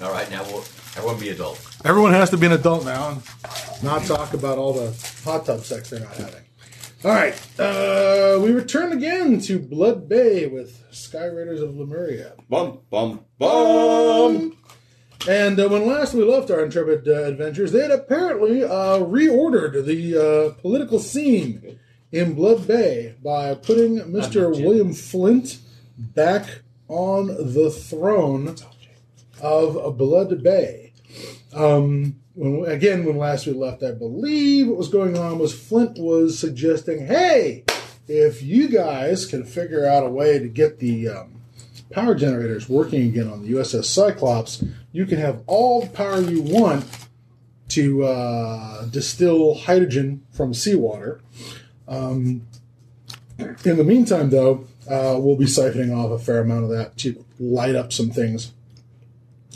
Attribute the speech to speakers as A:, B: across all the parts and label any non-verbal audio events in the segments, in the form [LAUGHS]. A: All right, now we'll, everyone be adult.
B: Everyone has to be an adult now and not talk about all the hot tub sex they're not having. All right, uh, we return again to Blood Bay with Sky Raiders of Lemuria.
C: Bum, bum, bum.
B: Um, And uh, when last we left our intrepid uh, adventures, they had apparently uh, reordered the uh, political scene in Blood Bay by putting Mr. William Flint back on the throne of Blood Bay. Um, when, again, when last we left, I believe what was going on was Flint was suggesting, hey, if you guys can figure out a way to get the. Um, power generators working again on the USS Cyclops, you can have all the power you want to uh, distill hydrogen from seawater. Um, in the meantime, though, uh, we'll be siphoning off a fair amount of that to light up some things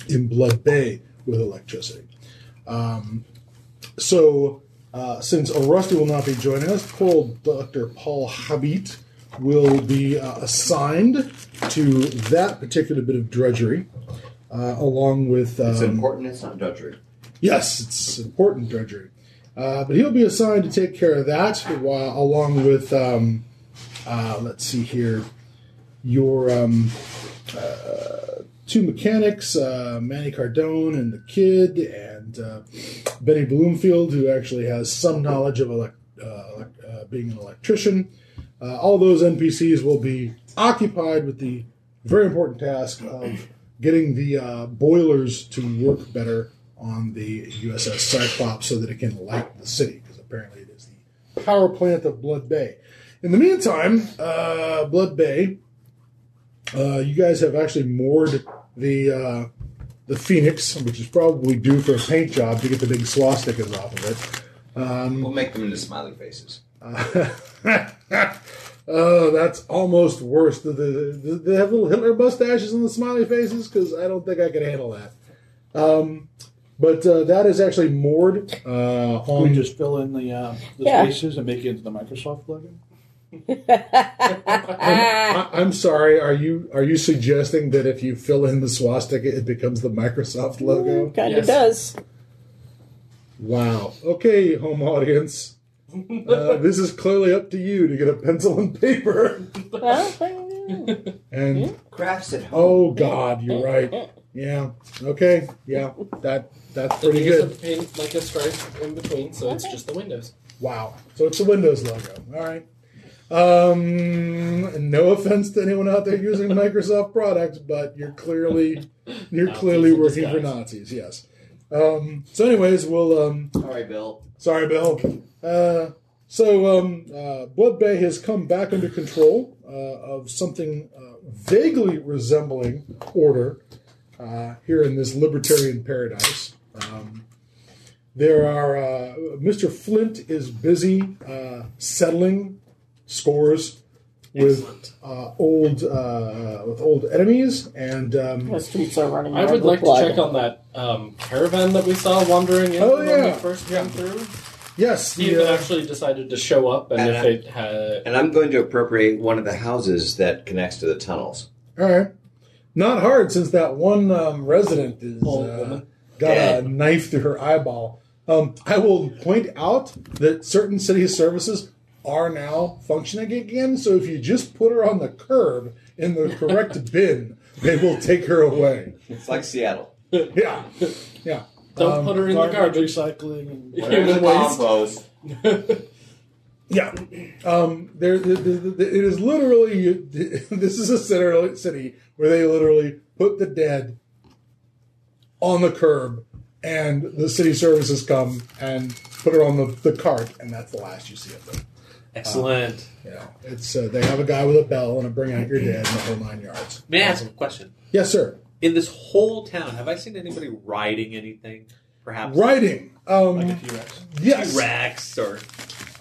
B: in Blood Bay with electricity. Um, so, uh, since Rusty will not be joining us, poor Dr. Paul Habit will be uh, assigned to that particular bit of drudgery, uh, along with. Um,
A: It's important. It's not drudgery.
B: Yes, it's important drudgery. Uh, but he'll be assigned to take care of that, while, along with, um, uh, let's see here, your um, uh, two mechanics, uh, Manny Cardone and the kid, and uh, Benny Bloomfield, who actually has some knowledge of elec uh, elec- uh, being an electrician. Uh, all those NPCs will be occupied with the very important task of getting the uh, boilers to work better on the USS Cyclops so that it can light the city, because apparently it is the power plant of Blood Bay. In the meantime, uh, Blood Bay, uh, you guys have actually moored the uh, the Phoenix, which is probably due for a paint job to get the big swastikas off of it.
A: We'll make them into smiley faces.
B: [LAUGHS] Oh, that's almost worse. Do they, do they have little Hitler mustaches and the smiley faces? Because I don't think I could handle that. Um, but uh, that is actually moored uh,
D: We
E: Um,
B: on.
D: just fill in the, uh, the
F: Yeah.
D: spaces and make it into the Microsoft plugin.
B: I, I'm sorry. Are you are you suggesting that if you fill in the swastika, it becomes the Microsoft logo?
F: Kind
D: Yes.
B: [LAUGHS]
F: of does.
B: Wow. Okay,
D: [LAUGHS]
B: home audience. Uh, this is clearly up to you to get a pencil and paper.
F: Well, well,
B: And
A: Crafts at home.
B: oh God, you're right. Yeah. Okay. Yeah. That that's
E: The
B: pretty good.
E: windows are painted like a stripe in between, so it's just the windows.
B: Wow. So it's the Windows logo. All right. Um, no offense to anyone out there using Microsoft products, but you're clearly you're
E: Nazis
B: clearly
E: in
B: working for
E: disguise.
B: Nazis. Yes. Um, so, anyways, we'll. Um,
A: Sorry, Bill.
B: sorry, Bill. Uh, so, um, uh, Blood Bay has come back under control uh, of something uh, vaguely resembling order uh, here in this libertarian paradise. Um, there are uh, Mr. Flint is busy uh, settling scores with
E: Excellent.
B: uh, old uh, with old enemies, and um,
F: the streets are running.
E: I would
F: red with
E: like to
F: blood.
E: check on that um, caravan that we saw wandering in
B: Oh,
E: when
B: yeah.
E: we first came through.
B: yes,
E: See if
B: the,
E: it
B: uh,
E: actually decided to show up and,
A: And
E: if
A: I-
E: it had.
A: And I'm going to appropriate one of the houses that connects to the tunnels.
B: All right. Not hard since that one um, resident is
E: Old
B: uh,
E: woman.
B: got a
A: Dead.
B: knife through her eyeball. Um, I will point out that certain city services are now functioning again. So if you just put her on the curb in the correct
E: [LAUGHS]
B: bin, they will take her away.
A: It's like Seattle.
B: Yeah, yeah.
E: Don't
B: Um,
E: put her in the garbage.
D: recycling. And
E: Human waste.
A: Combos.
B: Yeah, um, there, the, the, the, it is literally. [LAUGHS] This is a center- city where they literally put the dead on the curb, and the city services come and put her on the, the cart, and that's the last you see of them.
G: Excellent.
B: You know, it's uh, they have a guy with a bell and a bring out your dead and the whole nine yards.
G: May I ask a question?
B: Yes, sir.
G: In this whole town, have I seen anybody riding anything? Perhaps
B: Writing. Um,
D: like a few Rex.
B: yes.
G: Rex or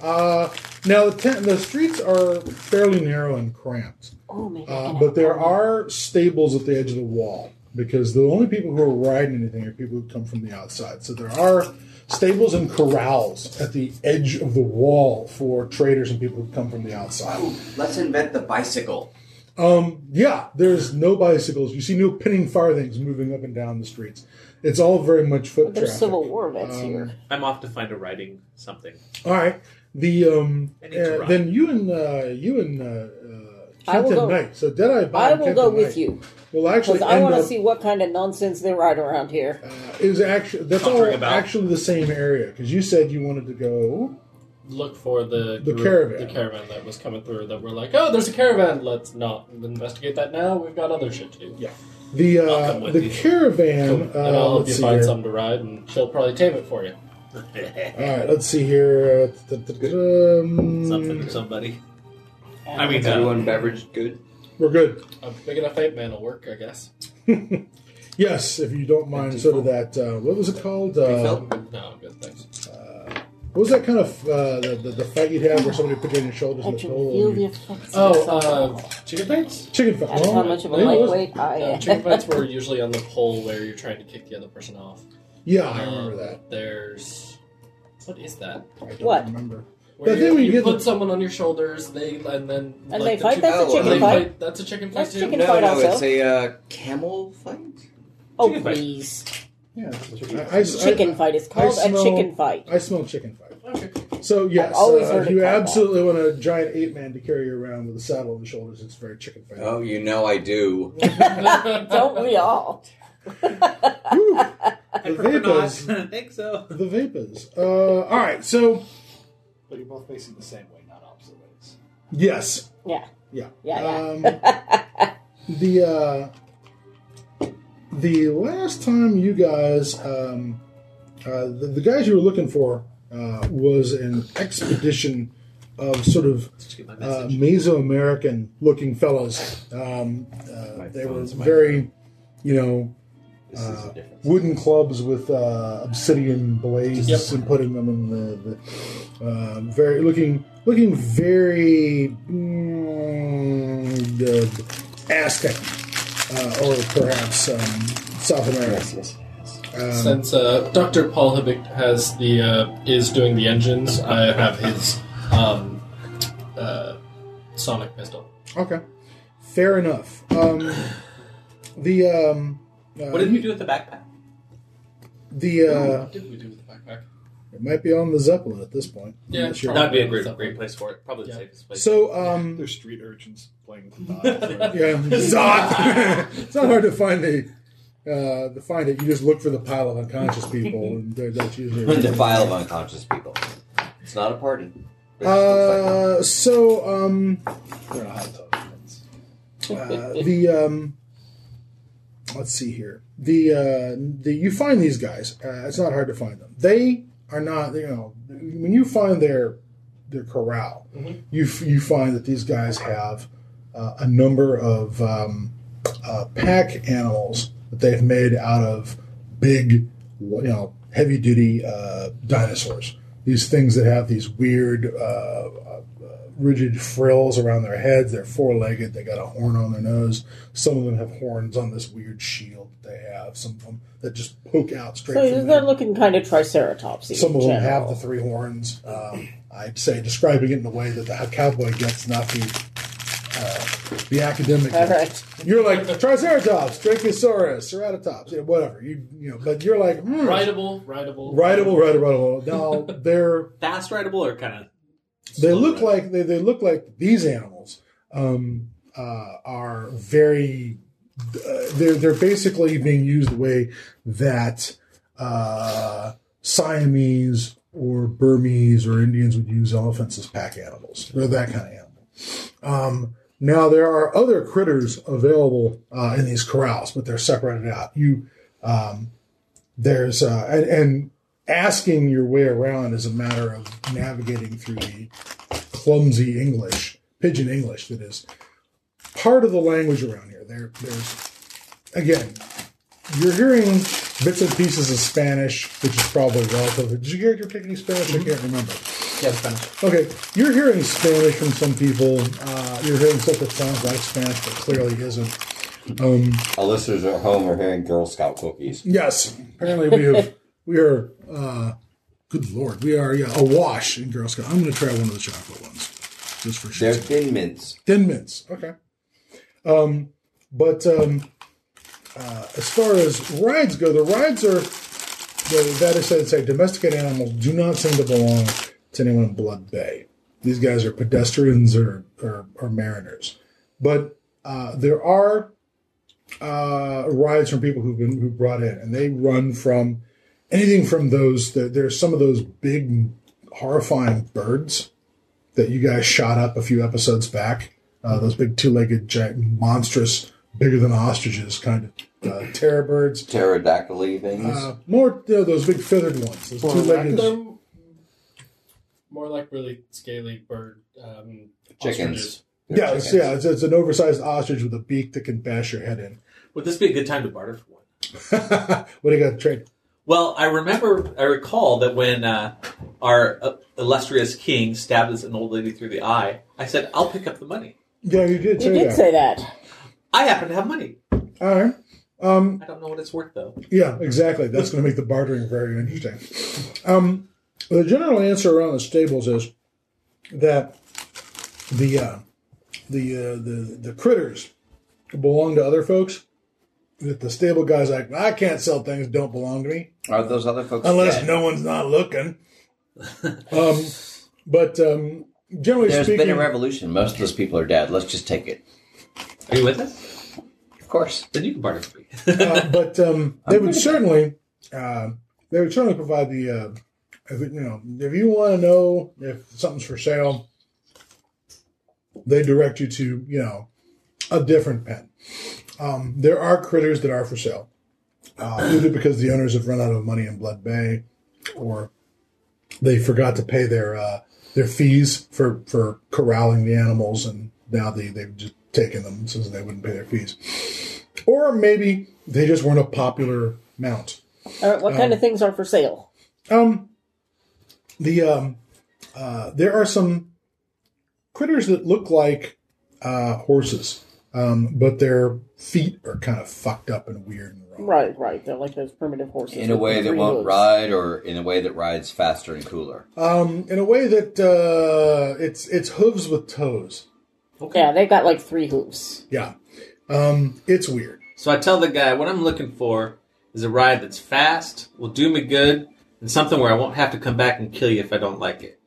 B: Uh, now the, ten, the streets are fairly narrow and cramped.
F: Oh, man,
B: Uh,
F: and
B: but there
F: I-
B: are stables at the edge of the wall because the only people who are riding anything are people who come from the outside. So there are stables and corrals at the edge of the wall for traders and people who come from the outside.
A: Let's invent the bicycle.
B: Um, yeah, there's no bicycles. You see no pinning farthings moving up and down the streets. It's all very much foot
F: There's
B: traffic.
F: Civil War vets
B: Um,
F: here.
G: I'm off to find a writing something. [LAUGHS]
B: All right. The um,
G: I need to
B: uh,
G: run.
B: then you and uh, you and uh, uh,
F: I will
B: Kenton
F: go.
B: Knight. So Deadeye Bob.
F: I
B: and
F: will
B: Kenton
F: go with
B: Knight
F: you
B: Will actually
F: because I
B: end
F: want to
B: up.
F: see what kind of nonsense they ride around here.
B: uh, is actually that's all
G: Sauntering about.
B: actually the same area because you said you wanted to go.
E: Look for the
B: The caravan.
E: the caravan that was coming through. That we're like, oh, there's a caravan. Let's not investigate that now. We've got other shit to do.
B: The
G: I'll
B: uh,
G: come with
B: the
G: you.
B: caravan.
E: and
B: Uh,
E: I'll help
B: let's
E: you
B: see
E: find
B: here.
E: something to ride, and she'll probably tame it for you.
B: All right, let's see here. Uh, th- th- th- um,
G: Something, somebody. I mean, uh,
A: Is everyone beverage good?
B: We're good. [LAUGHS]
E: A big enough ape man will work, I guess.
B: Yes, if you don't mind, sort of that. Uh, what was it called? Uh,
A: Refill?
E: No, good thanks.
B: what was that kind of uh, the, the the fight you'd have where somebody put you on your shoulders
F: And
B: and
F: to
B: pull
F: reveal the
B: you?
F: effects.
E: Oh,
F: of
E: uh, chicken bites.
B: Chicken fight.
F: That's how much of a
B: Yeah, it was-
F: lightweight I
E: Uh,
F: am. [LAUGHS]
E: chicken bites were usually on the pole where you're trying to kick the other person off. Um,
B: Yeah, I remember that.
E: There's what is that?
B: I don't
F: What?
B: remember.
E: Where
B: That thing
E: you,
B: where you
E: you
B: get
E: put
B: the-
E: someone on your shoulders, they and then
F: And
E: like
F: they
E: the
F: fight.
E: two-
F: That's a
A: Oh,
F: chicken
E: they
A: um,
F: fight.
E: fight. That's a chicken fight
F: That's
E: too.
F: chicken
E: [LAUGHS]
A: no,
F: fight
A: no,
F: also.
A: it's a uh, camel fight.
F: Oh
G: Chicken fight.
B: [LAUGHS]
F: please,
B: Yeah,
G: fight.
B: I, I,
F: chicken fight. It's called a
B: smell-
F: chicken fight.
B: I, I smell chicken fight.
E: Okay.
B: So yes,
F: always
B: uh,
F: heard
B: if
F: it
B: you
F: called that.
B: absolutely want a giant ape man to carry you around with a saddle on the shoulders, it's very chicken fight.
A: Oh, you know I do.
F: Don't we all?
B: Woo!
G: I
B: The
G: prefer not.
B: vapors.
G: [LAUGHS] I think so.
B: The vapors. Uh, all right, so
D: But you're both facing the same way, not opposite ways.
B: yes,
F: Yeah.
B: Yeah.
F: Yeah. yeah.
B: Um, [LAUGHS] the uh, the last time you guys, um, uh, the, the guys you were looking for uh, was an expedition of sort of
G: Did you get my
B: uh,
G: message?
B: Mesoamerican looking fellows. Um, uh,
A: My
B: they were
A: phone's my
B: very, you know,
A: This is
B: Uh,
A: a difference.
B: wooden clubs with uh, obsidian blades
E: Yep.
B: and putting them in the, the uh, very looking looking very mm, the Aztec uh, or perhaps um, South
A: Yes,
B: America.
A: yes, yes.
B: Um,
E: [LAUGHS] Since uh, Dr. Paul Hibbick has the uh, is doing the engines, I have his um, uh, sonic pistol.
B: okay, fair enough. Um, the um, uh,
G: What did we do with the backpack?
B: the uh,
E: What did we do with the backpack?
B: it might be on the Zeppelin at this point. I'm
E: Yeah,
B: not sure.
E: probably.
G: That'd be a great, great place for it. Probably the
E: Yeah.
G: safest place.
B: So um,
D: They're street urchins playing with
E: [LAUGHS]
D: the
G: [LAUGHS]
B: Yeah, it's not. it's not hard to find the uh, to find it. You just look for the pile of unconscious people, and there- that's usually
A: The file of unconscious people. It's not a party. It just looks like
B: Uh, so um,
D: They're in a hot tub. It's-
B: uh, the um, let's see here. The uh, the you find these guys. Uh, it's not hard to find them. They are not. You know, when you find their their corral, you f- you find that these guys have uh, a number of um, uh, pack animals that they've made out of big, you know, heavy duty uh, dinosaurs. These things that have these weird. Uh, rigid frills around their heads. They're four legged. They got a horn on their nose. Some of them have horns on this weird shield that they have. Some of them that just poke out straight.
F: So
B: from
F: they're
B: their-
F: looking kind of triceratopsy.
B: Some
F: in
B: of them have
F: general.
B: the three horns. Um, I'd say describing it in a way that the cowboy gets, not the uh, the academic. [LAUGHS]
F: All right.
B: You're like Triceratops, Brachiosaurus, Ceratops, yeah, whatever. You you know, but you're like hmm,
E: Rideable, rideable,
B: Rideable, rideable, rideable. Now they're
G: Fast rideable or kind of
B: they look
G: rideable?
B: like they, they look like these animals um, uh, are very uh, they're they're basically being used the way that uh, Siamese or Burmese or Indians would use elephants as pack animals. They're that kind of animal. Um, now there are other critters available uh, in these corrals, but they're separated out. You um, there's uh, and, and asking your way around is a matter of navigating through the clumsy English, pidgin English that is part of the language around here. There, there's again, you're hearing bits and pieces of Spanish, which is probably relative. Did you hear your take any Spanish? I can't remember.
E: Yeah, Spanish.
B: Okay, you're hearing Spanish from some people. Uh, you're hearing stuff that sounds like Spanish, but clearly isn't.
A: Our listeners at home are hearing Girl Scout cookies.
B: Yes, apparently we have [LAUGHS] we are. Uh, good lord, we are yeah awash in Girl Scout. I'm going to try one of the chocolate ones just for sure.
A: They're thin mints.
B: Thin mints. Okay. Um, but um, uh, as far as rides go, the rides are the that said say domesticated animals do not seem to belong to anyone in Blood Bay. These guys are pedestrians or or, or mariners, but uh, there are uh, rides from people who've been who brought in, and they run from anything from those. There, there are some of those big, horrifying birds that you guys shot up a few episodes back. Uh, those big two-legged, giant, monstrous, bigger than ostriches kind of uh, terror birds.
A: Pterodactyly things.
B: Uh, more you know, those big feathered ones, those two-legged.
E: They're more like really scaly bird um,
A: Chickens.
E: ostriches.
A: They're
B: Yeah, it's,
A: chickens.
B: yeah, it's, it's an oversized ostrich with a beak that can bash your head in. [LAUGHS]
G: Would this be a good time to barter for one?
B: what do you got to trade?
G: Well, I remember, I recall that when uh, our uh, illustrious king stabbed this an old lady through the eye, I said, "I'll pick up the money."
B: Yeah, you did.
F: You
B: say
F: did
B: that.
F: say that.
G: I happen to have money.
B: All right. Um,
G: I don't know what it's worth though.
B: yeah, exactly. That's going to make the bartering very interesting. Um, the general answer around the stables is that the uh, the, uh, the the critters belong to other folks. That the stable guy's like, I can't sell things that don't belong to me.
A: Are those other folks?
B: unless
A: dead?
B: no one's not looking. um, but um, generally
A: There's
B: speaking,
A: been a revolution. Most of those people are dead. Let's just take it.
G: Are you with us?
A: Of course.
G: Then you can barter for me. [LAUGHS]
B: uh, but um, they
A: I'm
B: would
A: good.
B: certainly uh, they would certainly provide the uh, if, it- you know if you want to know if something's for sale, they direct you to you know a different pen. Um, there are critters that are for sale, uh, either because the owners have run out of money in Blood Bay, or they forgot to pay their uh, their fees for for corralling the animals, and now they they've just taken them since they wouldn't pay their fees or maybe they just weren't a popular mount.
F: All
B: Uh,
F: right, what kind of things are for sale?
B: Um, the um, uh, there are some critters that look like uh, horses, um, but their feet are kind of fucked up and weird and wrong.
F: Right, right. They're like those primitive horses.
A: In a
F: with
A: way
F: the
A: that
F: three
A: won't
F: hooves.
A: ride, or in a way that rides faster and cooler.
B: Um, in a way that uh, it's it's hooves with toes.
F: Yeah, they've got like three hooves.
B: Yeah, um, it's weird.
G: So I tell the guy what I'm looking for is a ride that's fast, will do me good, and something where I won't have to come back and kill you if I don't like it.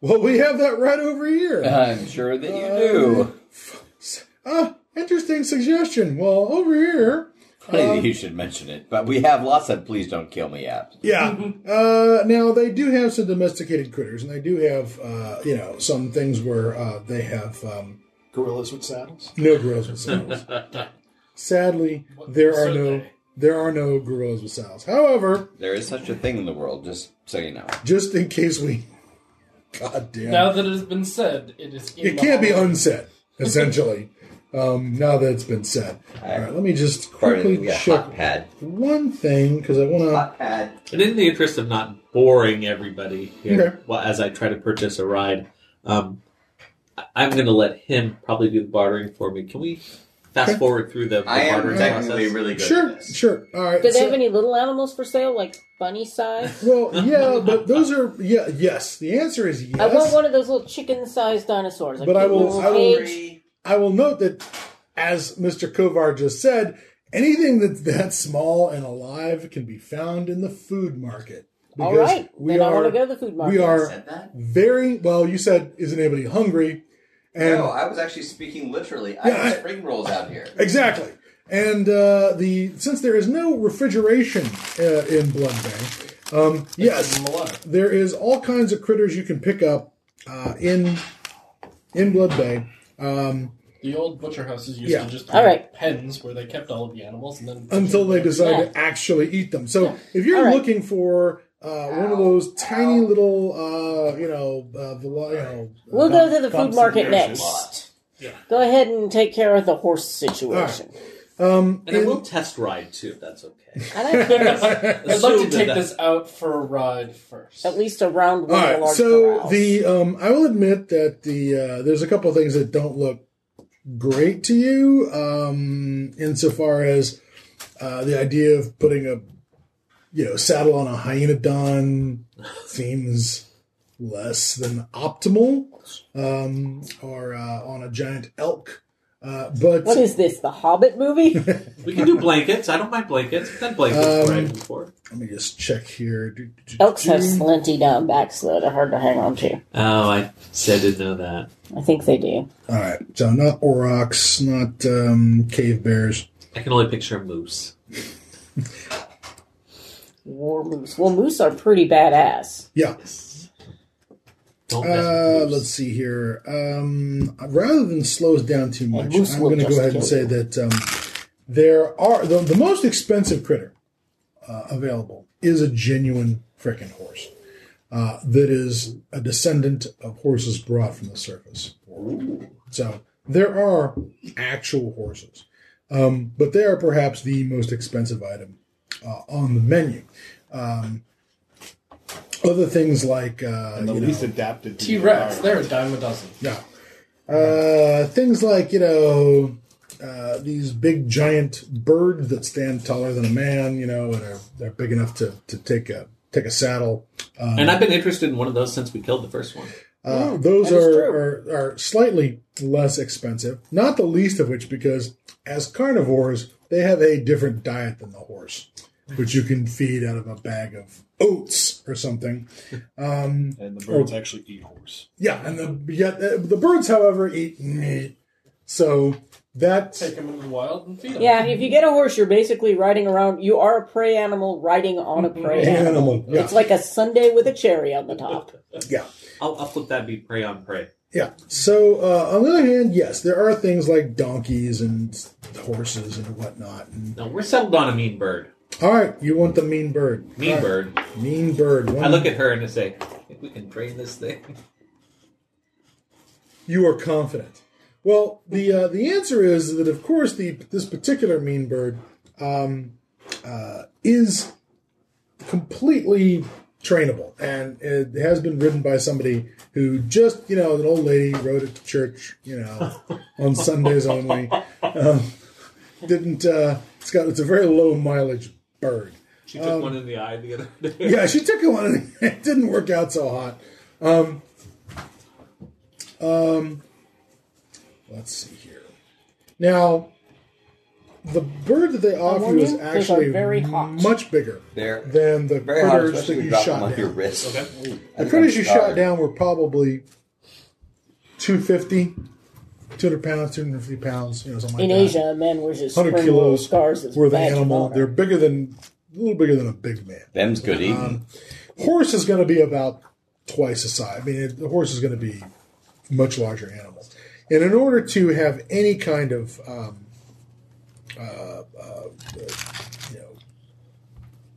B: Well, we have that right over here.
H: Uh-huh.
A: I'm sure that you
B: Uh,
A: do.
B: Ah, interesting suggestion. Well, over here.
A: Funny that you should mention it, but we have lots of "Please Don't Kill Me" apps.
F: [LAUGHS]
B: Yeah. Uh, now they do have some domesticated critters, and they do have uh, you know some things where uh, they have um,
D: Gorillas with saddles.
B: no gorillas with saddles.
F: [LAUGHS]
B: Sadly, there are
E: so
B: no
E: they-
B: there are no gorillas with saddles. However,
A: There is such a thing in the world, just so you know.
B: just in case we, [LAUGHS] God damn,
E: Now that it has been said, it is. in
B: it
E: the
B: can't be
E: hall.
B: unsaid.
F: [LAUGHS]
B: Essentially, um, now that it's been said. All right, let me just quickly
A: we got
B: check Uh,
A: hot pad.
B: one thing because I want to.
A: Hot pad.
G: And in the interest of not boring everybody here,
B: Okay.
G: while as I try to purchase a ride, um, I- I'm going to let him probably do the bartering for me. Can we fast
B: Okay.
G: forward through the, the
C: I am
G: bartering
C: technically
G: process?
C: really good at
B: Sure,
C: this.
B: sure. All right.
F: Do they
B: so-
F: have any little animals for sale, like bunny size?
B: well, yeah, but those are yeah, yes. The answer is yes.
F: [LAUGHS] I want one of those little chicken-sized dinosaurs. Like
B: But I
F: cute
B: will-
F: little
B: I will
F: pigs.
B: I will note that, as Mr. Kovar just said, anything that's that small and alive can be found in the food market.
F: All
B: Because
F: right, then I want to go to the food market.
B: we are
A: Said that?
B: very well. You said, "Is anybody hungry?" And
H: Oh,
A: no, I was actually speaking literally. I
B: Yeah,
A: have
B: I-
A: spring rolls out here.
B: exactly. And uh, the since there is no refrigeration uh, in Blood Bank, um, yes, there is all kinds of critters you can pick up uh, in in Blood Bay. Um,
E: The old butcher houses used
B: Yeah.
E: to just
F: All right.
E: pens where they kept all of the animals, and then
B: until they decide
F: Yeah.
B: to actually eat them. So if you're
F: All right.
B: looking for uh, one of those tiny little, uh, you know, uh, velo- you know, uh,
F: We'll go to the food
D: Thompson
F: market
D: Nurses.
F: next. Go ahead and take care of the horse situation.
G: And I will test ride too, if that's okay.
F: I don't care.
E: I'd like to take this out for a ride first.
F: At least around
B: all
F: one of the
B: right.
F: large
B: So
F: corrals.
B: the um, I will admit that the uh, there's a couple of things that don't look great to you, um, insofar as uh, the idea of putting a you know saddle on a hyenodon seems less than optimal, um, or uh, on a giant elk. Uh, but
F: What is this? The
B: [LAUGHS]
F: Hobbit movie?
G: We can do blankets. I don't mind blankets. I've done blankets
B: Um,
G: right before.
B: let me just check here. Do, do,
F: Elks have
B: do.
F: slinty down backs, though. They're hard to hang on to.
G: Oh, I said didn't know that.
F: I think they do.
B: All right, so not aurochs, not um, cave bears.
G: I can only picture a moose.
F: War moose. Well, moose are pretty badass.
B: Yeah.
G: Don't mess
B: Uh,
G: with moose.
B: let's see here. Um, rather than slow us down too much,
F: moose
B: I'm
F: will
B: going to go
F: just
B: ahead and say
F: kill
B: that um, there are the, the most expensive critter uh, available is a genuine frickin' horse uh, that is a descendant of horses brought from the surface. So there are actual horses, um, but they are perhaps the most expensive item uh, on the menu. Um, other things like uh,
D: And the
B: you know,
D: least adapted to
E: T Rex,
D: the
E: they're a dime a dozen.
B: yeah. Uh, things like, you know, uh, these big giant birds that stand taller than a man, you know, and are, they're big enough to, to take a take a saddle. Um,
G: and I've been interested in one of those since we killed the first one.
B: uh, those
F: Mm, that is
B: are,
F: true.
B: are, are slightly less expensive, not the least of which because as carnivores, they have a different diet than the horse, which you can feed out of a bag of oats or something. Um,
D: environment. And the birds
I: Oh.
D: actually eat horse.
B: Yeah, and the yeah, the the birds, however, eat meat. So that
E: Take them into the wild and feed them.
F: Yeah, if you get a horse, you're basically riding around. You are a prey animal riding on a prey animal.
B: animal, yeah,
F: It's like a sundae with a cherry on
B: [LAUGHS]
F: the top.
B: yeah,
G: I'll, I'll flip that and be prey on prey.
B: yeah. So uh, on the other hand, yes, there are things like donkeys and horses and whatnot. And,
G: No, we're settled on a mean bird.
B: all right, you want the mean bird?
G: Mean
B: All right,
G: bird.
B: Mean bird. One,
G: I look at her and I say, I think we can train this thing. [LAUGHS]
B: you are confident. Well, the uh, the answer is that of course the this particular mean bird um, uh, is completely trainable, and it has been ridden by somebody who just you know an old lady rode it to church, you know, on Sundays only. Um, didn't uh, it's got it's a very low mileage bird.
G: She took one in the eye the other day.
B: Um, Yeah, she took it one. [LAUGHS] It didn't work out so hot. Um, um, um, let's see here. Now, the bird that they offer you is
F: warning, those are
B: actually
F: very hot.
B: much bigger
A: They're
B: than the
A: very hard,
B: critters
A: especially
B: that
A: when you
B: you
A: drop them
B: shot
A: on your
B: down.
A: wrist.
E: Okay.
A: I
B: The
A: think
B: critters
A: I'm
B: you shot
A: starving.
B: down were probably 250, 200 pounds, 250 pounds, you know, something like
F: In
B: that.
F: Asia, a man wears his
B: 100
F: spring roll
B: kilos
F: scars as
B: were the
F: badge of
B: animal.
F: honor.
B: They're bigger than, a little bigger than a big man.
A: Them's good eating.
B: horse is going to be about twice the size. I mean, it, the horse is going to be much larger animal. And in order to have any kind of, um, uh, uh, you know,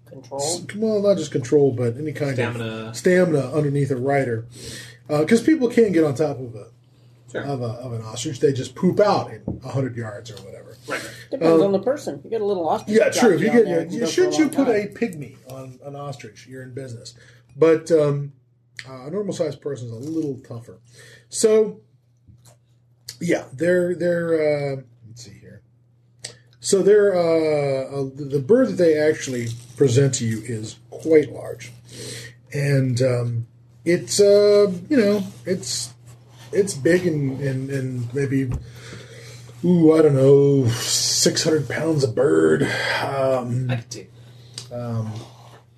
F: Control.
B: well, not just control, but any kind
G: Stamina.
B: of stamina underneath a rider, because people can't get on top of a,
G: Sure.
B: of a of an ostrich. They just poop out in hundred yards or whatever.
G: Right.
F: Depends on the person. You get a little ostrich.
B: uh, Yeah, true. If
F: jockey
B: you
F: on
B: get,
F: there,
B: yeah,
F: it can go for
B: should you
F: long
B: put
F: time.
B: a pygmy on an ostrich, you're in business. But um, uh, a normal sized person is a little tougher. So, yeah, they're they're. Uh, let's see here. So they're uh, uh, the bird that they actually present to you is quite large, and um, it's uh, you know it's it's big and and, and maybe ooh, I don't know, 600 pounds a bird. Um,
G: [LAUGHS] I can take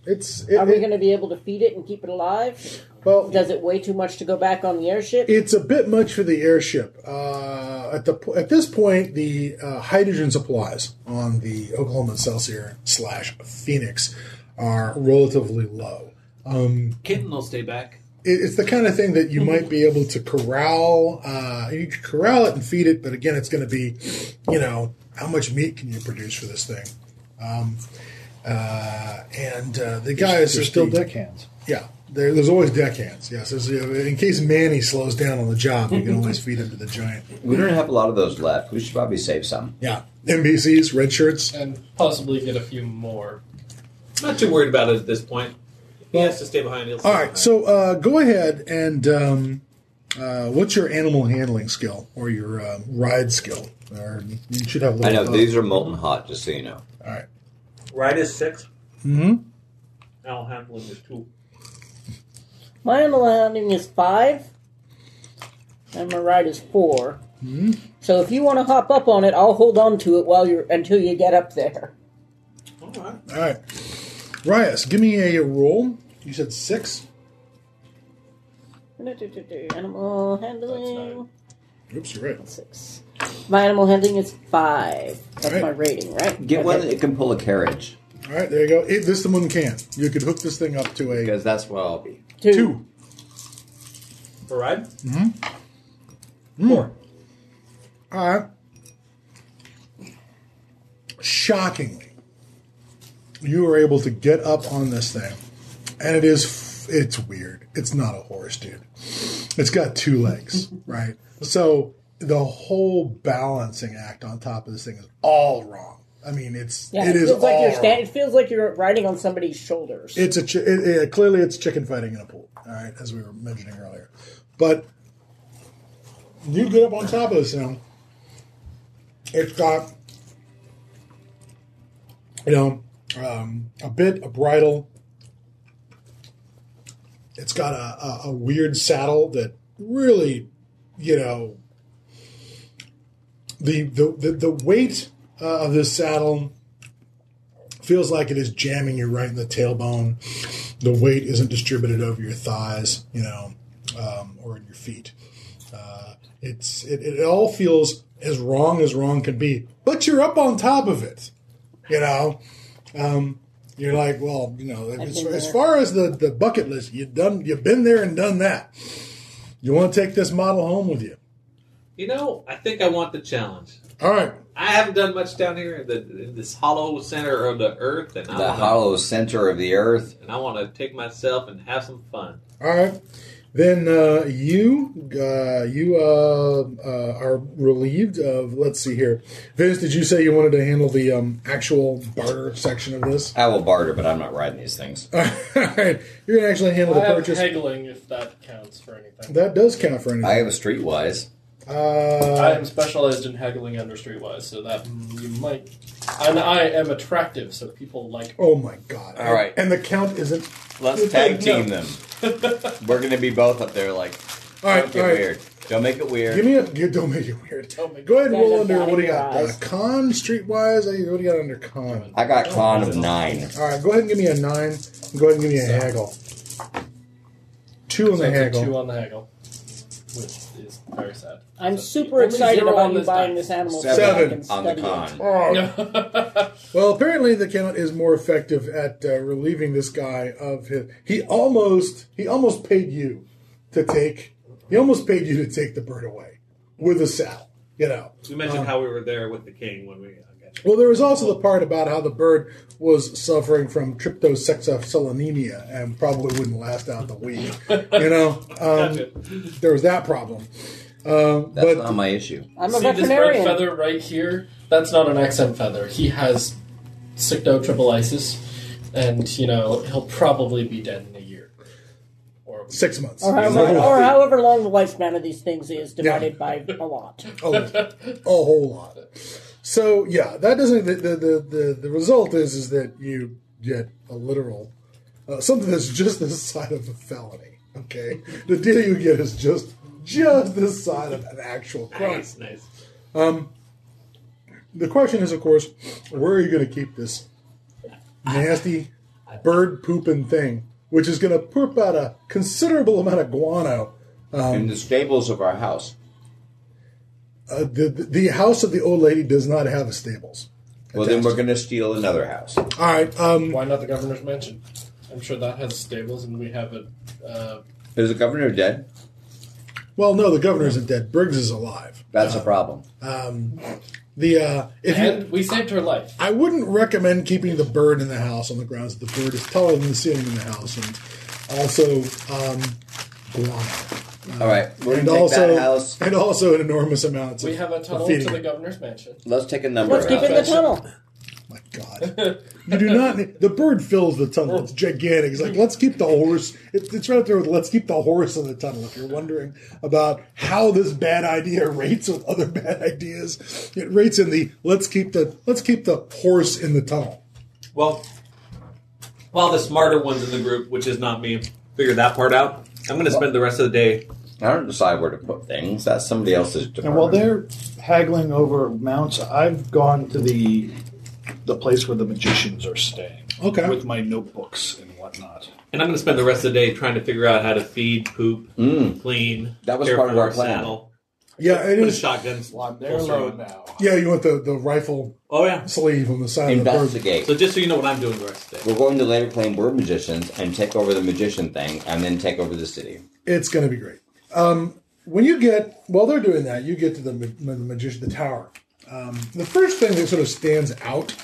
B: it's, it,
F: Are we
B: it-
F: going to be able to feed it and keep it alive?
B: well,
F: Does it weigh too much to go back on the airship?
B: it's a bit much for the airship. Uh, at, the, po- at this point, the uh, hydrogen supplies on the Oklahoma Excelsior slash Phoenix are relatively low.
G: Kitten will stay back.
B: It, it's the kind of thing that
F: Mm-hmm.
B: you might be able to corral. Uh, you could corral it and feed it, but again, it's going to be, you know, how much meat can you produce for this thing? Um, uh, and uh, the guys are
D: They're
B: still
D: still deckhands.
B: Yeah, there, there's always deckhands. Yes, there's, uh, in case Manny slows down on the job, you can always feed him to the giant.
A: We don't have a lot of those left. We should probably save some.
B: Yeah, NBCs, red shirts.
E: And possibly get a few more.
G: Not too worried about it at this point. He has to stay behind. He'll stay
B: All right,
G: behind.
B: so uh, go ahead and um, uh, what's your animal handling skill or your um, ride skill? Or you should have. a
A: I
B: little
A: know
B: thought.
A: these are molten hot, just so you know.
B: All right.
G: Right is six.
B: Mm-hmm.
G: Now handling is two.
F: My animal handling is five, and my ride is four.
B: Hmm?
F: So if you want to hop up on it, I'll hold on to it while you're until you get up
E: [LAUGHS]
F: there.
B: All right. Rias, give me a roll. You said six.
F: Animal handling
B: Oops, you're right.
F: six. My animal handling is five. That's
B: Alright.
F: my rating, right?
A: Get
F: Okay.
A: one that can pull a carriage
B: All right, there you go. If this the one can. You could hook this thing up to a
A: because that's what I'll be.
F: Two.
B: two.
G: For ride?
B: More. All right. Shockingly, you were able to get up on this thing, and it is f- it's weird. It's not a horse, dude. It's got two
F: [LAUGHS]
B: legs, right? So the whole balancing act on top of this thing is all wrong. I mean, it's
F: Yeah,
B: it
F: it,
B: is
F: feels like
B: all
F: you're
B: wrong.
F: stand, It feels like you're riding on somebody's shoulders.
B: It's a chi- it, it- clearly it's chicken fighting in a pool. All right, as we were mentioning earlier, but you get up on top of this now. It's got you know um, a bit a bridle. It's got a, a, a weird saddle that really, you know, the the the, the weight uh, of this saddle feels like it is jamming you right in the tailbone. The weight isn't distributed over your thighs, you know, um, or in your feet. Uh, it's it, it all feels as wrong as wrong can be, but you're up on top of it, you know. Um, you're like, well, you know, as,
F: been
B: as
F: there.
B: far as the, the bucket list, you've done, you've been there and done that. You want to take this model home with you?
G: You know, I think I want the challenge.
B: All right,
G: I haven't done much down here in, the, in this hollow center of the earth, and I,
A: The
B: Uh-huh.
G: wanna,
A: hollow center of the earth.
G: and I want to take myself and have some fun.
B: All right. Then uh, you uh, you uh, uh, are relieved of. Let's see here, Vince. Did you say you wanted to handle the um, actual barter section of this? [LAUGHS]
A: I will barter, but I'm not riding these things.
B: All right, you're gonna actually handle the
E: I have
B: purchase.
E: haggling if that counts for anything.
B: That does count for
A: I
B: anything.
A: have a streetwise.
E: I
B: Uh,
E: am specialized in haggling under streetwise, so that you might. And I am attractive, so people like. [LAUGHS]
B: oh my god!
A: All right.
B: and the count isn't.
A: Let's
B: It's
A: tag
B: like,
A: team them. We're gonna be both up there. Like,
B: All right,
A: don't get
B: all right.
A: weird. Don't make it weird.
B: Give me a. You don't make it weird.
E: Don't make
B: Go ahead and
F: Yeah,
B: roll
F: that's
B: under.
F: out
B: What
F: of
B: do you
F: your
B: got? Uh,
F: eyes.
B: con streetwise. Uh, What do you got under con?
A: I got con of nine.
B: All right, go ahead and give me a nine. and Go ahead and give me a haggle. Two on
E: so
B: the
E: it's a
B: haggle.
E: Two on the haggle, which is very sad.
F: I'm
E: So-
F: super
E: Only
F: excited
E: zero
F: about
E: on
F: you
E: this
F: buying
E: die.
F: this animal. so I
A: Seven
F: can
A: on the
F: study it.
A: con.
E: [LAUGHS]
B: Oh,
E: That's
B: Well, apparently the count is more effective at uh, relieving this guy of his. He almost he almost paid you to take. He almost paid you to take the bird away with a saddle. You know.
G: We
F: Oh.
G: mentioned how we were there with the king when we uh, got
B: Well, there was also the part about how the bird was suffering from tryptosexacillanemia and probably wouldn't last out the week. You
E: [LAUGHS]
B: know, um,
E: it.
B: there was that problem. Um,
A: That's
B: but
A: not my issue.
F: I'm a
E: See this red
F: veterinarian.
E: feather right here? That's not an accent feather. He has sicto tripolisis, and you know he'll probably be dead in a year. Or
B: six months. [LAUGHS]
F: Or however, or however long the lifespan of these things is divided by a lot.
B: a, Oh, a whole lot. So yeah, that doesn't. The the the, the, the result is is that you get a literal uh, something that's just this side of a felony. Okay, the deal you get is just just this side of an actual crime.
G: nice, nice.
B: The question is, of course, where are you going to keep this nasty bird pooping thing, which is going to poop out a considerable amount of guano?
A: In the stables of our house.
B: Uh, the, the the house of the old lady does not have stables.
A: Well, then we're gonna steal another house.
B: All right. Um,
E: why not the governor's mansion? I'm sure that has stables, and we have a. Uh,
A: Is the governor dead?
B: Well, no, the governor isn't dead. Briggs is alive.
A: That's a problem.
B: The uh, if you,
E: and we saved her life.
B: I wouldn't recommend keeping the bird in the house on the grounds that the bird is taller than the ceiling in the house, and also um, guano,
A: All right, we're
B: and
A: gonna take
B: also
A: that house.
B: and also an enormous amounts.
E: We
B: of,
E: have a tunnel
B: feeding.
E: to the governor's mansion.
A: Let's take a number.
F: Let's keep
A: out.
F: it in the tunnel.
B: My God, you do not. Need, the bird fills the tunnel. It's gigantic. It's like let's keep the horse. It, it's right up there with let's keep the horse in the tunnel. If you're wondering about how this bad idea [LAUGHS] rates with other bad ideas, it rates in the let's keep the let's keep the horse in the tunnel.
G: Well, while the smarter ones in the group, which is not me, figure that part out, I'm going to spend the rest of the day
A: I don't decide where to put things. That's somebody else's department.
I: And while they're haggling over mounts, I've gone to the the place where the magicians are staying
B: Okay.
I: with my notebooks and whatnot.
G: And I'm going to spend the rest of the day trying to figure out how to feed, poop,
A: Mm,
G: clean.
A: that was
G: care
A: part of
G: for
A: our plan.
G: Sentinel,
B: Yeah, it
G: put
B: is.
G: shotguns.
I: Well, they're
G: Full
I: low
G: surround.
I: now.
B: Yeah, you want the, the rifle
G: Oh yeah.
B: sleeve on the side of the bird.
A: Investigate.
G: So just so you know what I'm doing the rest of the day.
A: We're going to later claim we're magicians and take over the magician thing and then take over the city.
B: It's going to be great. Um, when you get while they're doing that, you get to the, ma- ma- the magician, the tower. Um, the first thing that sort of stands out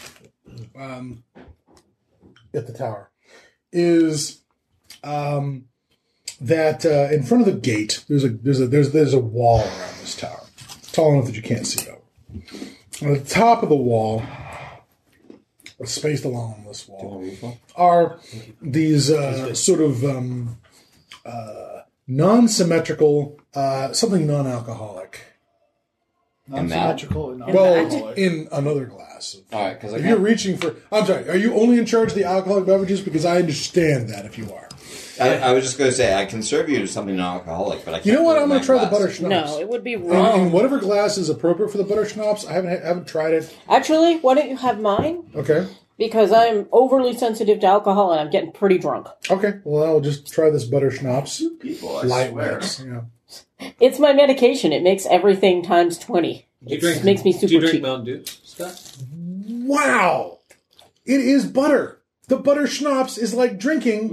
B: um, at the tower is um, that uh, in front of the gate, there's a there's a there's there's a wall around this tower, It's tall enough that you can't see over. And at the top of the wall, spaced along this wall, are these uh, sort of um, non-symmetrical, uh, something non-alcoholic.
A: And that?
I: Non-symmetrical and
B: well,
I: non-alcoholic.
B: in another glass. Of,
A: All right, because
B: if you're reaching for, I'm sorry. Are you only in charge of the alcoholic beverages? Because I understand that if you are.
A: I, I was just going to say I can serve you to something non-alcoholic, but I can't
B: You know what?
A: do
B: I'm
A: it in
B: going to
A: that
B: try the
A: glass.
B: butter schnapps.
F: No, it would be
B: In- in,
F: wrong.
B: whatever glass is appropriate for the butter schnapps. I haven't I haven't tried it.
F: [CLEARS THROAT] Actually, why don't you have mine?
B: Okay.
F: Because I'm overly sensitive to alcohol and I'm getting pretty drunk.
B: Okay. Well, I'll just try this butter schnapps.
A: People, I
B: Light
A: swear.
B: mix. Yeah.
F: It's my medication. It makes everything times 20.
G: Do you
F: It
G: drink-
F: makes me super
G: Do you drink
F: cheap.
G: Mountain Dew stuff?
B: Wow. It is butter. The butter schnapps is like drinking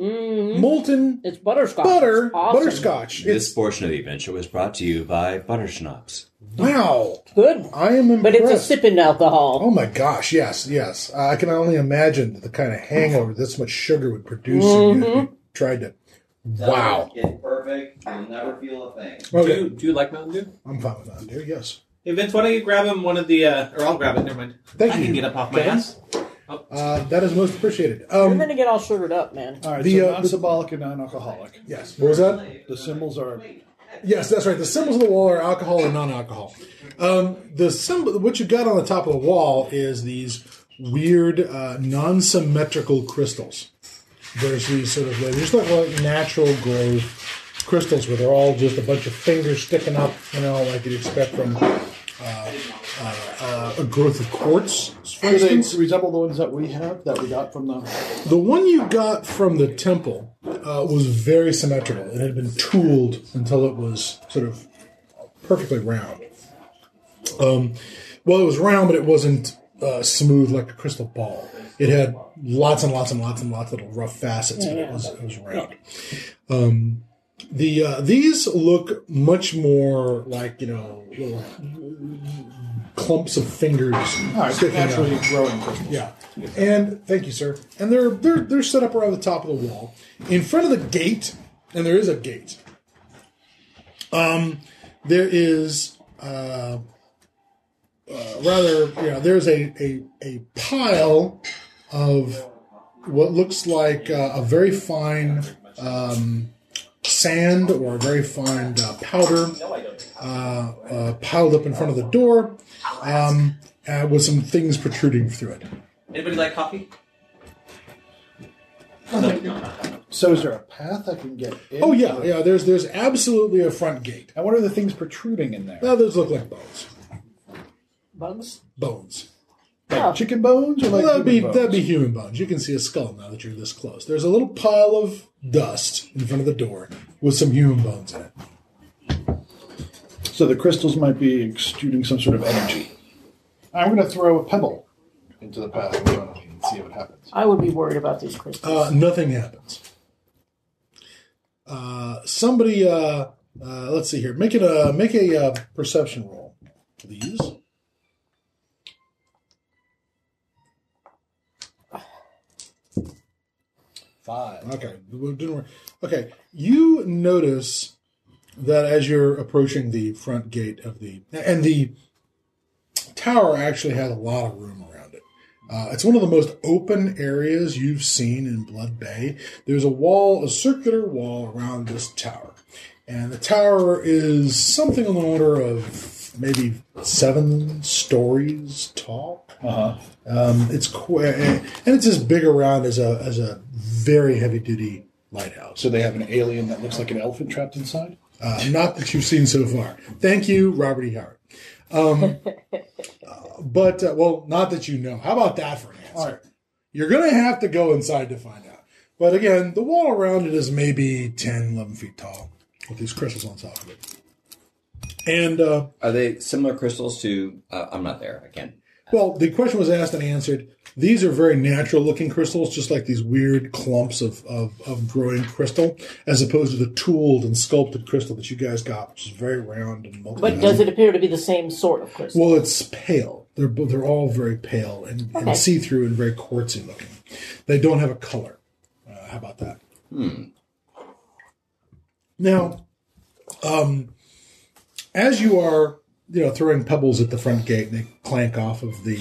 B: molten
F: Mm-hmm. It's butterscotch.
B: butter
F: It's awesome.
B: butterscotch. It's
A: This portion of the adventure was brought to you by Butter Schnapps.
B: wow.
F: Good.
B: I am impressed.
F: But it's a sipping alcohol.
B: Oh my gosh, yes, yes. Uh, I can only imagine the kind of hangover this much sugar would produce if you- if
F: Mm-hmm.
B: you tried to. Wow.
A: It's perfect. You'll never feel a thing.
F: Oh,
G: Do you do you like Mountain Dew?
B: I'm fine with that, dear. Yes.
G: Hey Vince, why don't you grab him one of the uh, or I'll grab it, never mind.
B: Thank
G: I
B: you.
G: can get up off my
B: Kevin.
G: ass.
B: Uh, that is most appreciated.
F: You're
B: Um,
F: going to get all sugared up, man.
I: All right,
B: the,
I: so
B: uh,
I: non-symbolic and non-alcoholic.
B: yes. What was that?
I: The symbols are
B: Yes, that's right. The symbols of the wall are alcohol and non-alcohol. Um, the symbol, what you got on the top of the wall is these weird, uh, non-symmetrical crystals. There's these sort of they just look like natural growth crystals where they're all just a bunch of fingers sticking up, you know, like you'd expect from uh, uh, uh, a growth of quartz, for
I: Do they
B: instance.
I: resemble the ones that we have that we got from the?
B: The one you got from the temple uh, was very symmetrical. It had been tooled until it was sort of perfectly round. Um, well, it was round, but it wasn't uh, smooth like a crystal ball. It had lots and lots and lots and lots of little rough facets, but it was, it was round. Um, the uh, these look much more like you know little clumps of fingers
I: All right,
B: sticking out.
I: naturally growing crystals.
B: Yeah. And thank you, sir. And they're they're they're set up around the top of the wall. In front of the gate, and there is a gate. Um there is uh, uh rather yeah, there's a, a a pile of what looks like uh, a very fine um sand or a very fine uh, powder uh, uh, piled up in front of the door um, uh, with some things protruding through it.
G: Anybody like coffee?
I: So is there a path I can get? in?
B: Oh yeah, yeah. There's there's absolutely a front gate.
I: And what are the things protruding in there?
B: Now those look like bones.
F: Bugs?
B: Bones.
I: Like
F: Oh.
I: chicken bones or like
B: Well, that'd
I: human
B: be
I: bones?
B: that'd be human bones. You can see a skull now that you're this close. There's a little pile of dust in front of the door with some human bones in it.
I: So the crystals might be exuding some sort of energy. I'm going to throw a pebble into the path in front of me and see what happens.
F: I would be worried about these crystals.
B: Uh, nothing happens. Uh, somebody, uh, uh, let's see here. Make it a make a uh, perception roll, please.
I: Five.
B: Okay, well, it didn't work. Okay, you notice that as you're approaching the front gate of the and the tower actually has a lot of room around it. Uh, it's one of the most open areas you've seen in Blood Bay. There's a wall, a circular wall around this tower, and the tower is something on the order of maybe seven stories tall.
I: Uh-huh.
B: Um, it's qu- and it's as big around as a as a very heavy duty lighthouse.
I: So they have an alien that looks like an elephant trapped inside?
B: Uh, not that you've seen so far. Thank you, Robert E. Howard. Um, uh, but, uh, well, not that you know. How about that for an answer?
I: All right.
B: You're going to have to go inside to find out. But again, the wall around it is maybe 10, 11 feet tall with these crystals on top of it. And, uh,
A: Are they similar crystals to? Uh, I'm not there. I can't.
B: well, the question was asked and answered. These are very natural looking crystals, just like these weird clumps of, of, of growing crystal, as opposed to the tooled and sculpted crystal that you guys got, which is very round and multi.
F: But does it appear to be the same sort of crystal?
B: Well, it's pale. They're bo- they're all very pale and, and see through and very quartzy looking. They don't have a color. Uh, how about that? Now, um, as you are you know throwing pebbles at the front gate, and they clank off of the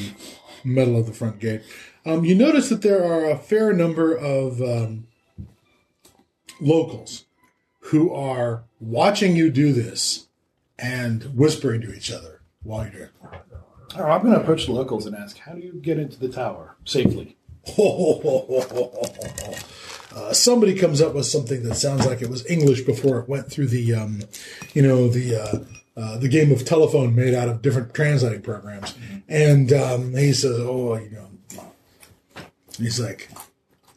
B: metal of the front gate. Um, you notice that there are a fair number of um, locals who are watching you do this and whispering to each other while you're doing. it.
I: All right, I'm going to approach the locals and ask, how do you get into the tower safely?
B: [LAUGHS] Uh, somebody comes up with something that sounds like it was English before it went through the, um, you know, the uh, uh, the game of telephone made out of different translating programs, and um, he says, "Oh, you know," he's like,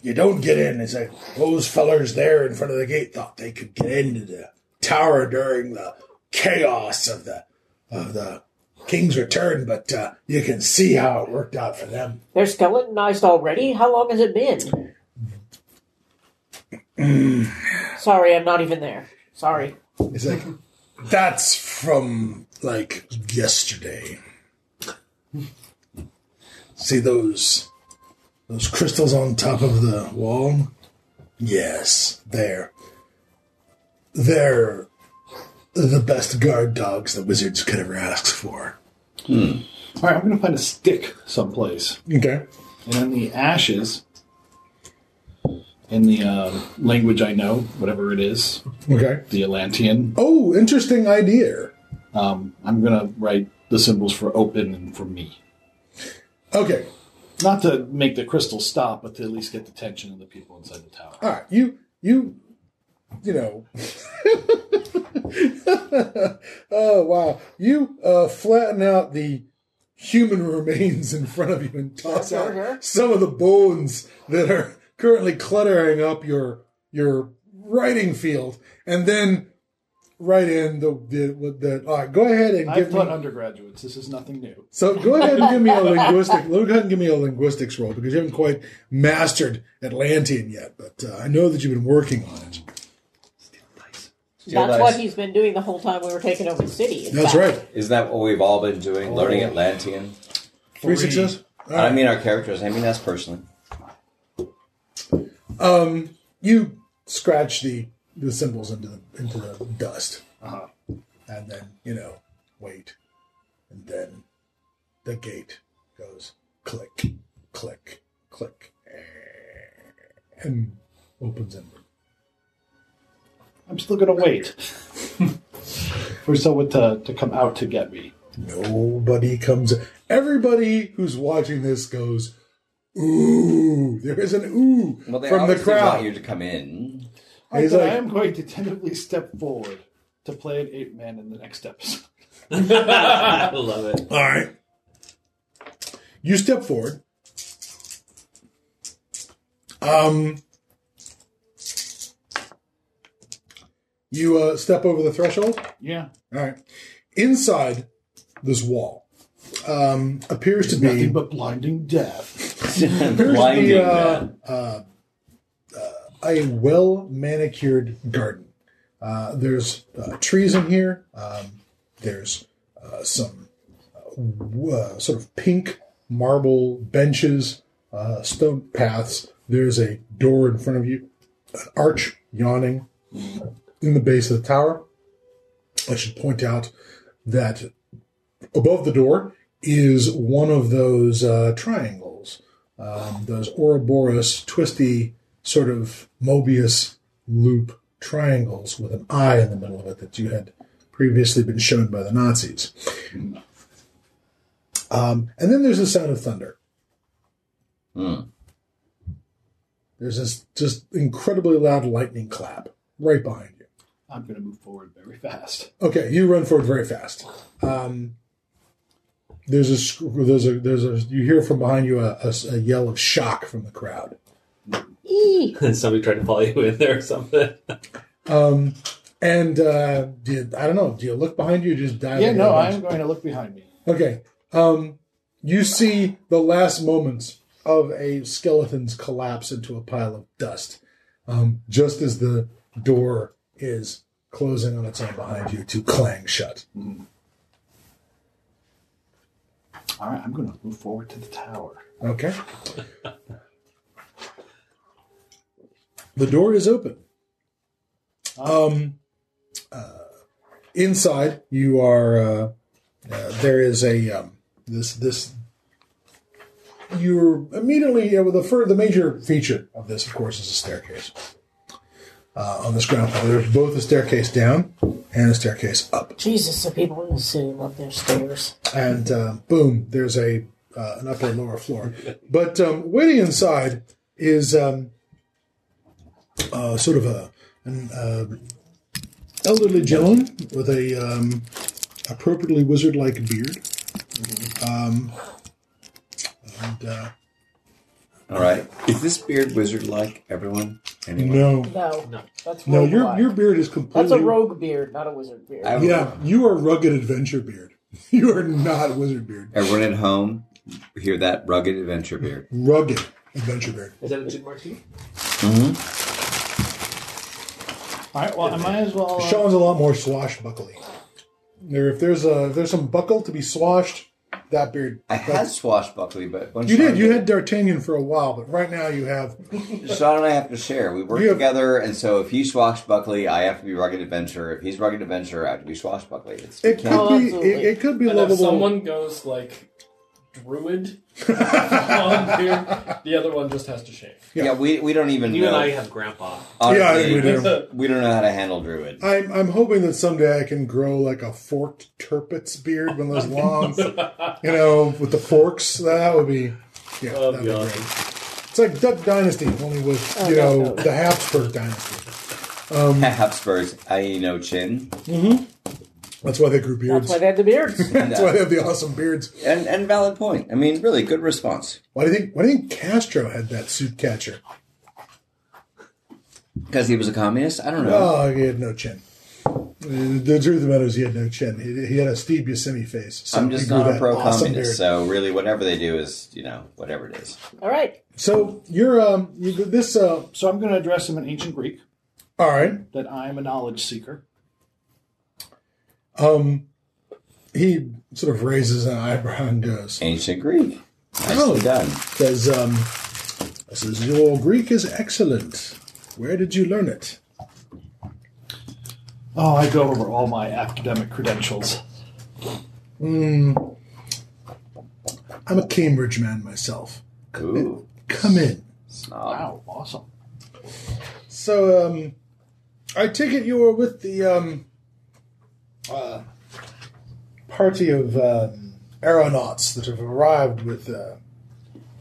B: "You don't get in." He's like, "Those fellers there in front of the gate thought they could get into the tower during the chaos of the of the king's return, but uh, you can see how it worked out for them."
F: They're skeletonized already? How long has it been?
B: [CLEARS THROAT]
F: Sorry, I'm not even there. Sorry.
B: He's like, that's from like yesterday. See those those crystals on top of the wall? Yes, they're they're the best guard dogs that wizards could ever ask for.
I: All right, I'm going to find a stick someplace.
B: Okay.
I: And then the ashes, in the um, language I know, whatever it is,
B: Okay.
I: the Atlantean,
B: Oh, interesting idea.
I: um, I'm going to write the symbols for open and for me.
B: Okay.
I: Not to make the crystal stop, but to at least get the attention of the people inside the tower.
B: All right. You you you know. [LAUGHS] oh wow! You uh, flatten out the human [LAUGHS] remains in front of you and toss
F: Sure,
B: out
F: sure, sure.
B: some of the bones that are currently cluttering up your your writing field, and then right in the the, with the all right. Go ahead and
I: I've
B: give me
I: taught undergraduates. This is nothing new.
B: so go ahead and give me a linguistic. Go ahead and give me a linguistics roll because you haven't quite mastered Atlantean yet, but uh, I know that you've been working on it.
F: That's
A: dice.
F: what he's been doing the whole time we were taking over the city. in
B: That's
F: fact.
B: right.
A: Isn't that what we've all been doing? Learning Atlantean.
B: Three success. Oh. All
A: I
B: right.
A: mean our characters. I mean us personally.
B: you scratch the the symbols into the into the dust,
A: Uh-huh.
B: and then you know wait, and then the gate goes click, click, click, and opens inward.
I: I'm still going to
B: [LAUGHS]
I: wait for someone to, to come out to get me.
B: Nobody comes. Everybody who's watching this goes, ooh. There is an ooh
A: Well, they
B: from the
A: obviously
B: crowd.
A: want you to come in.
I: I,
B: He's
I: said,
B: like-
I: I am going to tentatively step forward to play an ape man in the next episode.
G: I [LAUGHS] love it.
B: All right. You step forward. Um, you uh, step over the threshold.
I: Yeah.
B: All right. Inside this wall um, appears to be
I: Nothing but blinding death.
A: [LAUGHS] Blinding
B: the,
A: them.
B: uh, uh, a well manicured garden. Uh, there's uh, trees in here. Um, there's uh, some uh, w- uh, sort of pink marble benches, uh, stone paths. There's a door in front of you, an arch yawning in the base of the tower. I should point out that above the door is one of those uh, triangles um, those Ouroboros twisty sort of Mobius loop triangles with an eye in the middle of it that you had previously been shown by the Nazis. Um, and then there's the sound of thunder. There's this just incredibly loud lightning clap right behind you.
I: I'm going to move forward very fast.
B: Okay, you run forward very fast. Um, there's a sc- there's a there's a you hear from behind you a, a s- a yell of shock from the crowd.
G: [LAUGHS] Somebody tried to follow you in there or something.
B: Um, and uh, do you, I don't know. Do you look behind you? Or just dive.
I: Yeah,
B: in?
I: no, I'm going to look behind me.
B: Okay. Um, you see the last moments of a skeleton's collapse into a pile of dust, um, just as the door is closing on its own behind you to clang shut.
I: All right, I'm going to move forward to the tower.
B: Okay. the door is open. Um, uh, inside, you are. Uh, uh, there is a um, this this. You're immediately uh, the fur, the major feature of this, of course, is a staircase. Uh, on this ground floor, there's both a staircase down and a staircase up
F: Jesus, the people in the city love their stairs.
B: and uh, boom, there's a uh, an upper and lower floor. But um, waiting inside is um, uh, sort of a an uh, elderly gentleman with a um, appropriately wizard-like beard. Um, and, uh,
A: All right. Is this beard wizard like everyone? Anyone?
B: no,
F: No, no, that's
B: no,
F: rogue
B: your
F: like.
B: your beard is completely
F: that's a rogue beard, not a wizard beard.
A: I-
B: Yeah, you are rugged adventure beard. [LAUGHS] You are not wizard beard.
A: Everyone at home, hear that rugged adventure beard.
B: Rugged adventure beard.
G: Is that a gin martini?
I: All right, well, I might as well. uh,
B: Sean's a lot more swashbuckly. There, if there's a if there's some buckle to be swashed, that beard.
A: I had swashbuckly, but when
B: You
A: Sean
B: did. You had D'Artagnan for a while, but right now you have.
A: Sean and I have to share. We work
B: You have-
A: together, and so if he's swashbuckly, I have to be rugged adventure. If he's rugged adventure, I have to be swashbuckly. It's
B: It could
F: Oh,
B: be.
F: absolutely.
B: It, it could be
E: And if
B: lovable.
E: someone goes like druid, [LAUGHS] long beard, the other one just has to shave.
A: yeah. we we don't even
G: You
A: know.
G: and I have grandpa.
A: Honestly,
B: Yeah, I think we
E: [LAUGHS]
B: do.
A: we don't know how to handle
B: [LAUGHS]
A: druid.
B: I'm I'm hoping that someday I can grow like a forked turpit's beard, one of those long, you know, with the forks. That would be. Yeah,
G: Oh,
B: that'd be
G: God.
B: great. It's like Duck Dynasty, only with
F: Oh,
B: you
F: no,
B: know
F: no.
B: the Habsburg dynasty. Um,
A: [LAUGHS] Habsburg's Aino E chin
B: That's why they grew beards.
F: that's why they had the
B: [LAUGHS]
F: beards.
B: That's why they have the awesome beards.
A: and and valid point. I mean, really good response
B: Why do you think? Why do you think Castro had that suit catcher?
A: because he was a communist. I don't know.
B: Oh, he had no chin. The the truth of the matter is, he had no chin. He, he had a Steve Buscemi face. So
A: I'm
B: he
A: just
B: grew
A: not a
B: that
A: pro
B: awesome
A: communist,
B: beard.
A: so really, whatever they do is you know whatever it is.
F: All right,
B: So you're um, you, this uh,
I: So I'm going to address him in ancient Greek
B: all right.
I: that I'm a knowledge seeker.
B: Um, he sort of raises an eyebrow and goes,
A: Ancient Greek, nicely
B: Oh.
A: done.
B: "Says um, says your Greek is excellent. Where did you learn it?"
I: Oh, I go over all my academic credentials.
B: I'm a Cambridge man myself.
A: Ooh,
B: Come in.
A: snob.
I: Wow, awesome.
B: So, um, I take it you were with the um, uh, party of um, aeronauts that have arrived with uh,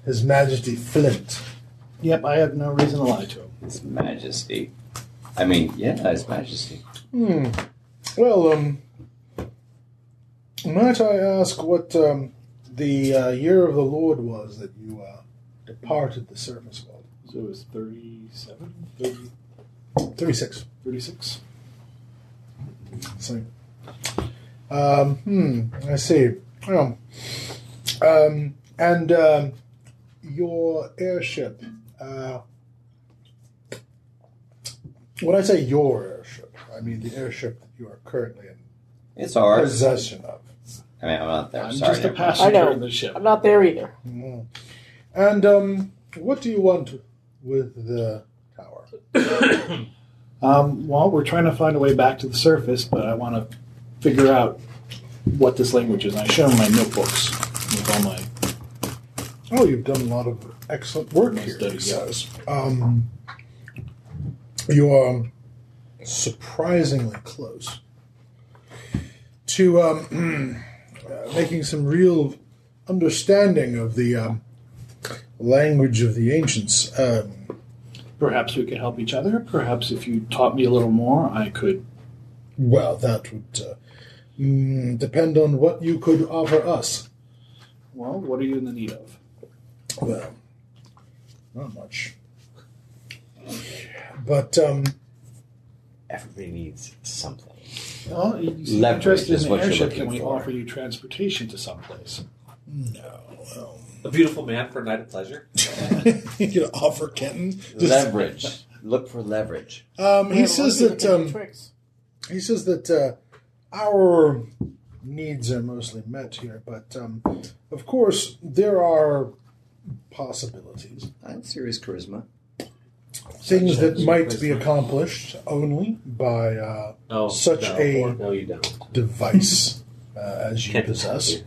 B: His Majesty Flint.
I: Yep, I have no reason to lie to him.
A: His Majesty. I mean, yeah, His Majesty.
B: Hmm. Well, um, might I ask what um, the uh, year of the Lord was that you uh, departed the surface world?
I: So it was 37, 30,
B: 36.
I: 36?
B: So, um, hmm, I see. Well, um, and um, your airship. Uh, when I say your airship, I mean the airship that you are currently in
A: It's ours.
B: possession of.
A: I mean, I'm not there.
I: I'm
A: Sorry.
I: just a
A: never mind.
F: I know.
I: passenger in the ship.
F: I'm not there either.
B: And um, what do you want with the tower?
I: Um, well, we're trying to find a way back to the surface, but I want to figure out what this language is. I show him my notebooks with all my.
B: Oh, you've done a lot of excellent work here.
I: Study,
B: he
I: yeah.
B: says. Um, you are um, surprisingly close to um, [CLEARS THROAT] uh, making some real understanding of the um, language of the ancients. Um,
I: Perhaps we could help each other. Perhaps if you taught me a little more, I could
B: Well, that would uh, mm, depend on what you could offer us.
I: Well, what are you in the need of?
B: Well, not much. But um, [LAUGHS]
A: Everybody needs something.
I: Well, you seem
A: Leverage
I: interested
A: is
I: in
A: what
I: an
A: you're
I: airship.
A: looking
I: Can we
A: for.
I: offer you transportation to someplace?
B: no. Well,
G: A beautiful man for a night of pleasure.
B: you could offer Kenton. Just,
A: Leverage. Look for leverage.
B: um,
F: Yeah,
B: he says
F: well,
B: that um,
F: tricks.
B: he says that uh, our needs are mostly met here, but um, of course there are possibilities,
A: I have serious charisma.
B: things that might be accomplished only by uh,
G: Oh,
B: such
G: no.
B: a
C: No, you don't.
B: device uh, as you
G: Can't
B: possess.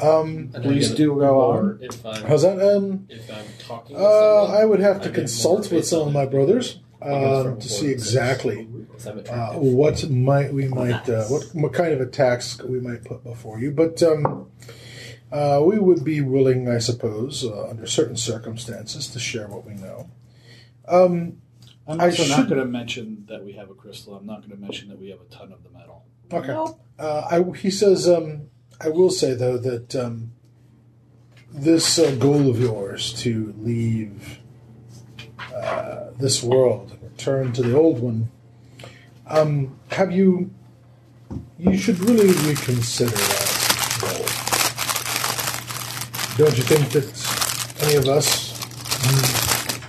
B: Um,
E: And I
I: Please
E: get
I: do
E: it
I: go
E: more
I: on.
E: If I'm,
B: how's that? Um,
E: if I'm talking to
B: uh,
E: someone,
B: I would have to
E: I get
B: consult
E: more
B: with some
E: based
B: of
E: on
B: my
E: it.
B: brothers
E: Because
B: um,
E: from
B: to
E: four
B: see
E: to six,
B: exactly
E: because I'm
B: uh,
E: attractive.
B: what might we might uh,
G: Nice.
B: what what kind of a task we might put before you, but um, uh, we would be willing, I suppose, uh, under certain circumstances, to share what we know. Um,
I: I'm
B: I
I: also
B: should-
I: not going to mention that we have a crystal. I'm not going to mention that we have a ton of the metal.
B: okay,
F: Nope.
B: uh, I, he says. Um, I will say though that um, this uh, goal of yours to leave uh, this world and return to the old one, um, have you? You should really reconsider that goal. Don't you think that any of us, mm,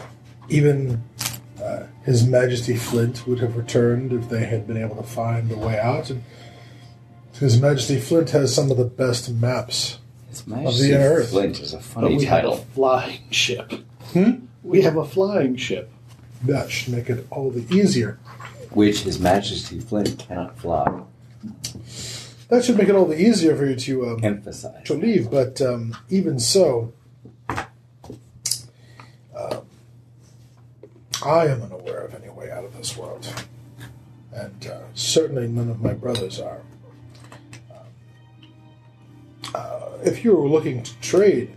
B: even uh, His Majesty Flint, would have returned if they had been able to find a way out? And His Majesty Flint has some of the best maps
A: It's
B: the inner earth.
A: Flint is a
I: But
A: funny
I: we have
A: title.
I: a flying ship.
B: Hmm?
I: We have a flying ship.
B: That should make it all the easier.
A: Which His Majesty Flint cannot fly.
B: That should make it all the easier for you to um,
A: Emphasize.
B: to leave. But um, even so, uh, I am unaware of any way out of this world, and uh, certainly none of my brothers are. Uh, if you were looking to trade,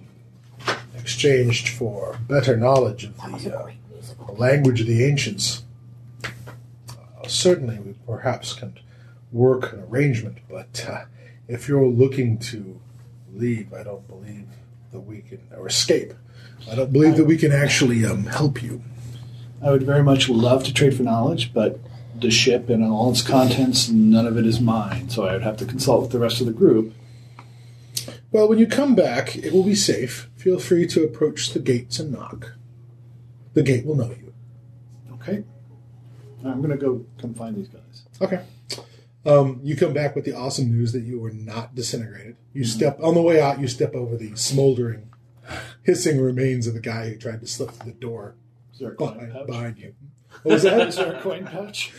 B: exchanged for better knowledge of
F: That was a
B: the uh,
F: great musical.
B: the language of the ancients. Uh, certainly, we perhaps can work an arrangement, but uh, if you're looking to leave, I don't believe that we can, or escape, I don't believe that we can actually um, help you.
I: I would very much love to trade for knowledge, but the ship and all its contents, none of it is mine. So I would have to consult with the rest of the group.
B: Well, when you come back, it will be safe. Feel free to approach the gates and knock. The gate will know you.
I: Okay. I'm going to go come find these guys.
B: Okay. Um, you come back with the awesome news that you were not disintegrated. You step on the way out. You step over the smoldering, hissing remains of the guy who tried to slip through the door
I: Is there a coin
B: behind,
I: pouch?
B: behind you. What was
I: [LAUGHS]
B: that?
I: Is there a coin pouch?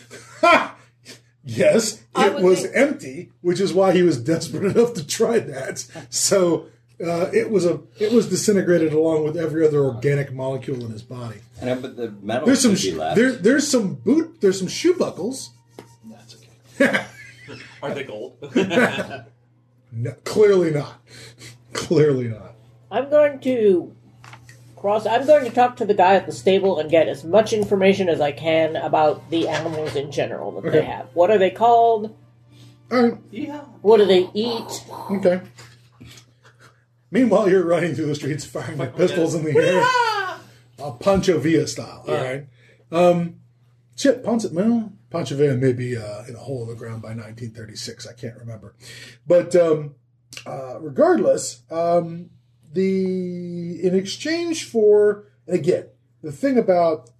B: yes,
F: I
B: it
F: would
B: was
F: think-
B: empty, which is why he was desperate [LAUGHS] enough to try that. So uh, it was a it was disintegrated along with every other organic molecule in his body.
A: And I bet the metal
B: There's some
A: should be left.
B: there, there's some boot there's some shoe buckles.
I: That's okay.
G: Are they gold?
B: No, clearly not. [LAUGHS] Clearly not.
F: I'm going to cross. I'm going to talk to the guy at the stable and get as much information as I can about the animals in general that they
B: Okay.
F: have. What are they called?
B: All right.
G: [LAUGHS] yeah.
F: What do they eat?
B: Okay. Meanwhile, you're running through the streets firing your pistols in the air. A Pancho Villa style. All right. Um, shit, Ponce, well, Pancho Villa may be uh, in a hole in the ground by 1936. I can't remember. But um, uh, regardless, um, the in exchange for, and again, the thing about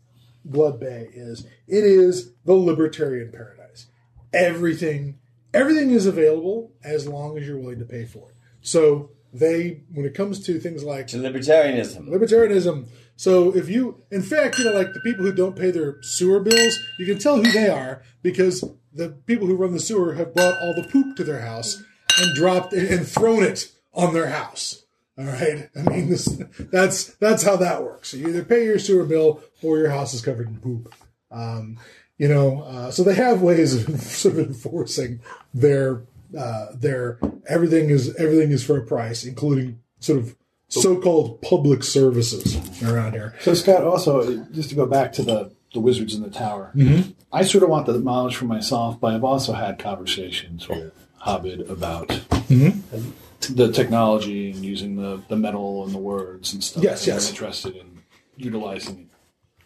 B: Blood Bay is it is the libertarian paradise. Everything everything is available as long as you're willing to pay for it. So they when it comes to things like
A: to libertarianism.
B: libertarianism, so if you in fact, you know, like the people who don't pay their sewer bills, you can tell who they are because the people who run the sewer have brought all the poop to their house and dropped it and thrown it on their house. All right. I mean, this, that's that's how that works. You either pay your sewer bill or your house is covered in poop. Um, you know, uh, so they have ways of [LAUGHS] sort of enforcing their uh, their everything is everything is for a price, including sort of so-called public services around here.
I: So Scott, also just to go back to the the wizards in the tower.
B: Mhm.
I: I sort of want the knowledge for myself, but I've also had conversations with Hobbit about
B: Mm-hmm.
I: the technology and using the, the metal and the words and stuff.
B: Yes,
I: And I'm
B: yes.
I: interested in utilizing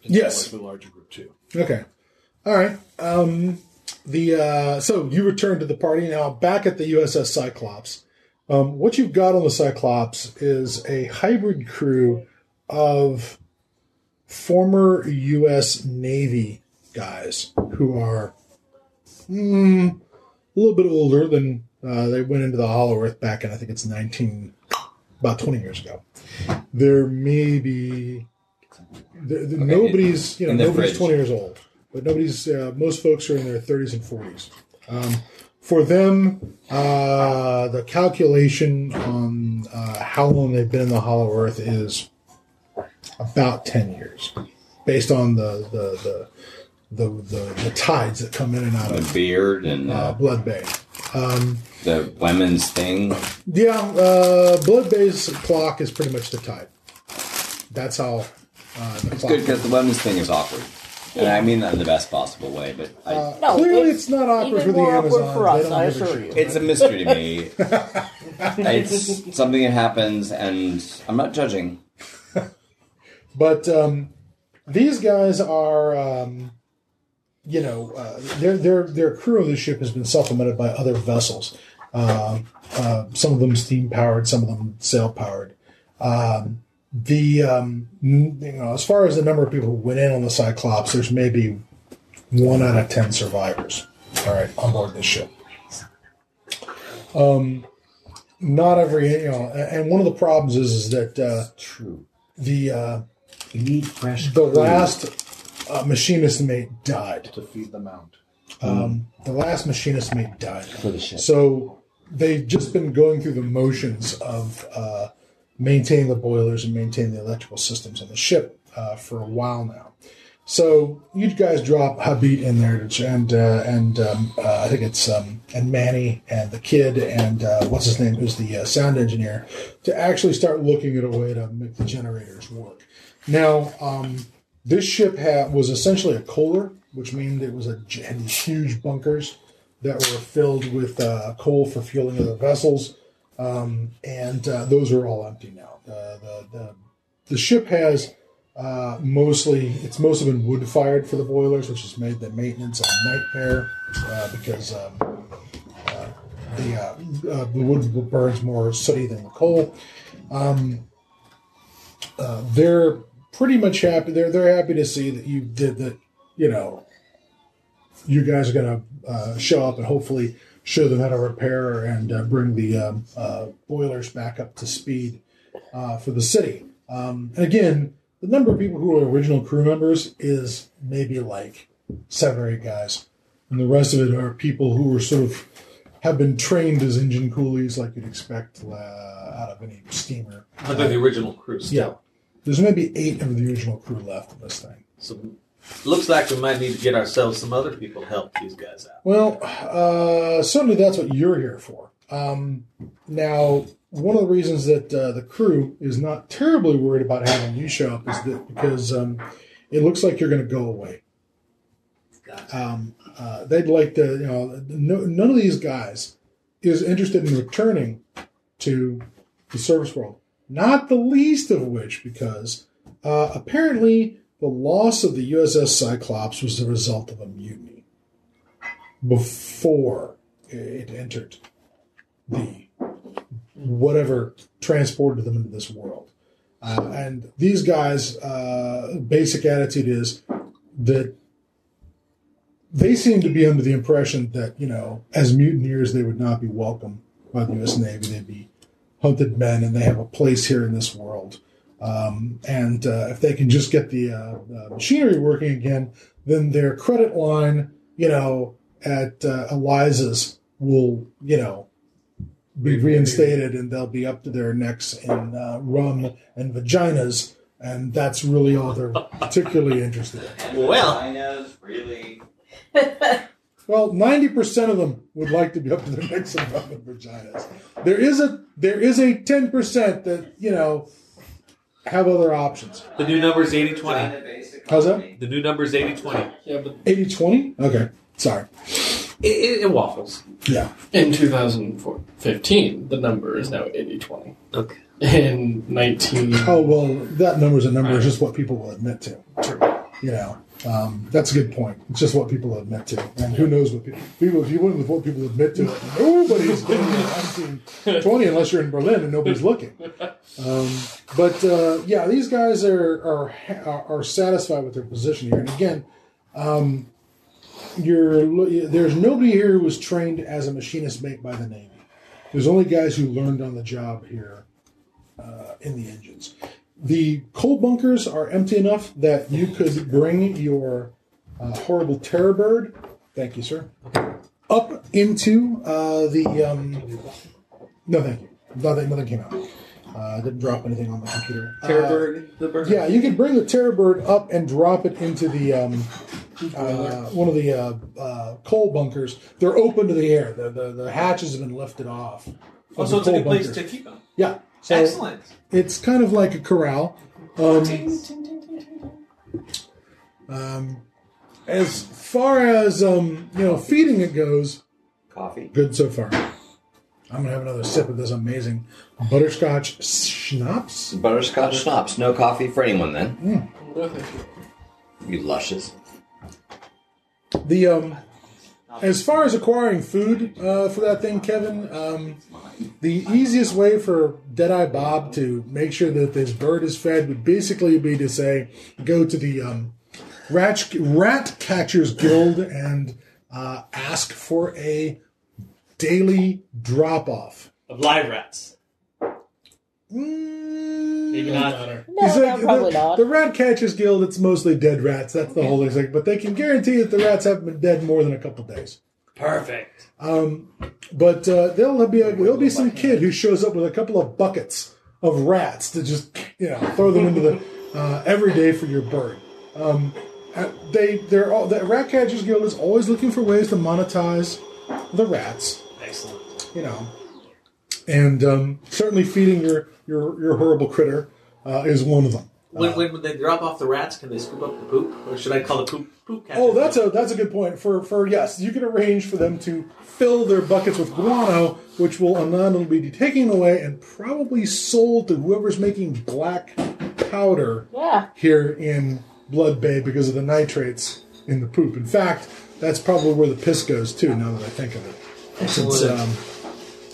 I: it. In
B: Yes.
I: with a larger group too.
B: Okay. All right. Um, the uh, so you return to the party now. Back at the USS Cyclops, um, what you've got on the Cyclops is a hybrid crew of former U.S. Navy guys who are mm, a little bit older than uh, they went into the Hollow Earth back in. I think it's nineteen, about twenty years ago. There may be. there- there- nobody's you know
A: in the
B: nobody's
A: fridge.
B: twenty years old, but nobody's uh, most folks are in their thirties and forties. Um, for them, uh, the calculation on uh, how long they've been in the Hollow Earth is about ten years, based on the the the the, the, the tides that come in and out
A: The
B: of
A: beard and
B: uh,
A: uh,
B: Blood Bay.
A: the women's thing.
B: Yeah, uh, Blood Bay's clock is pretty much the tide. That's how uh, the
A: It's
B: clock.
A: good because the women's thing is awkward. And I mean that in the best possible way, but I,
F: No,
B: Clearly, it's, not awkward
F: even
B: for the
F: more awkward
B: Amazon.
F: for us, I assure you.
A: it's a mystery to me. it's something that happens, and I'm not judging.
B: But um, these guys are, um, you know, uh, their their their crew of the ship has been supplemented by other vessels. Uh, uh, some of them steam powered, some of them sail powered. Um, the um, n- you know, as far as the number of people who went in on the Cyclops, there's maybe one out of ten survivors. All right, on board this ship. Um, not every you know, a- and one of the problems is is that uh,
A: True.
B: the uh,
C: You need fresh.
B: the last uh, machinist mate died.
I: To feed them out.
B: Um, the last machinist mate died.
C: the ship.
B: So they've just been going through the motions of uh, maintaining the boilers and maintaining the electrical systems on the ship uh, for a while now. So you guys drop Habit in there, to, and uh, and um, uh, I think it's um, and Manny and the kid and uh, what's his name, who's the uh, sound engineer, to actually start looking at a way to make the generators work. Now, um, this ship ha was essentially a cooler, which means it was a j- had these huge bunkers that were filled with uh, coal for fueling other vessels, um, and uh, those are all empty now. Uh, the, the the ship has uh, mostly it's mostly been wood fired for the boilers, which has made the maintenance a nightmare uh, because um, uh, the uh, uh, the wood burns more sooty than the coal. Um, uh, they're pretty much happy. They're they're happy to see that you did that. You know, you guys are going to uh, show up and hopefully show them how to repair and uh, bring the um, uh, boilers back up to speed uh, for the city. Um, and again, the number of people who are original crew members is maybe like seven or eight guys, and the rest of it are people who are sort of have been trained as engine coolies, like you'd expect uh, out of any steamer.
G: Under the original crew still.
B: Yeah, there's maybe eight of the original crew left in this thing.
G: So looks like we might need to get ourselves some other people to help these guys out.
B: Well, uh, certainly that's what you're here for. Um, now, one of the reasons that uh, the crew is not terribly worried about having you show up is that because um, it looks like you're going to go away. Um, uh, they'd like to, you know, no, none of these guys is interested in returning to the service world. Not the least of which, because uh, apparently the loss of the USS Cyclops was the result of a mutiny before it entered the whatever transported them into this world. Uh, and these guys' uh, basic attitude is that they seem to be under the impression that, you know, as mutineers, they would not be welcome by the U.S. Navy. They'd be hunted men and they have a place here in this world. Um, and uh, if they can just get the uh, uh, machinery working again, then their credit line, you know, at uh, Eliza's will, you know, be reinstated and they'll be up to their necks in uh, rum and vaginas. And that's really all they're particularly interested in.
G: Well.
A: I know, really.
B: Well, ninety percent of them would like to be up to their necks in rum and vaginas. There is a there is a ten percent that you know have other options.
G: The new number is 80 20.
A: Vagina, basically.
B: How's that?
G: The new number is 8020.
E: Yeah, but
B: 80 20? Okay. Sorry.
G: It, it, it waffles.
B: Yeah.
E: in 2015, the number is now 80-20.
G: Okay.
E: In 19...
B: [LAUGHS] Oh, well, that number's a number. It's just what people will admit to.
E: True.
B: You know, um, that's a good point. It's just what people admit to. And who knows what people, people if you went with what people admit to, nobody's going to 19, 20 unless you're in Berlin and nobody's looking. Um, but uh, yeah, these guys are, are, are satisfied with their position here. And again, um, you're lo- there's nobody here who was trained as a machinist mate by the Navy. There's only guys who learned on the job here uh, in the engines. The coal bunkers are empty enough that you could bring your uh, horrible terror bird, thank you, sir, up into uh, the. Um, no, thank you. Nothing, nothing came out. Uh, I didn't drop anything on the computer. Uh,
G: Terrorberg, the bird.
B: yeah, you could bring the terror bird up and drop it into the um, uh, one of the uh, uh, coal bunkers. They're open to the air. The the, the hatches have been lifted off. of
G: Oh,
B: the
G: so it's a
B: coal
G: good place
B: bunkers.
G: to keep them.
B: Yeah. So
G: Excellent.
B: It's kind of like a corral. Um,
G: Ting, ting, ting, ting, ting.
B: um, as far as um, you know, feeding it goes,
A: Coffee.
B: good so far. I'm gonna have another sip of this amazing butterscotch schnapps.
A: Butterscotch schnapps. No coffee for anyone then.
E: No, thank you.
A: You luscious.
B: The um, as far as acquiring food uh, for that thing, Kevin, um, the easiest way for Deadeye Bob to make sure that this bird is fed would basically be to say, go to the um, rat rat catchers guild and uh, ask for a daily drop off.
J: Of live rats.
B: Mm,
J: Maybe not.
E: Honor.
F: No, no, probably
B: the,
F: not.
B: the Rat Catchers Guild, it's mostly dead rats. That's the whole thing. But they can guarantee that the rats haven't been dead more than a couple days.
J: Perfect.
B: But uh, there'll be a, there'll be some kid who shows up with a couple of buckets of rats to just you know throw them into the uh, every day for your bird. Um, uh, they they're all the Rat Catchers Guild is always looking for ways to monetize the rats,
J: Excellent.
B: you know, and um, certainly feeding your your your horrible critter uh, is one of them.
G: When, when, when they drop off the rats, can they scoop up the poop? Or should I call the poop poop catcher?
B: Oh, that's a that's a good point. For for yes, you can arrange for them to fill their buckets with guano, which will Anand will be taking away and probably sold to whoever's making black powder
F: Yeah.
B: here in Blood Bay because of the nitrates in the poop. In fact, that's probably where the piss goes too. Now that I think of it, since um,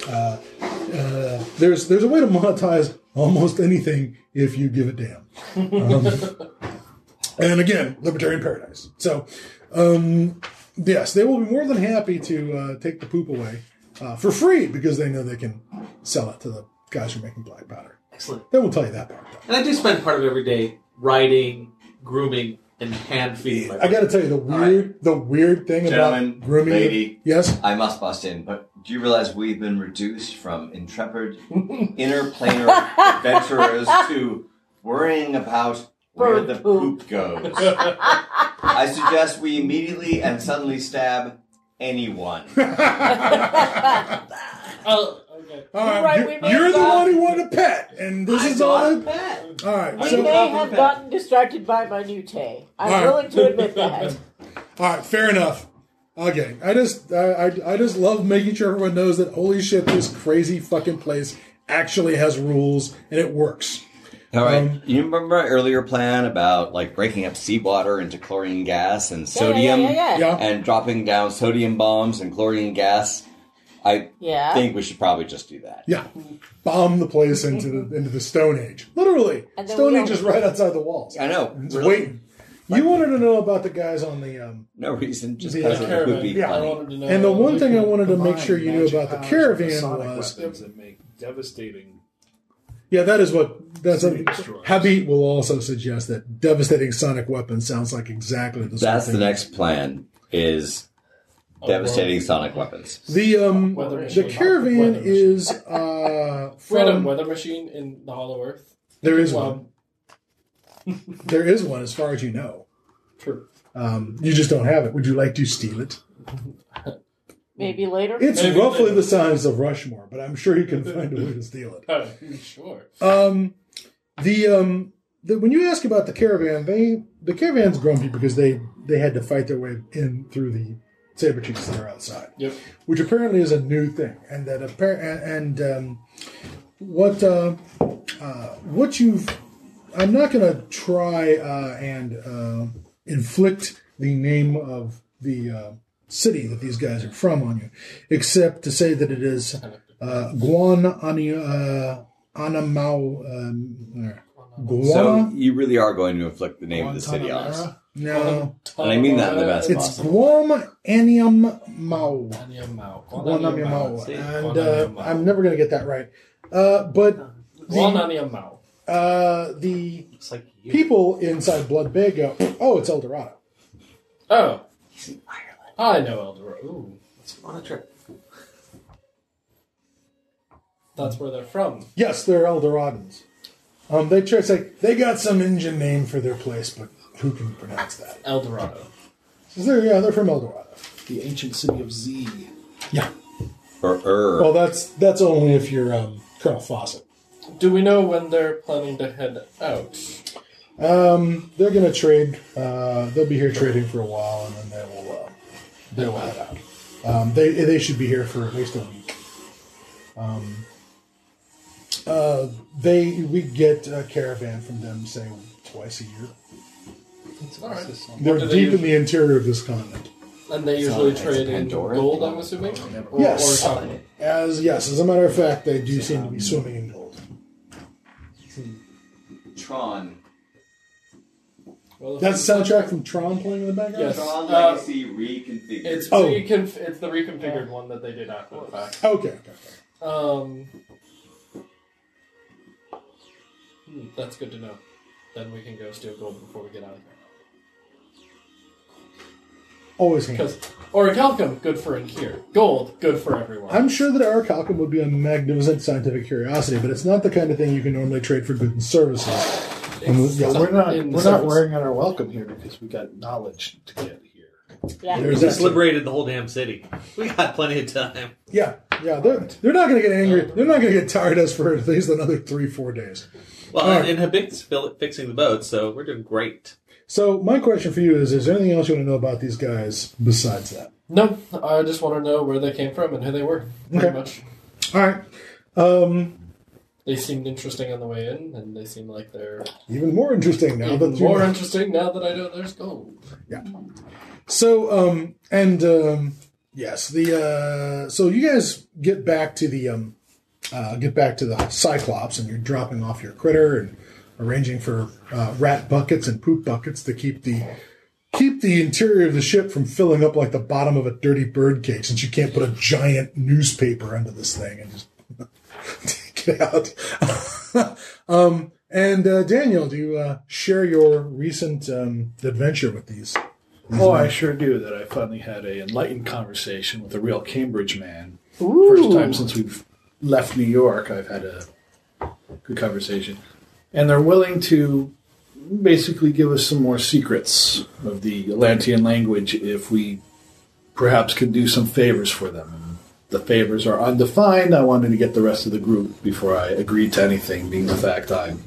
B: uh, uh, there's there's a way to monetize almost anything if you give a damn. Um, [LAUGHS] and again, libertarian paradise. So, um, yes, they will be more than happy to uh, take the poop away uh, for free because they know they can sell it to the guys who are making black powder.
G: Excellent.
B: They won't tell you that part. Though.
G: And I do spend part of every day riding, grooming, and hand feeding my
B: I got to tell you the weird, the weird thing
A: Gentlemen,
B: about grooming.
A: lady.
B: Yes.
A: I must bust in, but do you realize we've been reduced from
F: [LAUGHS]
A: intrepid interplanar adventurers to worrying about where
F: Bird
A: the
F: poop.
A: poop goes? I suggest we immediately and suddenly stab anyone.
E: Oh, okay.
B: All
F: right,
B: right,
F: we
B: Um, you,
F: may
B: you're the
F: have-
B: one who wanted a pet, and this is all. the- All right,
F: We
B: so
F: may have
A: that.
F: gotten distracted by my new tay. I'm
B: All right.
F: willing to
B: [LAUGHS]
F: admit that.
B: all right, fair enough. Okay, I just I, I, I just love making sure everyone knows that holy shit, this crazy fucking place actually has rules and it works.
A: All right.
B: Um,
A: you remember our earlier plan about like breaking up seawater into chlorine gas and
F: Yeah, yeah,
A: sodium
F: yeah, yeah,
B: Yeah.
F: yeah.
A: and dropping down sodium bombs and chlorine gas? I
F: Yeah.
A: think we should probably just do that.
B: Yeah, bomb the place into the into the Stone Age, literally.
F: And then
B: Stone
F: we
B: Age
F: don't-
B: is right outside the walls.
A: I know.
B: It's
A: really,
B: waiting. You wanted to know about the guys on the um,
A: No reason, just
B: Yeah.
A: because it would be
B: Yeah.
A: funny.
E: wanted to know
I: Oh,
B: and the one thing I
E: want.
B: wanted to make sure you knew about the caravan was
I: weapons that make devastating.
B: Yeah, that is what that's a,
I: Sonic destroyers.
B: Habit will also suggest that devastating sonic weapon sounds like exactly the sort
A: That's
B: of
A: the
B: thing.
A: next plan: is devastating sonic weapons.
B: The um
E: Weather machine.
B: the caravan
E: Weather machine.
B: is
E: [LAUGHS]
B: uh
E: We had a
B: from
E: weather machine in the Hollow Earth.
B: there is
E: Well, [LAUGHS]
B: one there is one as far as you know.
E: True.
B: Um, you just don't have it. Would you like to steal it?
F: Maybe later.
B: It's
E: Maybe
B: roughly
E: later.
B: the size of Rushmore,
E: [LAUGHS]
B: but I'm sure you can find a way to steal it.
E: Oh, sure.
B: Um, the um, the, when you ask about the caravan, they the caravan's grumpy because they they had to fight their way in through the saber tooths that are outside.
E: Yep.
B: Which apparently is a new thing, and that appar- and um, what uh, uh, what you've I'm not going to try uh, and uh, inflict the name of the uh, city that these guys are from on you, except to say that it is uh, Guan Ani, uh, Anamau. Um, uh,
A: So
B: Guan?
A: you really are going to inflict the name of the city on us.
B: Guantanamera? no.
A: And I mean that in the best
E: It's
B: It's
A: possible.
B: Guam Aniam Mau.
E: Guantanamo.
B: Guantanamo. And uh,
E: Guantanamo.
B: I'm never going to get that right. Uh, but
E: Guantanamo.
B: uh, the
G: It's like you.
B: people inside Blood Bay go, oh, it's El Dorado.
E: Oh,
G: He's in Ireland.
E: I know Eldorado. Ooh,
G: Let's go on a trip.
E: that's where they're from.
B: Yes, they're Eldoradans. Um, they try to say they got some Indian name for their place, but who can pronounce that?
E: Eldorado.
B: So they're, yeah, they're from Eldorado.
I: The ancient city of Z.
B: Yeah.
A: Or er.
B: Well, that's that's only if you're um, Colonel Fawcett.
E: Do we know when they're planning to head out?
B: Um, they're going to trade. Uh, they'll be here trading for a while, and then they will uh, they will head out. Um, they they should be here for at least a week. Um, uh, they we get a caravan from them, say twice a year.
E: All right.
B: They're
E: do
B: deep
E: they
B: in the interior of this continent.
E: And they usually
A: It's
E: trade in
A: Pandora.
E: gold, I'm assuming? Or,
B: Yes.
E: Or chocolate.
B: As yes, as a matter of fact, they do seem to
E: Um,
B: be swimming in gold.
A: Tron.
E: Well, if
B: That's the soundtrack from Tron playing in the background.
E: Yes.
A: Tron
E: Uh,
A: Legacy reconfigured.
E: It's,
B: Oh.
E: reconf- it's the reconfigured one that they did after the fact.
B: Okay. okay, okay.
E: Um, hmm, that's good to know. Then we can go steal gold before we get out of here.
B: Always. handy.
E: Because orichalcum, good for in here. Gold, good for everyone.
B: I'm sure that Aracalcum would be a magnificent scientific curiosity, but it's not the kind of thing you can normally trade for goods and services. And we- yeah,
I: Yeah, we're not
E: In the
I: we're not
E: service.
I: wearing out our welcome here because we got knowledge to get here.
F: Yeah.
B: There's
G: Just
B: that.
G: liberated the whole damn city. [LAUGHS] We got plenty of time.
B: Yeah, yeah. They're, they're not going to get angry. They're not going to get tired of us for at least another three, four days.
G: Well,
B: All
G: and,
B: right.
G: and Habic's fil- fixing the boat, so we're doing great.
B: So my question for you is: Is there anything else you want to know about these guys besides that?
E: No, I just want to know where they came from and who they were. Pretty
B: Okay.
E: much.
B: All right.
E: They seemed interesting on the way in, and they seem like they're
B: Even more interesting now
E: even
B: that you
E: more
B: know.
E: interesting now that I know there's gold.
B: So um and um yes the uh so you guys get back to the um uh, get back to the Cyclops and you're dropping off your critter and arranging for uh, rat buckets and poop buckets to keep the keep the interior of the ship from filling up like the bottom of a dirty bird cage since you can't put a giant newspaper under this thing and just [LAUGHS] take it out. [LAUGHS] um and uh, Daniel, do you uh, share your recent um, adventure with these?
I: Oh, I sure do. That I finally had a enlightened conversation with a real Cambridge man. First
F: Ooh.
I: time since we've left New York, I've had a good conversation, and they're willing to basically give us some more secrets of the Atlantean language if we perhaps could do some favors for them. And the favors are undefined. I wanted to get the rest of the group before I agreed to anything, being the fact I'm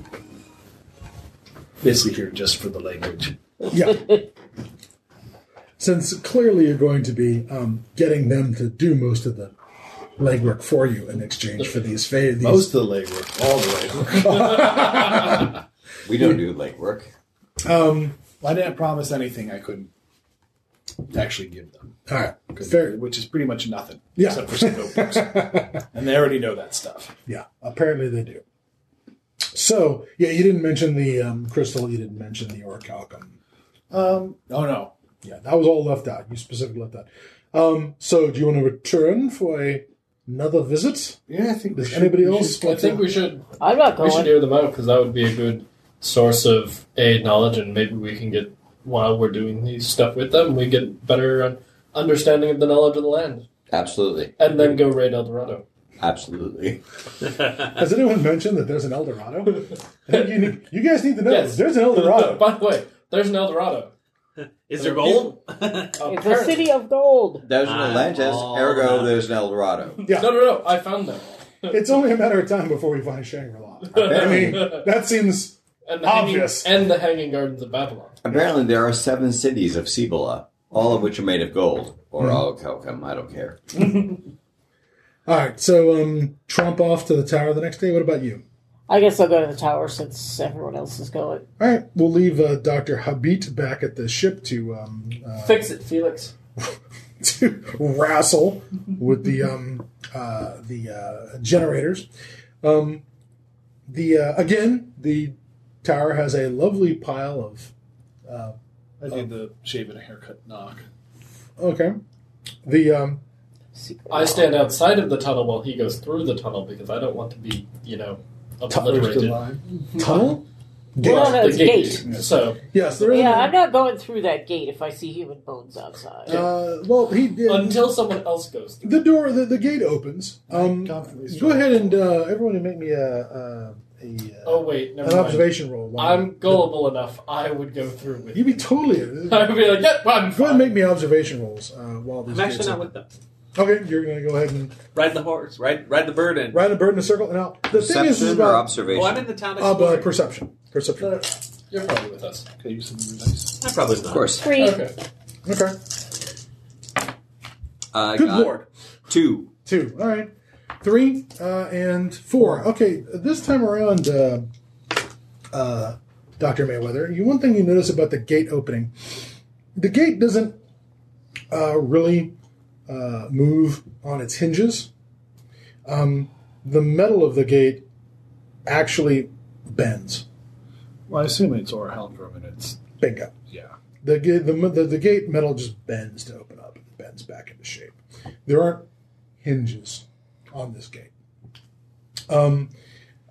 I: basically here just for the language.
B: Yeah. Since clearly you're going to be um, getting them to do most of the legwork for you in exchange for these fa- these
I: Most of the legwork, all the legwork. [LAUGHS]
A: we don't do legwork. work.
B: um,
I: I didn't promise anything I couldn't actually give them,
B: All right.
I: 'Cause-
B: Fair.
I: which is pretty much nothing,
B: Yeah.
I: except for some [LAUGHS] notebooks, and they already know that stuff.
B: Yeah. Apparently they do. So yeah, you didn't mention the um, crystal. You didn't mention the orichalcum.
I: Um, oh no,
B: Yeah, that was all left out. You specifically left out. Um, so do you want to return for a, another visit?
I: yeah, I think
B: Does anybody else?
E: I
B: want
E: think
B: to-
E: we should
F: I'm not
E: we should
F: going.
E: hear them out because that would be a good source of a knowledge, and maybe we can get while we're doing these stuff with them, we get better un- understanding of the knowledge of the land,
A: Absolutely.
E: and then go raid El Dorado.
A: Absolutely.
B: Has anyone mentioned that there's an El Dorado? I think you, need, you guys need to know.
E: Yes.
B: There's an El Dorado.
E: [LAUGHS] By the way, there's an El Dorado.
G: Is
E: There
G: there gold?
F: It's
E: Apparently.
F: a city of gold.
A: There's an
G: I'm
A: Atlantis,
G: all
A: ergo
G: about
A: there's an El Dorado.
B: Yeah.
E: No, no, no. I found them. [LAUGHS]
G: [LAUGHS]
B: It's only a matter of time before we find Shangri La. I mean, that seems
E: And the, hanging,
B: Obvious.
E: and the Hanging Gardens of Babylon.
A: Apparently, there are seven cities of Cibola, all of which are made of gold
B: Hmm.
A: or all calcum. I don't care.
B: All right, so um, Trump off to the tower the next day. What about you?
F: I guess I'll go to the tower since everyone else is going.
B: All right, we'll leave uh, Doctor Habit back at the ship to um, uh,
E: Fix it, Felix.
B: [LAUGHS] to wrestle with the um, uh, the uh, generators. Um, the uh, again, the tower has a lovely pile of
I: I did the shave and a haircut knock.
B: okay. The um,
F: Secret.
E: I stand outside of the tunnel while he goes through the tunnel because I don't want to be, you know,
I: First in
E: obliterated.
I: line.
B: tunnel.
F: Well, no,
E: the
F: it's
E: So
B: Yes, there is.
F: Yeah, I'm not going through that gate if I see human bones outside.
B: Uh, well, he did.
E: until someone else goes through,
B: the door, the, the gate opens. Um,
I: God, please
B: go
I: don't.
B: ahead and uh, everyone make me a, a, a uh,
E: oh wait, never
B: an
E: mind.
B: observation roll.
E: I'm gullible enough. I would go through with.
B: You'd
E: it.
B: be totally.
E: [LAUGHS] I would be like, yep,
B: Go
E: I'm
B: ahead and
E: fine.
B: make me observation rolls uh, while these
G: I'm actually
B: gates
G: not
B: open.
G: with them.
B: Okay, you're going to go ahead and
G: Ride the horse. Ride ride the bird. And
B: ride a bird in a circle. Now, the thing is, is
A: Perception or
B: about
A: observation?
G: oh, I'm in the town.
B: uh, but
G: exploring.
B: perception. Perception.
E: You're probably with us.
I: Okay, you said you were nice.
G: I probably not.
A: of course.
F: Three.
E: Okay.
B: Okay.
A: I
B: Good
A: got
B: lord.
A: Two.
B: Two. All right. Three uh, and four. Okay, this time around, uh, uh, Dr. Mayweather, you one thing you notice about the gate opening the gate doesn't uh, really uh, move on its hinges. Um, the metal of the gate actually bends.
I: Well, I assume it's Or Halgrim and it's
B: Bingo.
I: Yeah.
B: The, ga- the, the, the gate metal just bends to open up and bends back into shape. There aren't hinges on this gate. Um,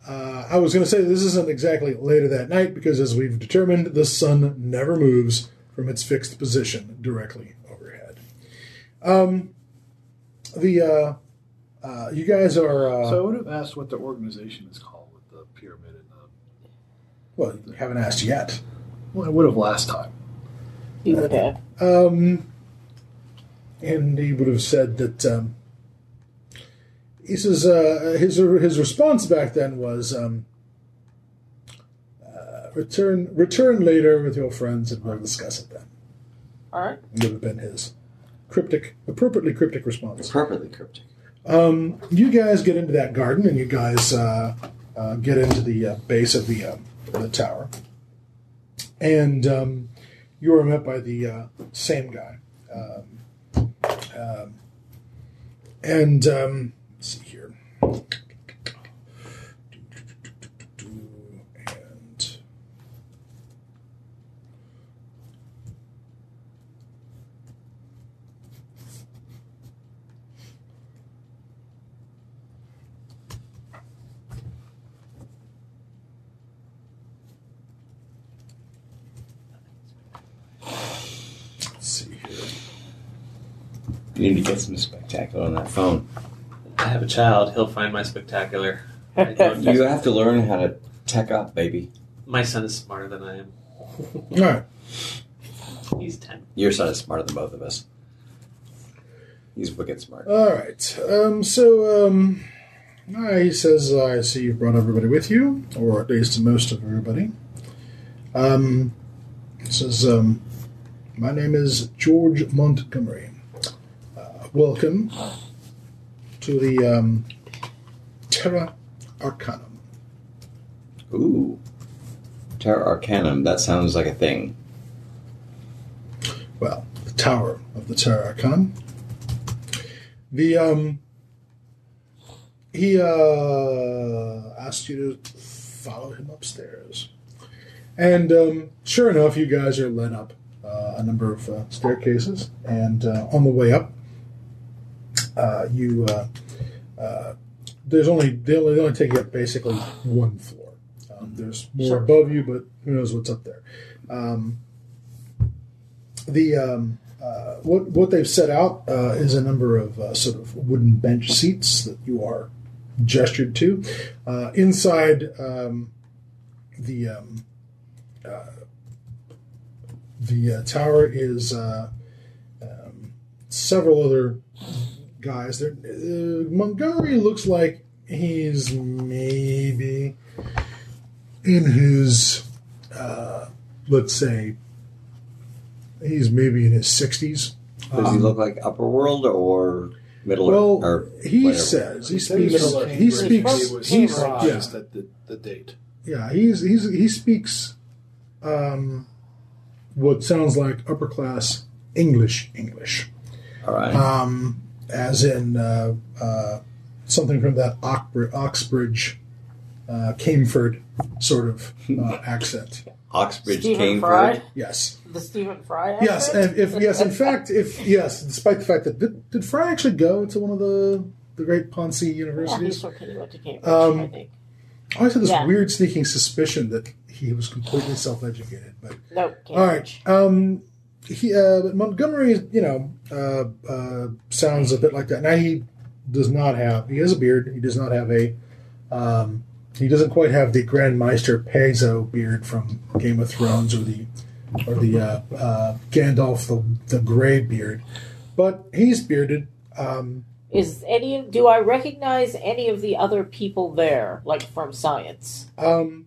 B: uh, I was going to say this isn't exactly later that night because, as we've determined, the sun never moves from its fixed position directly overhead. Um, the uh, uh, you guys are uh,
I: So I would have asked what the organization is called with the pyramid and the.
B: well. You haven't asked yet.
I: Well, I would have last time.
F: You would have.
B: Um, and he would have said that. Um, he says uh, his his response back then was um, uh, return return later with your friends and we'll discuss it then.
F: All right.
B: Would have been his cryptic, appropriately cryptic response.
A: Appropriately cryptic.
B: Um, you guys get into that garden, and you guys uh, uh, get into the uh, base of the uh, the tower, and um, you are met by the uh, same guy. Um, um, and um, let's see here, and let's see here.
A: You need to get some spectacular on that phone.
G: I have a child. He'll find my [LAUGHS] spectacular. I don't-
A: You have to learn how to tech up, baby.
G: my son is smarter than I am.
B: [LAUGHS] All right.
G: He's ten.
A: Your son is smarter than both of us. He's wicked smart.
B: All right. Um, so um, uh, he says, "I see you've brought everybody with you, or at least most of everybody." Um, he says, um, "My name is George Montgomery. Uh, welcome to the um, Terra Arcanum."
A: Ooh. Terra Arcanum. That sounds like a thing.
B: well, the tower of the Terra Arcanum. The um, he uh, asked you to follow him upstairs, and um, sure enough, you guys are led up uh, a number of uh, staircases, and uh, on the way up, uh, you uh, uh, there's only they only, they only take you up basically one floor. Um, there's more above you, but who knows what's up there. Um, the um, uh, what what they've set out uh, is a number of uh, sort of wooden bench seats that you are gestured to. Uh, inside um, the um, uh, the uh, tower is uh, um, several other guys. There, uh, Montgomery looks like he's maybe in his uh, let's say, he's maybe in his 60s.
H: Does he look like upper world or middle
B: Well,
H: Earth or
B: he
H: whatever?
B: says he
I: He
B: speaks.
E: middle
B: He
E: English.
B: speaks.
I: was
B: He's yeah,
I: surprised at the, the date.
B: yeah. He's he's he speaks, um, what sounds like upper class English English,
H: All right.
B: um, as in uh, uh, something from that Oxbr- Oxbridge, uh, Cameford sort of uh, accent.
H: Oxbridge
F: Stephen
H: came
F: Fry?
B: Yes.
F: The Stephen Fry?
B: Yes,
F: accent?
B: and if yes, in fact, if yes, despite the fact that did, did Fry actually go to one of the the great Ponce
F: yeah,
B: universities?
F: he's from he went to Cambridge,
B: Um,
F: I think.
B: I always had this
F: Yeah.
B: weird sneaking suspicion that he was completely self-educated. But
F: No, Cambridge.
B: all right, um, he uh, but Montgomery, you know, uh, uh, sounds a bit like that. Now he does not have. He has a beard. He does not have a. Um, he doesn't quite have the Grand Meister Pezzo beard from Game of Thrones or the or the uh, uh, Gandalf the the Grey beard, but he's bearded. Um,
F: Is any of, do I recognize any of the other people there, like from science?
B: um,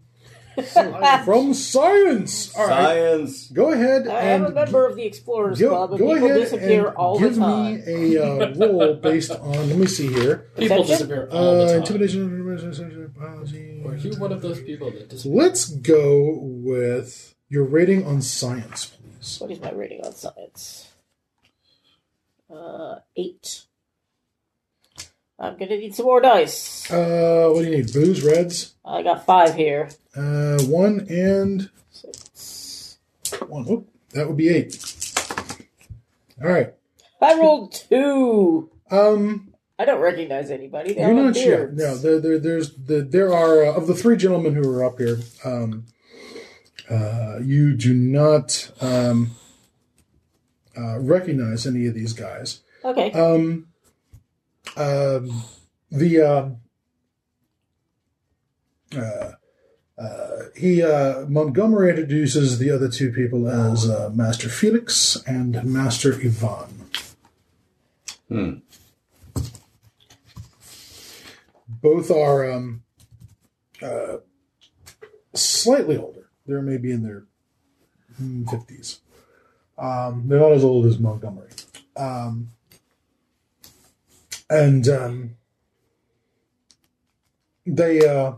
B: from science. All right,
A: Science.
B: go ahead
F: I am a
B: and
F: member of the Explorers
B: Go,
F: Club, and
B: go
F: people
B: ahead
F: disappear
B: and
F: all the
B: give
F: time.
B: me a uh, roll based on. Let me see here.
E: People
F: Perception?
E: disappear all
B: Uh,
E: the time.
B: intimidation, intimidation, intimidation, biology.
E: Were you one of those people that disappear?
B: Let's go with your rating on science, please.
F: What is my rating on science? Uh, eight. I'm gonna need some more dice.
B: Uh, what do you need? Booze, reds,
F: I got five here.
B: uh, one and
F: Six.
B: one. Whoop, that would be eight. All right.
F: I rolled two.
B: Um,
F: I don't recognize anybody. They
B: you're
F: all have
B: not sure.
F: beards.
B: No, there, there, there's the, there are uh, of the three gentlemen who are up here. Um, uh, you do not um, uh, recognize any of these guys.
F: Okay.
B: Um, um, the um, uh, uh, he uh, Montgomery introduces the other two people as uh, Master Felix and Master Ivan.
H: Hmm.
B: Both are um, uh, slightly older. They're maybe in their fifties. Um, they're not as old as Montgomery. Um, and um, they uh,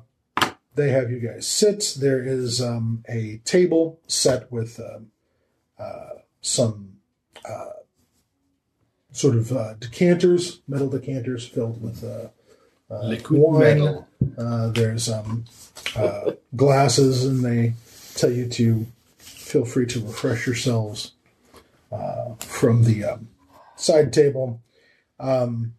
B: they have you guys sit. There is um, a table set with um, uh, some uh, sort of uh, decanters, metal decanters filled with uh, uh,
I: Liquid
B: wine.
I: metal.
B: Uh, there's um, uh, glasses, and they tell you to feel free to refresh yourselves uh, from the um, side table. Um,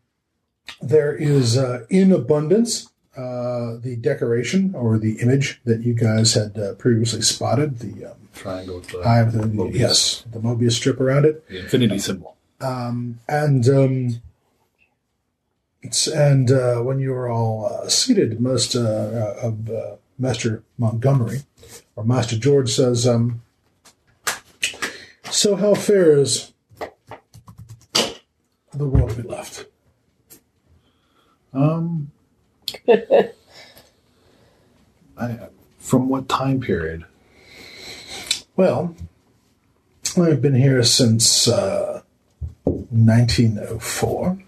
B: there is uh, in abundance uh, the decoration or the image that you guys had uh, previously spotted. The um,
C: Triangle. with the-
B: eye of the
C: Mobius.
B: yes, the Mobius strip around it
C: The infinity symbol.
B: um, and um, it's, and uh, when you were all uh, seated, most uh, uh, of uh, Master Montgomery or Master George says, um, "So how fares the world we left?"
I: Um, I, from what time period?
B: Well, I've been here since uh, 1904.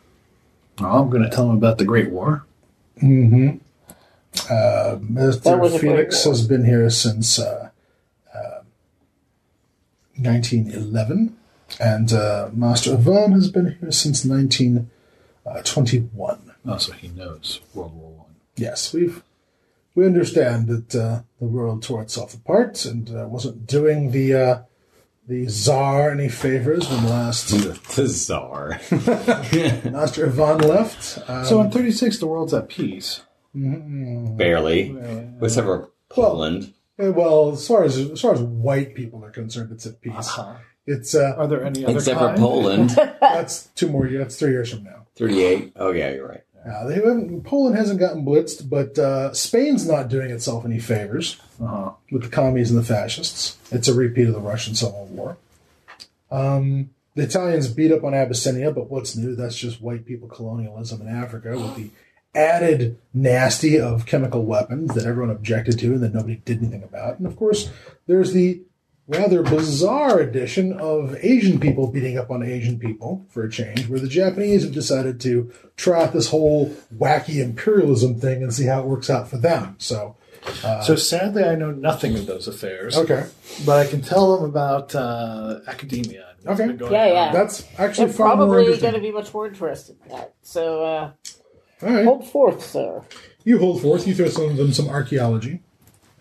I: Well, I'm going to tell him about the Great War.
B: Mm-hmm. Uh,
F: That was a
B: Mr.
F: great
B: Felix
F: war.
B: has been here since uh, uh, 1911, and uh, Master Ivan has been here since uh, 1921.
I: Oh, so he knows World War One.
B: Yes, we've we understand that uh, the world tore itself apart and uh, wasn't doing the uh, the Tsar any favors when
H: [LAUGHS]
B: last
H: the czar.
B: Master Ivan left. Um,
I: So in 36, the world's at peace.
H: [LAUGHS] Barely. Except for Poland.
B: eh, well, as far as as far as white people are concerned, it's at peace.
F: Uh-huh.
B: It's uh,
F: [LAUGHS]
I: Are there any other
H: Except for
I: kind?
B: [LAUGHS]
H: Poland.
B: that's two more years. That's three years from now.
H: 38. Oh, yeah, you're right.
B: Uh, they haven't, Poland hasn't gotten blitzed, but uh, Spain's not doing itself any favors
I: Uh-huh.
B: with the commies and the fascists. It's a repeat of the Russian Civil War. Um, the Italians beat up on Abyssinia, but what's new? That's just white people colonialism in Africa with the added nasty of chemical weapons that everyone objected to and that nobody did anything about. And of course, there's the rather bizarre addition of Asian people beating up on Asian people for a change, where the Japanese have decided to try out this whole wacky imperialism thing and see how it works out for them. So,
I: so sadly, I know nothing of those affairs.
B: okay.
I: But I can tell them about uh, academia. and what's
B: Okay.
I: been going
F: Yeah,
I: on.
F: yeah.
B: That's
F: They're
B: actually far more
F: probably going to
B: interesting.
F: be much more interested in that. So uh,
B: All right.
F: hold forth, sir.
B: You hold forth. You throw some of them some archaeology.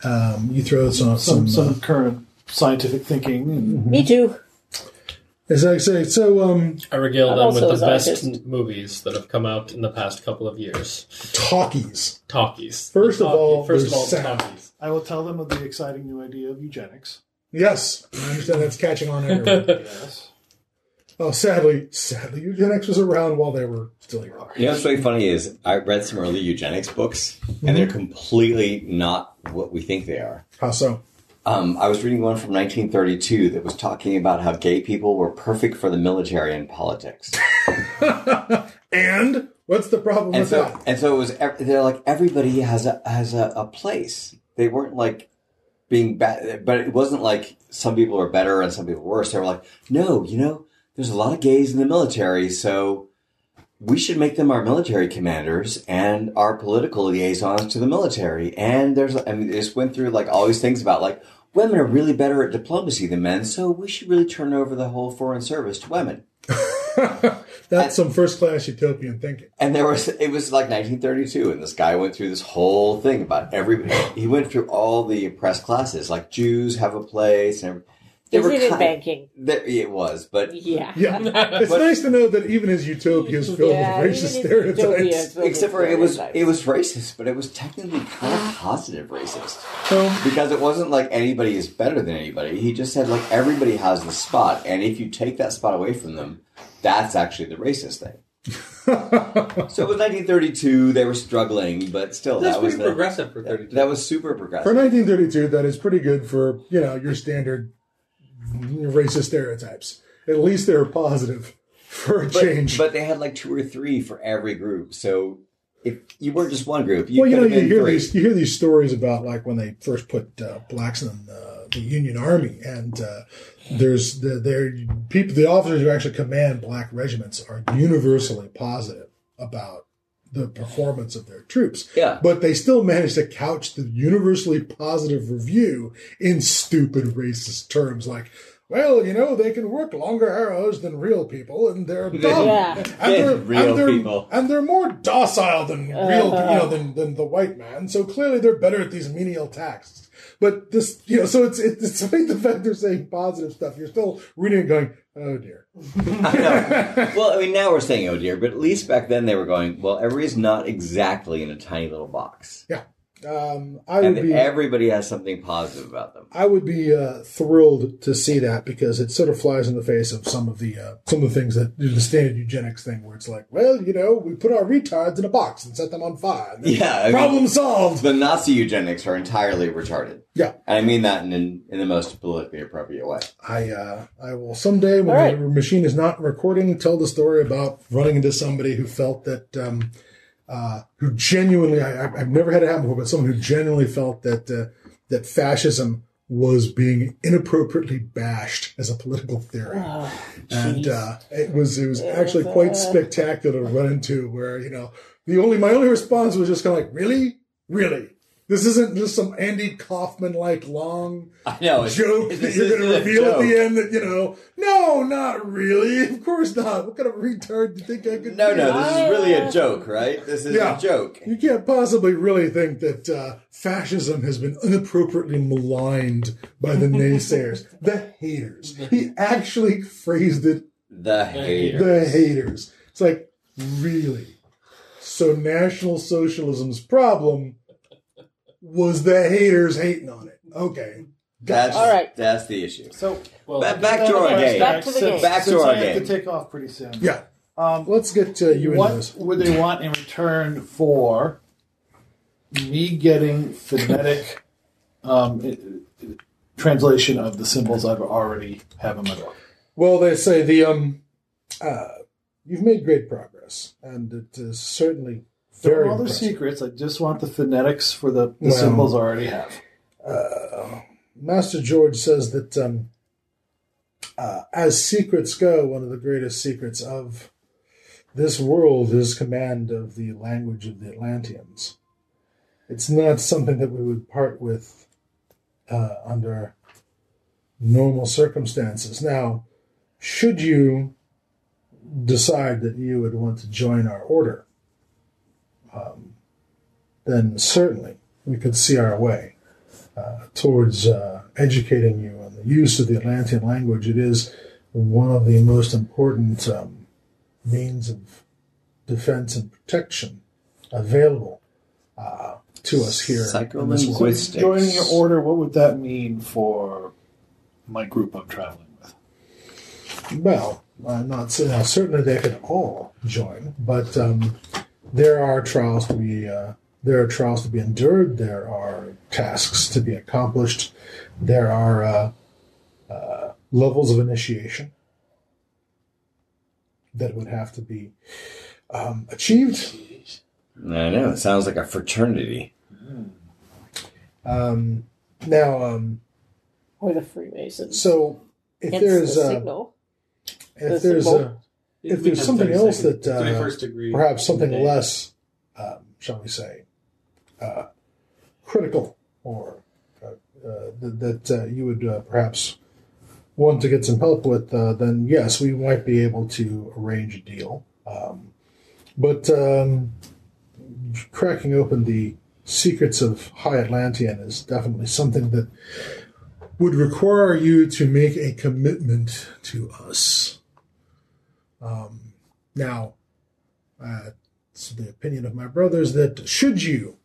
B: Um, you throw some
I: Some
B: some. uh,
I: some current scientific thinking.
B: Mm-hmm.
I: And
F: Me too.
B: as I say, so um,
E: I regale
F: I'm
E: them
F: also
E: with the
F: an
E: best
F: artist.
E: n- movies that have come out in the past couple of years.
B: talkies.
E: Talkies.
B: First of
E: Talkie-
B: all,
E: first of
B: there's
E: all,
B: sound.
E: talkies.
I: I will tell them of the exciting new idea of eugenics.
B: Yes, I understand that's catching on
I: [LAUGHS]
B: everywhere.
I: Yes.
B: oh, sadly, sadly, eugenics was around while they were still here.
H: You know what's really funny is I read some early eugenics books, and they're completely not what we think they are.
B: How Uh, so?
H: Um, I was reading one from 1932 that was talking about how gay people were perfect for the military and politics.
B: And what's the problem
H: and
B: with
H: so
B: that?
H: and so it was ev- they're like everybody has a has a, a place they weren't like being bad but it wasn't like some people are better and some people worse they were like no you know there's a lot of gays in the military so we should make them our military commanders and our political liaisons to the military and there's i mean they just went through like all these things about like women are really better at diplomacy than men so we should really turn over the whole foreign service to women
B: That's some first class utopian thinking.
H: and there was it was like 1932, and this guy went through this whole thing about every. He went through all the oppressed classes, like Jews have a place, and every- they
F: Is
H: were
F: it in
H: kind-
F: banking?
H: there- it was, but
F: Yeah. [LAUGHS]
B: Yeah, [LAUGHS] it's nice to know that even his utopia is filled
F: Yeah,
B: with
F: even
B: racist
F: his
B: stereotypes.
F: utopia is filled
H: except
F: with
H: for it was
F: stereotypes.
H: it was racist, but it was technically kind of positive racist
B: So,
H: because it wasn't like anybody is better than anybody. He just said like everybody has the spot, and if you take that spot away from them, that's actually the racist thing.
G: [LAUGHS]
H: so it was 1932. They were struggling, but still,
G: That's
H: that was
G: pretty
H: the-
G: progressive for 32.
H: That was super
B: For
H: progressive.
B: 1932, that is pretty good for you know your standard racist stereotypes. At least they're positive [LAUGHS] for a
H: But-
B: change.
H: But they had like two or three for every group. So if you weren't just one group, you
B: well, you know,
H: could
B: you
H: have been
B: hear
H: three. [LAUGHS]
B: these you hear these stories about like when they first put uh, blacks in uh, the Union Army, and uh, there's the there people the officers who actually command black regiments are universally positive about the performance of their troops.
H: Yeah.
B: But they still manage to couch the universally positive review in stupid racist terms like, well, you know, they can work longer arrows than real people and they're dumb.
F: Yeah.
B: And they're,
A: Than real
B: and they're,
A: people.
B: And they're more docile than real, you know, than, than the white man. So clearly they're better at these menial tasks. But this, you know, so it's, it's [LAUGHS] despite the fact they're saying positive stuff, you're still reading and going, oh dear. [LAUGHS]
H: Well, I mean, now we're saying, oh dear, but at least back then they were going, well, everybody's not exactly in a tiny little box.
B: Um, I
H: And
B: would be,
H: everybody has something positive about them.
B: I would be uh, thrilled to see that because it sort of flies in the face of some of the uh, some of the things that the standard eugenics thing, where it's like, well, you know, we put our retards in a box and set them on fire. And then
H: Yeah. I mean,
B: problem solved.
H: the Nazi eugenics are entirely retarded.
B: Yeah.
H: And I mean that in, in, in the most politically appropriate way.
B: I uh, I will someday when
F: All right.
B: the machine is not recording tell the story about running into somebody who felt that um, uh, who genuinely I, I've- I've never had it happen before, but someone who genuinely felt that uh, that fascism was being inappropriately bashed as a political theory. and uh, it was it was actually quite spectacular to run into where you know the only my only response was just kind of like really really this isn't just some Andy Kaufman like long
H: I know. it's-
B: joke
H: it's-
B: that
H: this
B: you're going
H: isn't
B: to
H: a
B: reveal at
H: joke.
B: the end that you know no not really [LAUGHS] of course not what kind of retard do you think I could
H: No,
B: be?
H: no, this is really a joke, right? This is
B: Yeah.
H: a joke.
B: You can't possibly really think that uh, fascism has been inappropriately maligned by the
H: [LAUGHS]
B: naysayers, the haters. He actually phrased it
H: The hater.
B: the haters. It's like, really? So National Socialism's problem was the haters hating on it. Okay.
H: That's,
F: All right.
H: that's the issue.
I: So
E: Well,
H: Ba- back to our game.
F: Back to the game.
H: Back to
I: since
H: our
I: I have
H: game.
I: to take off pretty soon.
B: Yeah.
I: Um,
B: Let's get uh, you into
I: what
B: this.
I: would they want in return for me getting phonetic um, i- i- translation of the symbols I've already have in my book?
B: Well, they say the um, uh, you've made great progress, and it is certainly
I: There
B: Very
I: are other
B: impressive.
I: secrets. I just want the phonetics for the, the
B: Well.
I: symbols I already have.
B: Master George says that um, uh, as secrets go, one of the greatest secrets of this world is command of the language of the Atlanteans. It's not something that we would part with uh, under normal circumstances. Now, should you decide that you would want to join our order, um, then certainly we could see our way towards uh, educating you on the use of the Atlantean language. It is one of the most important um, means of defense and protection available uh, to us here. in this world.
A: Psycholinguistics.
I: Joining your order, what would that mean for my group I'm traveling with?
B: Well, I'm not saying now, certainly they could all join, but um, there are trials to be uh, there are trials to be endured. There are tasks to be accomplished. There are uh, uh, levels of initiation that would have to be um, achieved.
H: I know. It sounds like a fraternity. [LAUGHS]
B: Um, now, um,
F: Or the Freemasons.
B: so if
F: Hence
B: there's
F: the
B: uh,
F: signal. the
B: if there's
F: symbol.
B: a, if there's something else that uh,
G: thirty-first degree,
B: perhaps something
G: today.
B: less, um, shall we say, uh, critical, or uh, uh, th- that uh, you would uh, perhaps want to get some help with, uh, then yes, we might be able to arrange a deal. Um, but um, cracking open the secrets of High Atlantean is definitely something that would require you to make a commitment to us. Um, now, uh, it's the opinion of my brothers that should you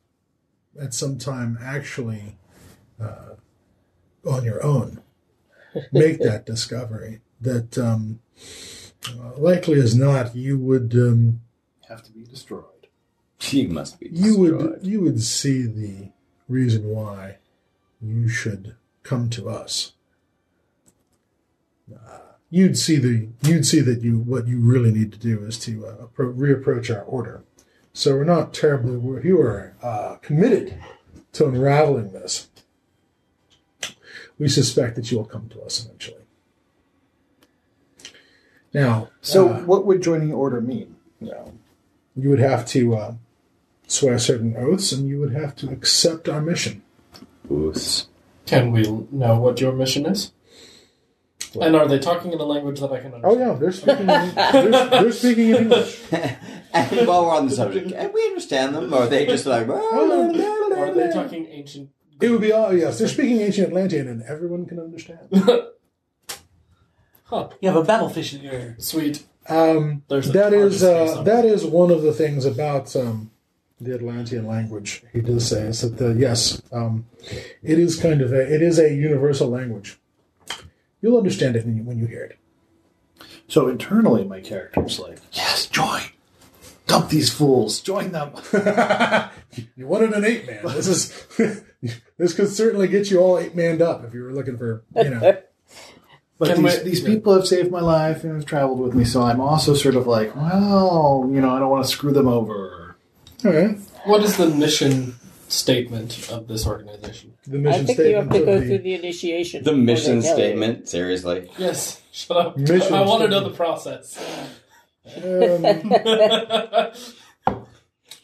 B: at some time actually uh, on your own make that discovery that um, uh, likely as not you would um,
I: Have to be destroyed.
H: She must be.
B: you would
H: destroyed.
B: you would see the reason why you should come to us Uh, You'd see the you'd see that you what you really need to do is to uh, appro- reapproach our order. So we're not terribly wor- you are uh, committed to unraveling this. We suspect that you will come to us eventually. Now,
I: So,
B: uh,
I: what would joining your order mean? You know,
B: you would have to uh, swear certain oaths and you would have to accept our mission.
H: Oofs.
E: Can we know what your mission is? And are they talking in a language that I can understand?
B: Oh yeah, they're speaking.
E: [LAUGHS]
B: In, they're, they're speaking in English.
H: And while we're on the subject, and we understand them, or are they just like.
E: Are they talking ancient?
B: It would be oh yes, they're speaking ancient Atlantean and everyone can understand.
E: Huh.
G: You have a battlefish in your.
E: Sweet.
B: Um,
E: There's a
B: that is
E: TARDIS or
B: uh,
E: something.
B: that is one of the things about um, the Atlantean language. He does say is that the, yes, um, it is kind of a it is a universal language. You'll understand it when you, when you hear it.
I: so internally, my character's like, yes, join. Dump these fools. Join them. [LAUGHS]
B: You wanted an ape man. This is [LAUGHS] this could certainly get you all ape manned up if you were looking for you
E: [LAUGHS]
B: know.
I: But
E: Can
I: these,
E: we-
I: these people have saved my life and have traveled with me, so I'm also sort of like, well, you know, I don't want to screw them over.
B: all right,
E: What is the mission statement of this organization?
B: the
F: I
B: mission
F: think you have
B: statement
F: to go
B: of
F: through
B: the
F: the initiation.
H: The
F: before they
H: mission
F: tell you.
H: statement, seriously.
E: Yes. Shut up.
B: Mission
E: I want to know
B: statement.
E: the process.
B: um,
F: [LAUGHS]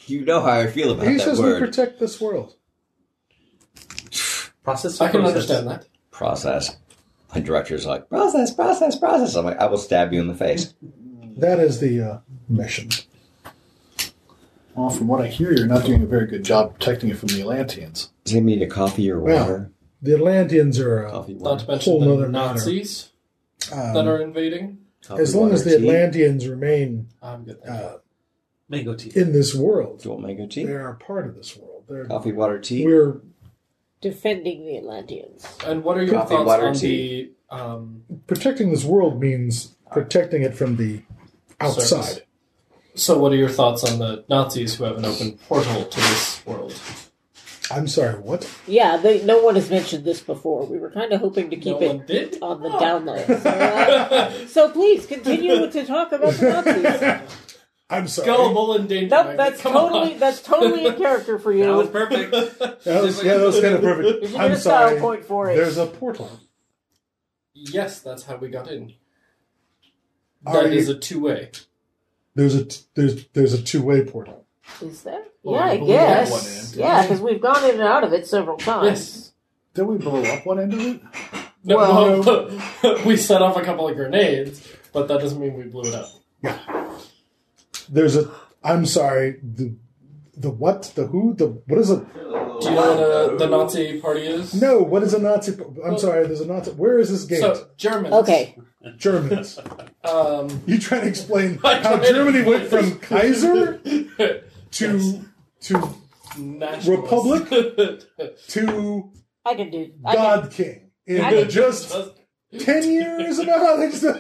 H: You know how I feel about
B: he
H: that
B: says
H: word.
B: we protect this world.
G: Process.
E: I can understand that.
H: process. My director's like, process, process, process. I'm like, I will stab you in the face.
B: That is the uh, mission.
I: Well, from what I hear, you're not doing a very good job protecting it from the Atlanteans.
H: Do you need a coffee or
B: Well,
H: water?
B: The Atlanteans are uh,
H: coffee,
E: Not
H: water.
E: to mention
B: Whole
E: the
B: nother matter.
E: Nazis that
B: um,
E: are invading.
H: coffee,
B: as long
H: water,
B: as the
H: tea.
B: Atlanteans remain
E: I'm good. thank you.
B: uh,
G: Mango tea.
B: in this world,
H: Do you want mango tea?
B: they are part of this world. They're,
H: Coffee, water, tea.
B: we're
F: Defending the Atlanteans.
E: and what are your
H: coffee,
E: thoughts
H: water,
E: on
H: tea.
E: the um,
B: protecting this world means protecting it from the outside.
E: Surface. So, what are your thoughts on the Nazis who have an open portal to this world?
B: I'm sorry, what?
F: Yeah, they, no one has mentioned this before. We were kind of hoping to keep
E: no
F: it
E: one did.
F: on [LAUGHS]
E: [LAUGHS]
F: the down low. So, uh, so please continue to talk about the Nazis.
B: [LAUGHS] I'm sorry.
E: Gullible and danger.
F: Nope,
E: magnet.
F: that's
E: Come
F: totally
E: on.
F: that's totally in character for you.
G: That was perfect.
B: That was, yeah, that was kind of perfect.
F: You should get
B: I'm
F: a style
B: sorry.
F: point for it.
B: There's a portal.
E: Yes, that's how we got in.
B: Are
E: That is
B: you-
E: a two way.
B: There's a t- there's there's a two way portal.
F: Is there?
E: Well,
F: yeah, I
E: we blew that
F: guess.
E: one
F: Yeah, because we've gone in and out of it several times.
I: Did we blow up one end of it?
E: No,
F: Well-
E: well, [LAUGHS] we set off a couple of grenades, but that doesn't mean we blew it up.
B: There's a. I'm sorry. The the what the who the what is a
E: Do you know what a, the Nazi party is?
B: no what is a Nazi? po- I'm
E: Well-
B: sorry. There's a Nazi. Where is this gate?
E: So Germans.
F: Okay.
B: Germans.
E: [LAUGHS] Um,
B: You trying to explain
E: I
B: how
E: tried to
B: Germany went from
E: [LAUGHS]
B: Kaiser to
E: Yes.
B: to
E: [LAUGHS] nationalists.
B: Republic? to
F: I can do. I can,
B: God King in
F: I can-
E: [LAUGHS]
B: just ten years. About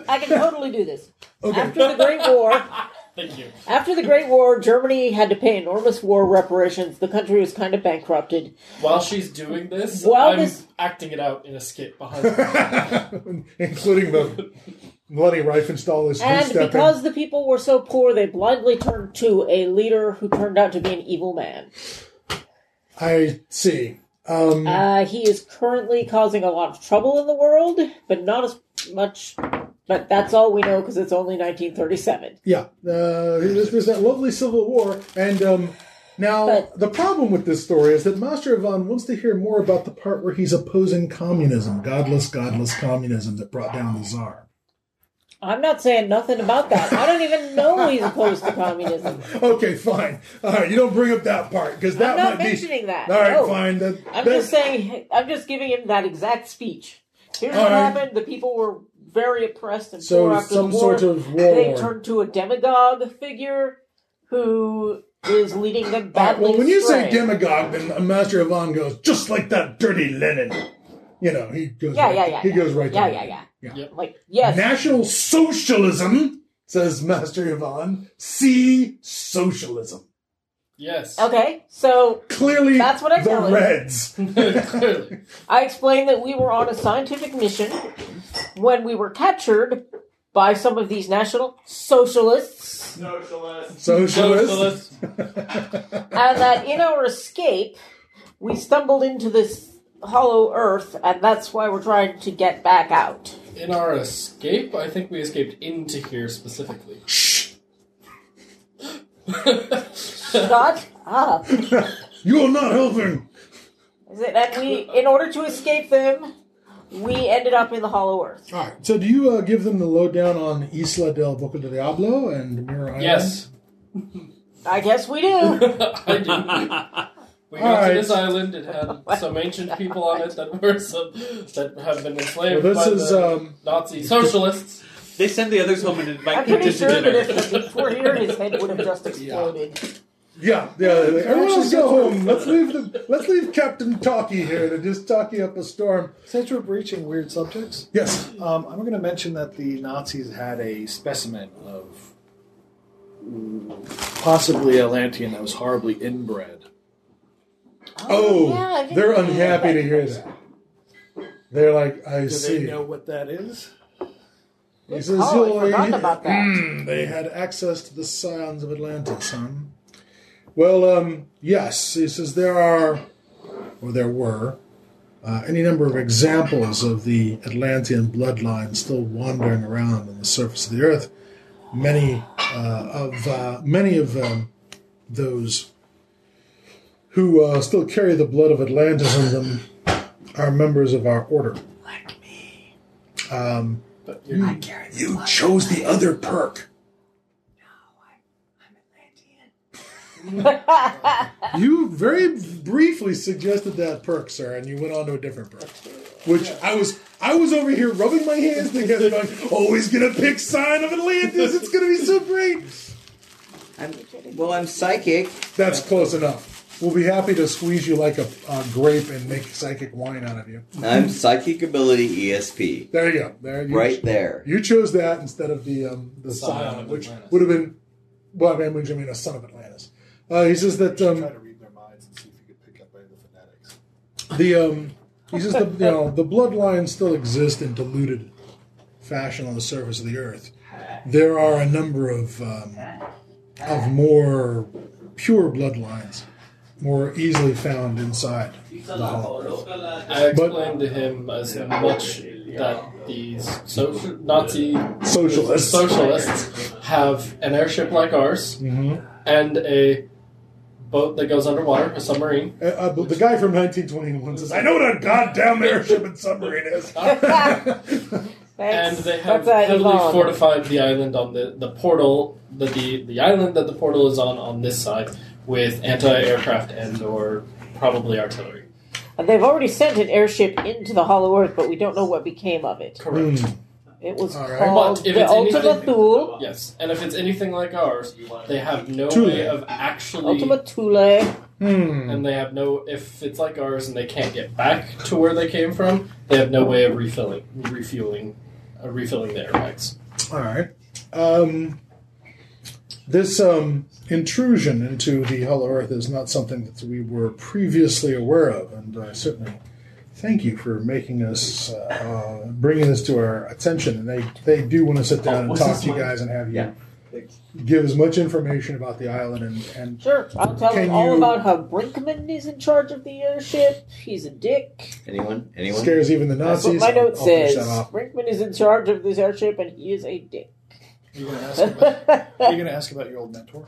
F: I can totally do this.
B: Okay.
F: After the Great War,
E: [LAUGHS] Thank you.
F: after the Great War, Germany had to pay enormous war reparations. The country was kind of bankrupted.
E: While she's doing this,
F: While
E: I'm
F: this-
E: acting it out in a
B: [LAUGHS]
E: skit behind her.
B: [LAUGHS] including the bloody Reifenstahl is
F: And
B: two-stepping.
F: because the people were so poor, they blindly turned to a leader who turned out to be an evil man.
B: I see. Um,
F: Uh, he is currently causing a lot of trouble in the world, but not as much. But that's all we know because it's only 1937.
B: yeah, uh, there's, there's that lovely Civil War, and um, now
F: But-
B: the problem with this story is that Master Ivan wants to hear more about the part where he's opposing communism, godless, godless communism that brought down the Tsar.
F: I'm not saying nothing about that. I don't even know he's opposed to communism.
B: Okay, fine. All right, you don't bring up that part because [LAUGHS] that
F: I'm not
B: might be.
F: mentioning that.
B: All right,
F: no.
B: fine. That,
F: I'm
B: that-
F: just saying. I'm just giving him that exact speech. Here's
B: All
F: what
B: right.
F: happened. The people were very oppressed and
B: So
F: poor after
B: some
F: the war.
B: sort of
F: They
B: war.
F: turned to a demagogue figure who is leading them
B: All right,
F: badly.
B: well, when you say
F: astray.
B: demagogue, then uh, Master Ivan goes just like that dirty linen. You know, he goes.
F: yeah,
B: right
F: yeah,
B: to-
F: yeah,
B: He
F: yeah.
B: goes right.
F: Yeah,
B: to
F: yeah, yeah,
B: Yeah.
E: Yep.
F: Like yes,
B: National Socialism, says Master Ivan. See socialism.
E: yes.
F: okay. So
B: Clearly,
F: That's what I
B: the
F: tell him.
B: Reds.
E: [LAUGHS] Clearly.
F: I explained that we were on a scientific mission when we were captured by some of these national socialists,
B: Socialist.
E: Socialist.
F: and that in our escape, we stumbled into this hollow earth, and that's why we're trying to get
B: [LAUGHS]
F: back out.
E: In our escape, I think we escaped into here specifically. [LAUGHS]
F: Shut up. Is
B: You're not helping.
F: it, and we, in order to escape them, we ended up in the hollow earth.
B: All right. So, do you uh, give them the lowdown on Isla del Boca del Diablo and Mirror Island?
E: Yes,
F: I guess
B: [LAUGHS]
F: we do.
E: I do. We
B: All
E: got
B: right.
E: to this island. It had some ancient people on it that were some, that have been
B: Well,
E: enslaved
B: this
E: by
I: uh,
B: is.
E: the
B: Um,
E: Nazi socialists.
G: They send the others home and invite
F: I'm
G: people
F: pretty
G: to
F: sure that
G: dinner. [LAUGHS]
F: if the beach were here, his head would have just exploded.
B: yeah, yeah. Everyone else go home. Let's leave the. Let's leave Captain Talkie here to just talkie up a storm.
I: Since we're breaching weird subjects,
B: Yes.
I: um, I'm going to mention that the Nazis had a specimen of possibly Atlantean that was horribly inbred.
B: Oh,
F: yeah, I didn't
B: they're
F: know
B: unhappy
F: that.
B: to hear that. They're like, I
I: Do
B: see.
I: they know what that is?
B: He says,
F: Oh, I
B: "You'll-
F: forgot
B: you-
F: about that."
B: Mm, they had access to the scions of Atlantis, huh? Well, um, yes. He says there are, or there were, uh, any number of examples of the Atlantean bloodline still wandering around on the surface of the earth. Many uh, of uh, many of um, those who uh, still carry the blood of Atlantis in them are members of our order. Um,
E: But you're,
B: You chose the other perk. You very briefly suggested that perk, sir, and you went on to a different perk. Which I was I was over here rubbing my hands together going, Oh, he's gonna pick sign of Atlantis, it's gonna be so great.
H: I'm, well, I'm psychic.
B: That's close enough. We'll be happy to squeeze you like a, a grape and make psychic wine out of you.
H: I'm psychic ability ESP.
B: There you go. There you
H: Right there.
B: You chose that instead of the um, the scion,
E: of
B: which
E: Atlantis.
B: would have been well, I mean, which I mean, a son of Atlantis. Uh, he says that um,
D: Try to read their minds and see if you could pick up any of the fanatics.
B: the um, he says the you know the bloodlines still exist in diluted fashion on the surface of the earth. There are a number of um, of more pure bloodlines, more easily found inside the Holocaust.
E: I explained to him as much that these so- Nazi
B: Socialists.
E: socialists have an airship like ours
B: Mhm.
E: and a boat that goes underwater, a submarine.
B: Uh, uh, but the guy from 1921 says, "I know what a goddamn airship and submarine is." [LAUGHS]
E: And
F: Thanks.
E: they have
F: That's a
E: heavily
F: Yvonne.
E: fortified the island on the, the portal, the, the the island that the portal is on on this side with anti-aircraft and or probably artillery.
F: And They've already sent an airship into the Hollow Earth, but we don't know what became of it.
B: Hmm.
E: Correct.
F: It was
B: All right.
F: called
E: But if
F: the
E: it's anything-
F: Ultima Thule.
E: Yes, and if it's anything like ours, they have no
B: Too
E: way
B: late.
E: of actually
F: Ultima Thule.
B: Hmm.
E: and they have no if it's like ours and they can't get back to where they came from they have no way of refilling refueling uh, refilling their airbags
B: All right. Um, this um, intrusion into the Hollow Earth is not something that we were previously aware of, and I certainly thank you for making us uh, uh, bringing this to our attention. And they they do want to sit down and
G: was
B: talk
G: this
B: to you
G: one?
B: guys and have you
G: Yeah.
B: give as much information about the island and. and
F: Sure, I'll tell
B: Can
F: them all
B: you-
F: about how Brinkman is in charge of the airship. He's a dick.
H: Anyone? Anyone?
B: Scares even the
F: That's
B: Nazis.
F: what my note
B: I'll finish
F: says.
B: that
F: [LAUGHS]
B: off.
F: Brinkman is in charge of this airship, and he is a dick.
I: You're gonna ask [LAUGHS] about,
F: oh [LAUGHS]
I: you're gonna ask about your old mentor.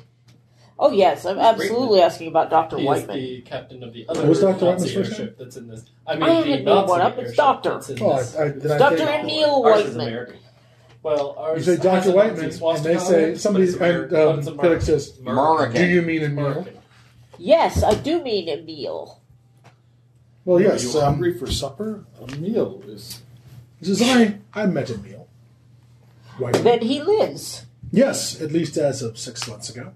F: yes, I'm absolutely asking about Doctor
E: he is
F: Whitman.
E: the captain of the other
B: Who's Dr. Whiteman's
E: Nazi
B: first
E: airship that's in this I mean
F: I haven't
E: the
F: made
E: Nazi
F: one up, it's
E: airship
F: Doctor.
E: that's in
B: Oh,
E: this.
B: I, I, did I
F: Doctor
B: take-
F: Neil
E: Ours is
F: Whitman.
E: American. well
B: You
E: ours
B: say
E: has
B: Dr.
E: a Nazi
B: Whiteman, and
E: swastika
B: they
E: on it,
B: say
E: but
B: somebody.
E: it's
B: And,
E: American, but
B: um,
E: it's American.
B: Felix says,
H: American.
B: "Do you mean in Merrick?"
E: American.
F: Yes, I do mean Emil.
B: Well,
I: Are
B: yes.
I: you
B: Um,
I: hungry for supper? A meal is.
B: He says, I, I met Emil. Why?
F: Then he lives.
B: Yes, at least as of six months ago.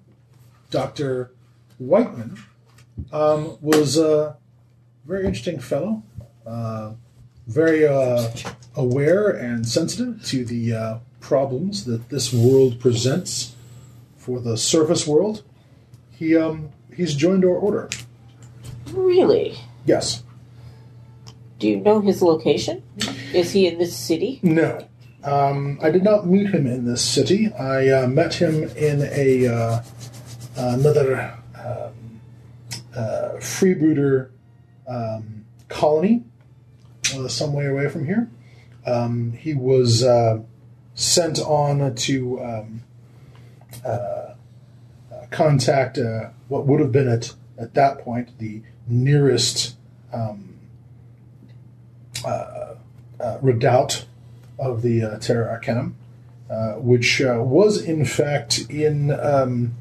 B: Dr. Whiteman um, was a very interesting fellow, uh, very uh, aware and sensitive to the uh, problems that this world presents for the surface world. He, um, he's joined our order.
F: Really?
B: Yes.
F: Do you know his location? Is he in this city?
B: No. Um, I did not meet him in this city. I uh, met him in a uh, another um, uh, freebooter um, colony uh, some way away from here. Um, he was uh, sent on to um, uh, uh, contact uh, what would have been at at that point the nearest um, uh, uh, redoubt of the uh, Terra Arcanum, uh, which uh, was in fact in um,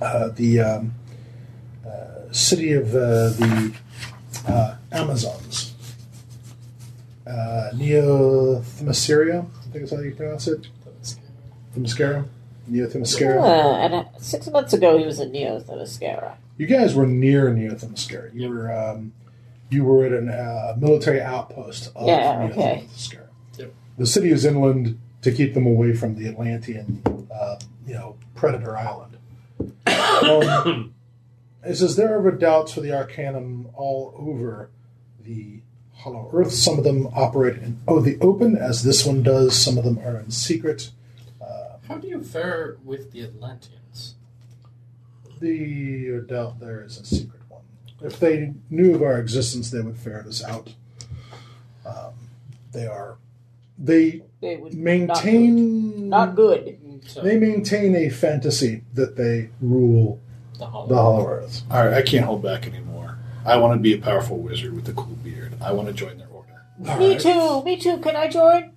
B: uh, the um, uh, city of uh, the uh, Amazons, uh, Neothymasceria, I think is how you pronounce it. Themyscira, Neothymascara.
F: Ah, and uh, six months ago, he was in Neo Themyscira.
B: You guys were near Neothymascara. You were um, you were at a uh, military outpost of
F: Yeah, okay.
B: Neothymascara.
E: Yep.
B: The city is inland to keep them away from the Atlantean, uh, you know, predator island. um, [COUGHS] it says there are redoubts for the Arcanum all over the Hollow Earth. Some of them operate in oh the open, as this one does. Some of them are in secret.
E: how do you fare with the Atlanteans
B: The redoubt there is a secret one. If they knew of our existence, they would ferret us out. Um, they are. They
F: They would
B: maintain.
F: not good.
E: so
B: They maintain a fantasy that they rule
E: the
B: the
E: Hollow
B: Hollow Earth.
I: All right, I can't hold back anymore. I want to be a powerful wizard with a cool beard. I want to join their order.
B: All
F: me
B: right.
F: too. Me too. Can I join?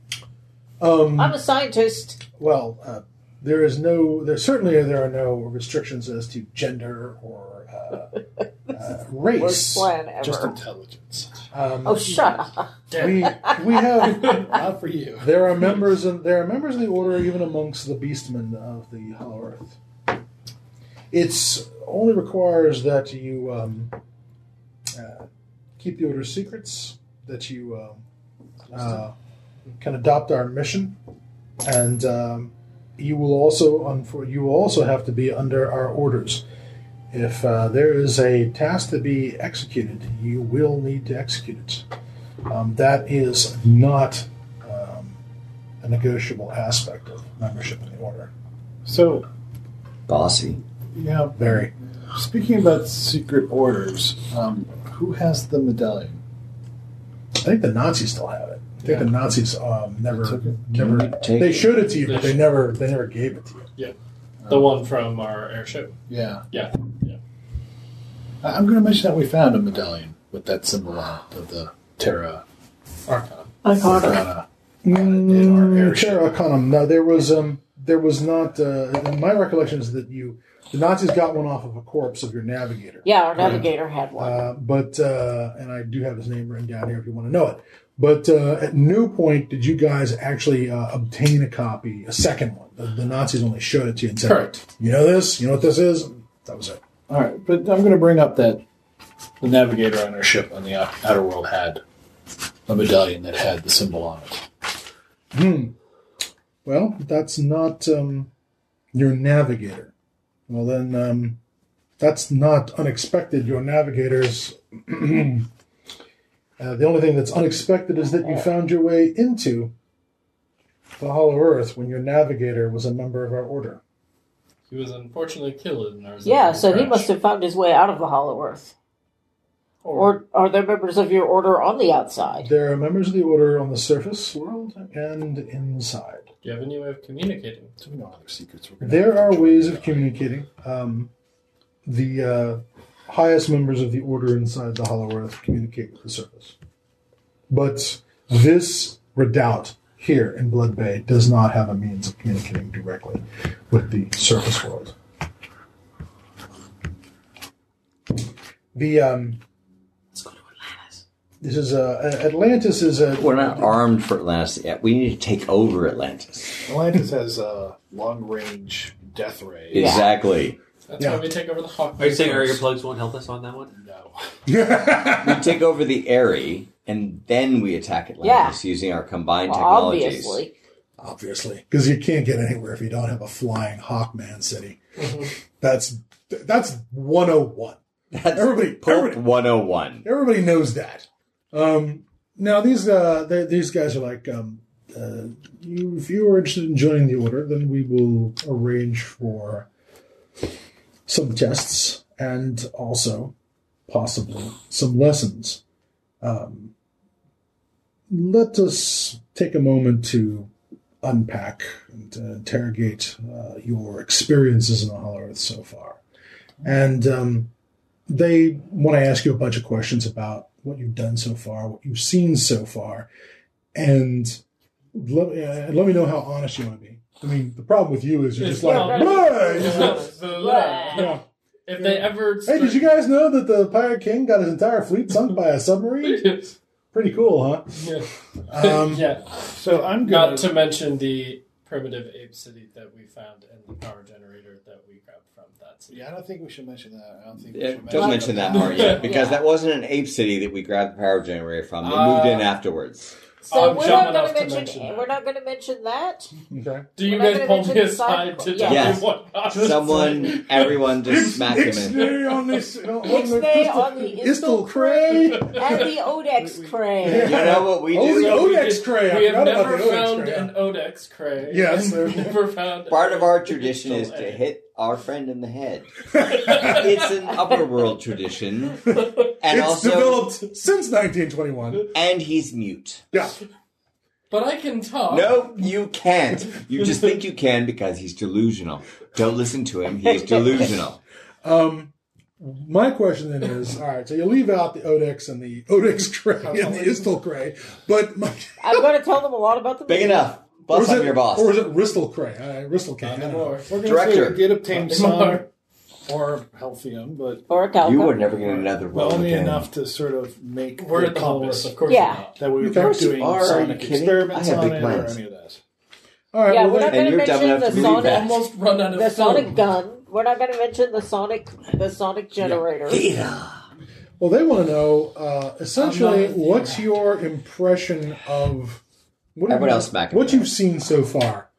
B: Um,
F: I'm a scientist.
B: well, uh, there is no. There certainly there are no restrictions as to gender or uh,
F: [LAUGHS]
B: uh,
F: Worst
B: race.
F: plan ever.
I: Just intelligence.
B: Um,
F: oh, shut up.
B: we we have
I: [LAUGHS] [LAUGHS] Not for you.
B: There are members and there are members of the order even amongst the beastmen of the Hollow Earth. It's only requires that you um, uh, keep the order's secrets, that you um, uh, can adopt our mission, and um, you will also unfor- you will also have to be under our orders. If uh, there is a task to be executed, you will need to execute it. Um, that is not um, a negotiable aspect of membership in the order.
I: So,
H: Bossy.
I: Yeah,
B: Very.
I: Speaking about secret orders, um, who has the medallion?
B: I think the Nazis still have it. I think
I: Yeah.
B: the Nazis um, never,
I: Took it.
B: never.
H: Take
B: They showed it to you, but
E: They
B: they
E: sh-
B: never, they never gave it to you.
E: The one from our airship.
I: Yeah.
E: Yeah, yeah.
I: I- I'm going to mention that we found a medallion with that symbol on it, of the Terra Arcana.
F: Iconic.
I: Arcana. in our
B: Mm,
I: airship.
B: Terra Arcanum. No, there was um, there was not. Uh, my recollection is that you, the Nazis got one off of a corpse of your navigator.
F: [LAUGHS] Yeah, our navigator had one.
B: Uh, but uh, and I do have his name written down here if you want to know it. But uh, at no point did you guys actually uh, obtain a copy, a second one. The, the Nazis only showed it to you and said,
I: Correct.
B: "You know this. You know what this is." That was it.
I: All right, but I'm going to bring up that the navigator on our ship on the out- outer world had a medallion that had the symbol on it.
B: Well, that's not um, your navigator. Well, then um, that's not unexpected. Your navigator's. [CLEARS THROAT] uh, the only thing that's unexpected is that you found your way into the Hollow Earth when your navigator was a member of our order.
E: He was unfortunately killed in our
F: yeah,
E: Zodiac
F: so he
E: crash.
F: must have found his way out of the Hollow Earth. Or are there members of your order on the outside?
B: There are members of the order on the surface world and inside.
E: Do you have any way of communicating?
I: So we know other secrets. We're gonna have
B: There
I: to
B: are
I: join
B: ways
I: the
B: of communicating. Um, the uh, highest members of the order inside the Hollow Earth communicate with the surface. But this redoubt here in Blood Bay does not have a means of communicating directly with the surface world. The um, this is uh, Atlantis is a
H: [LAUGHS] We're not armed for Atlantis yet. We need to take over
D: Atlantis
H: Atlantis.
I: Atlantis has a long range death ray.
F: Yeah.
H: Exactly.
E: That's
B: Yeah.
E: why we take over the Hawk.
G: Are
E: [LAUGHS]
G: you saying our earplugs won't help us on that one?
I: No.
H: [LAUGHS] We take over the Airy, and then we attack Atlantis using our combined
F: Well,
H: technologies.
F: obviously.
B: obviously, because you can't get anywhere if you don't have a flying Hawkman city. That's that's 101.
H: [LAUGHS] That's
B: Everybody,
H: Pulp
B: everybody,
H: 101.
B: everybody knows that. Um, now these uh, they, these guys are like, um, uh, you, if you are interested in joining the order, then we will arrange for some tests and also possibly some lessons. Um, let us take a moment to unpack and uh, interrogate uh, your experiences in the Hollow Earth so far. And um, they want to ask you a bunch of questions about what you've done so far, what you've seen so far, and let, uh, let me know how honest you want to be. I mean, the problem with you is you're just like,
E: Well,
B: "Blah," you just like,
E: if they ever.
B: Hey, did you guys know that the Pirate King got his entire fleet sunk by a submarine? Pretty cool,
E: [LAUGHS] yeah.
B: huh? Um,
E: yeah.
I: So I'm
E: Not
I: going to.
E: to mention the primitive ape city that we found and the power generator that we grabbed from that city.
I: Yeah, I don't think we should mention that. I don't think.
H: Yeah,
I: we should
H: Don't mention that part yet, because that wasn't an ape city that we grabbed the power generator from. They moved in
I: Uh,
B: Ah.
H: afterwards.
F: So
B: Um,
E: I'm
F: we're
E: dumb
F: not going
E: enough
F: to
E: to
F: mention,
E: mention
F: we're not going to mention that.
B: [LAUGHS] okay.
E: Do you
F: We're not
E: guys
F: gonna
E: pull me
F: mention the
E: aside
F: side-
E: to
F: yeah.
E: tell
H: Yes.
B: [LAUGHS]
E: you what got us? [LAUGHS]
H: Someone, everyone, just smack him in.
B: Ixnay on this. On
F: Ixnay on the Istel
B: Cray.
F: And the Odex crane.
H: You
B: [LAUGHS]
H: know what we
B: Oh,
H: do?
B: yeah.
E: So we
B: Odex
E: did-
B: cray. I
E: We have
B: forgot about
E: never
B: the Odex
E: found
B: cray.
E: an Odex
B: [LAUGHS]
E: cray. [LAUGHS]
B: Yes.
E: We've never found
H: Part of
E: a
H: our tradition is
E: digital
H: to
E: egg.
H: hit our friend in the head.
B: [LAUGHS]
H: It's an upper world tradition, and
B: it's
H: also,
B: developed since 1921.
H: and he's mute.
B: Yeah.
E: But I can talk.
H: No, you can't. You just think you can because he's delusional. Don't listen to him. [LAUGHS] He's delusional.
B: Um, my question then is, all right, so you leave out the Odex and the Odex Cray and the Istel Cray, but my,
F: I'm going to tell them a lot about the
H: Big
F: movie.
H: enough.
B: or
H: Boss,
B: is
H: I'm
B: it-
H: your boss.
B: or is it Ristel Cray? Uh, Ristel Cray. I
E: Not
B: don't know.
E: anymore.
I: [LAUGHS] We're gonna
H: Director.
I: Say we did obtain
E: Not
H: [LAUGHS]
I: some
E: anymore.
I: or healthium, but
F: Or a Calca.
H: you were never getting another
I: well,
H: role
I: only
H: again.
I: enough to sort of make
E: We're
I: the
E: at the Hollows,
I: compass
E: of course.
F: Yeah.
E: we're not.
I: that we
B: Of course
I: weren't
H: you
I: doing
H: are. Are
I: sonic
H: you kidding?
I: experiments
H: I have
I: on
H: big
I: it
H: plans.
I: or any of that.
B: All right,
F: Yeah,
B: well,
F: we're
B: then-
F: not
H: And
F: going to
H: you're dumb
F: mention
H: enough
F: the
H: to believe that.
F: Sonic,
E: Almost run out of
F: the Sonic
E: food.
F: gun. We're not going to mention the Sonic, the Sonic generator.
B: well, they want to know uh, essentially
E: I'm not-
B: what's your impression of what
H: Everyone
B: you-
H: else back in
B: what
H: the
B: you've seen so far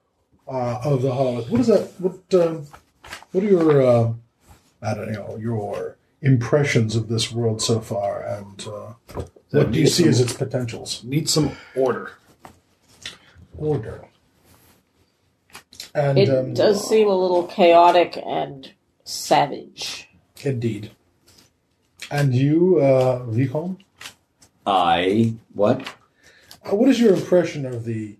B: uh, of the Hollow. What is that? What um, what are your uh, I don't know your impressions of this world so far, and uh, what do you see as its potentials?
I: Need some order.
B: Order. And
F: It
B: um,
F: does seem a little chaotic and savage.
B: Indeed. And you, uh, Recon?
H: I what?
B: Uh, What is your impression of the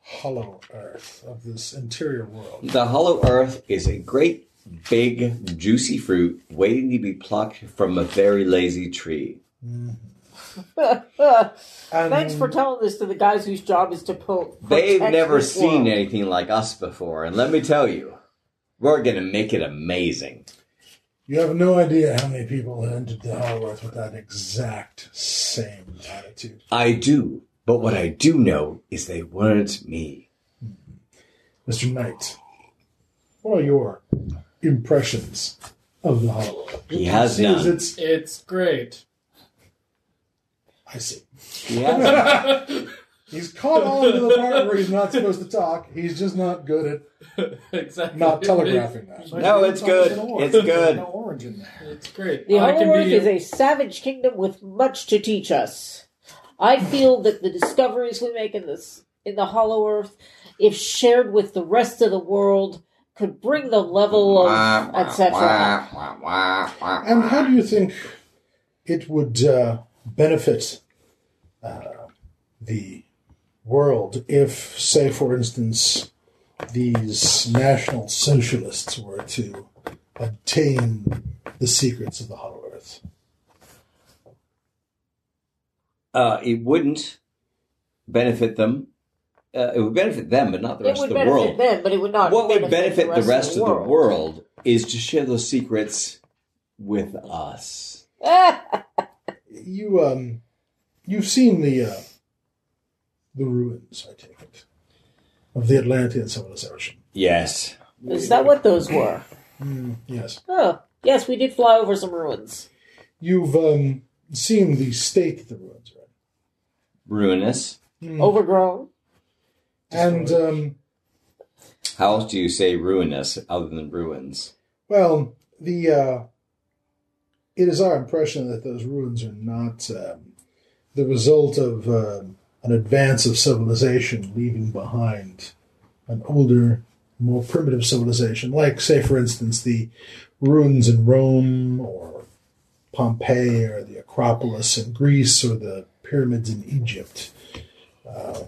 B: hollow earth of this interior world?
H: The hollow earth is a great, big, juicy fruit waiting to be plucked from a very lazy tree.
F: Thanks for telling this to the guys whose job is to pull.
H: They've
F: protect
H: never
F: this
H: seen
F: world.
H: anything like us before, and let me tell you, we're going to make it amazing.
B: You have no idea how many people entered the hollow earth with that exact same attitude.
H: I do, but what I do know is they weren't me.
B: Mr. Knight, what are your impressions of the hollow earth?
H: He has
B: See, is
H: none.
B: it's,
E: It's great. [LAUGHS]
B: I see.
H: He has none.
B: He's caught on to the part where he's not supposed to talk. He's just not good at
E: exactly.
B: not telegraphing that.
H: No, it's good. It's good.
I: No orange in there.
E: It's great.
F: The
E: I
F: Hollow
E: can
F: Earth
E: be
F: is a savage kingdom with much to teach us. I feel that the discoveries we make in this in the Hollow Earth, if shared with the rest of the world, could bring the level of etc.
B: And [LAUGHS] how do you think it would uh, benefit uh, the world if, say, for instance, these national socialists were to obtain the secrets of the Hollow Earth?
H: Uh, it wouldn't benefit them. Uh, it would benefit them, but not the
F: It
H: rest
F: would
H: of the
F: benefit
H: world.
F: them, but it would not.
H: what would benefit the rest of the
F: world.
H: world is to share those secrets with us.
B: You um, you've seen the uh, the ruins, I take it, of the Atlantean civilization.
H: Yes.
F: [LAUGHS] Is that what those were?
B: Yes.
F: Huh. Yes, we did fly over some ruins.
B: You've um, seen the state of the ruins, right?
H: Ruinous.
B: Hmm.
F: Overgrown.
B: And um,
H: How else do you say ruinous other than ruins?
B: well, the uh, it is our impression that those ruins are not um, the result of um an advance of civilization leaving behind an older, more primitive civilization, like say, for instance, the ruins in Rome or Pompeii or the Acropolis in Greece or the pyramids in Egypt. Uh,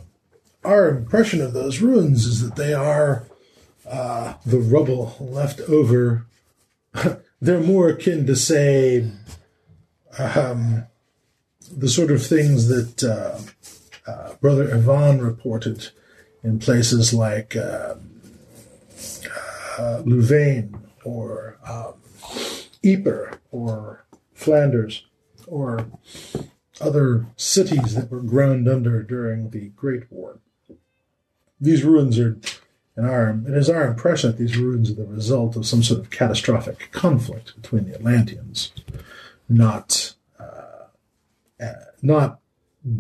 B: our impression of those ruins is that they are uh, the rubble left over, they're more akin to, say, um, the sort of things that uh, uh, Brother Ivan reported in places like um, uh, Louvain or um, Ypres or Flanders or other cities that were ground under during the Great War. These ruins are and our, it is our impression that these ruins are the result of some sort of catastrophic conflict between the Atlanteans, not uh, uh, not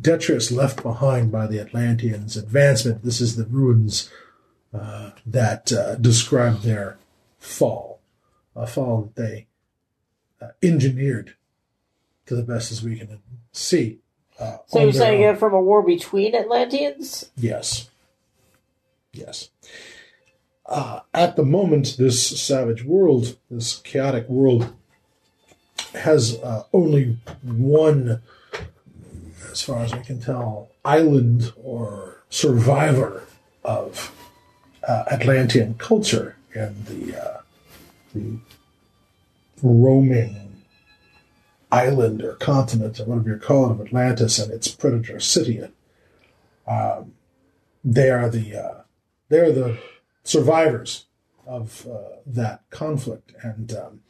B: detritus left behind by the Atlanteans' advancement. This is the ruins uh, that uh, describe their fall, a fall that they uh, engineered to the best as we can see. Uh,
F: So
B: on
F: you're
B: their
F: saying
B: own.
F: it from a war between Atlanteans?
B: Yes. Yes. Uh, at the moment, this savage world, this chaotic world, has uh, only one, as far as I can tell, island or survivor of uh, Atlantean culture and the, uh, the roaming island or continent or whatever you call it of Atlantis and its predator city, they are the uh, they are the survivors of uh, that conflict, and um,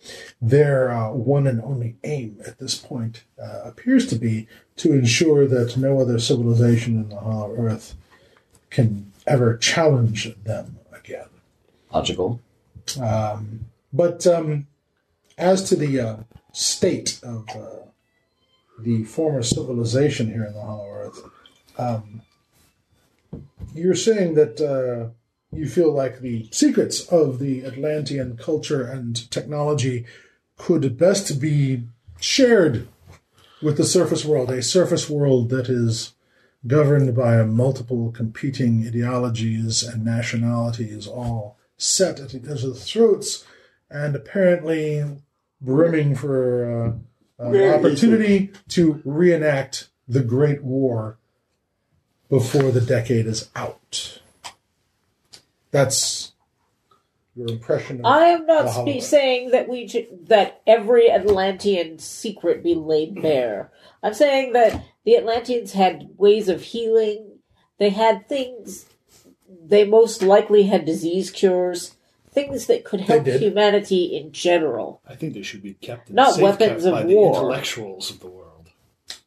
B: their uh, one and only aim at this point uh, appears to be to ensure that no other civilization in the Hollow Earth can ever challenge them again.
H: Logical.
B: But um, as to the uh, state of uh, the former civilization here in the Hollow Earth, um, you're saying that uh, you feel like the secrets of the Atlantean culture and technology could best be shared with the surface world, a surface world that is governed by multiple competing ideologies and nationalities, all set at each other's throats, and apparently brimming for uh, an opportunity to reenact the Great War before the decade is out. That's your impression. Of
F: I am
B: Hmm. the
F: not
B: Hollow
F: spe-
B: Earth.
F: saying that we j- that every Atlantean secret be
B: Hmm.
F: laid bare. I'm saying that the Atlanteans had ways of healing. They had things. They most likely had disease cures, things that could help
I: did.
F: humanity in general.
I: I think they should be kept in
F: Not
I: safe
F: weapons
I: kept
F: of
I: by
F: war.
I: the intellectuals of the world.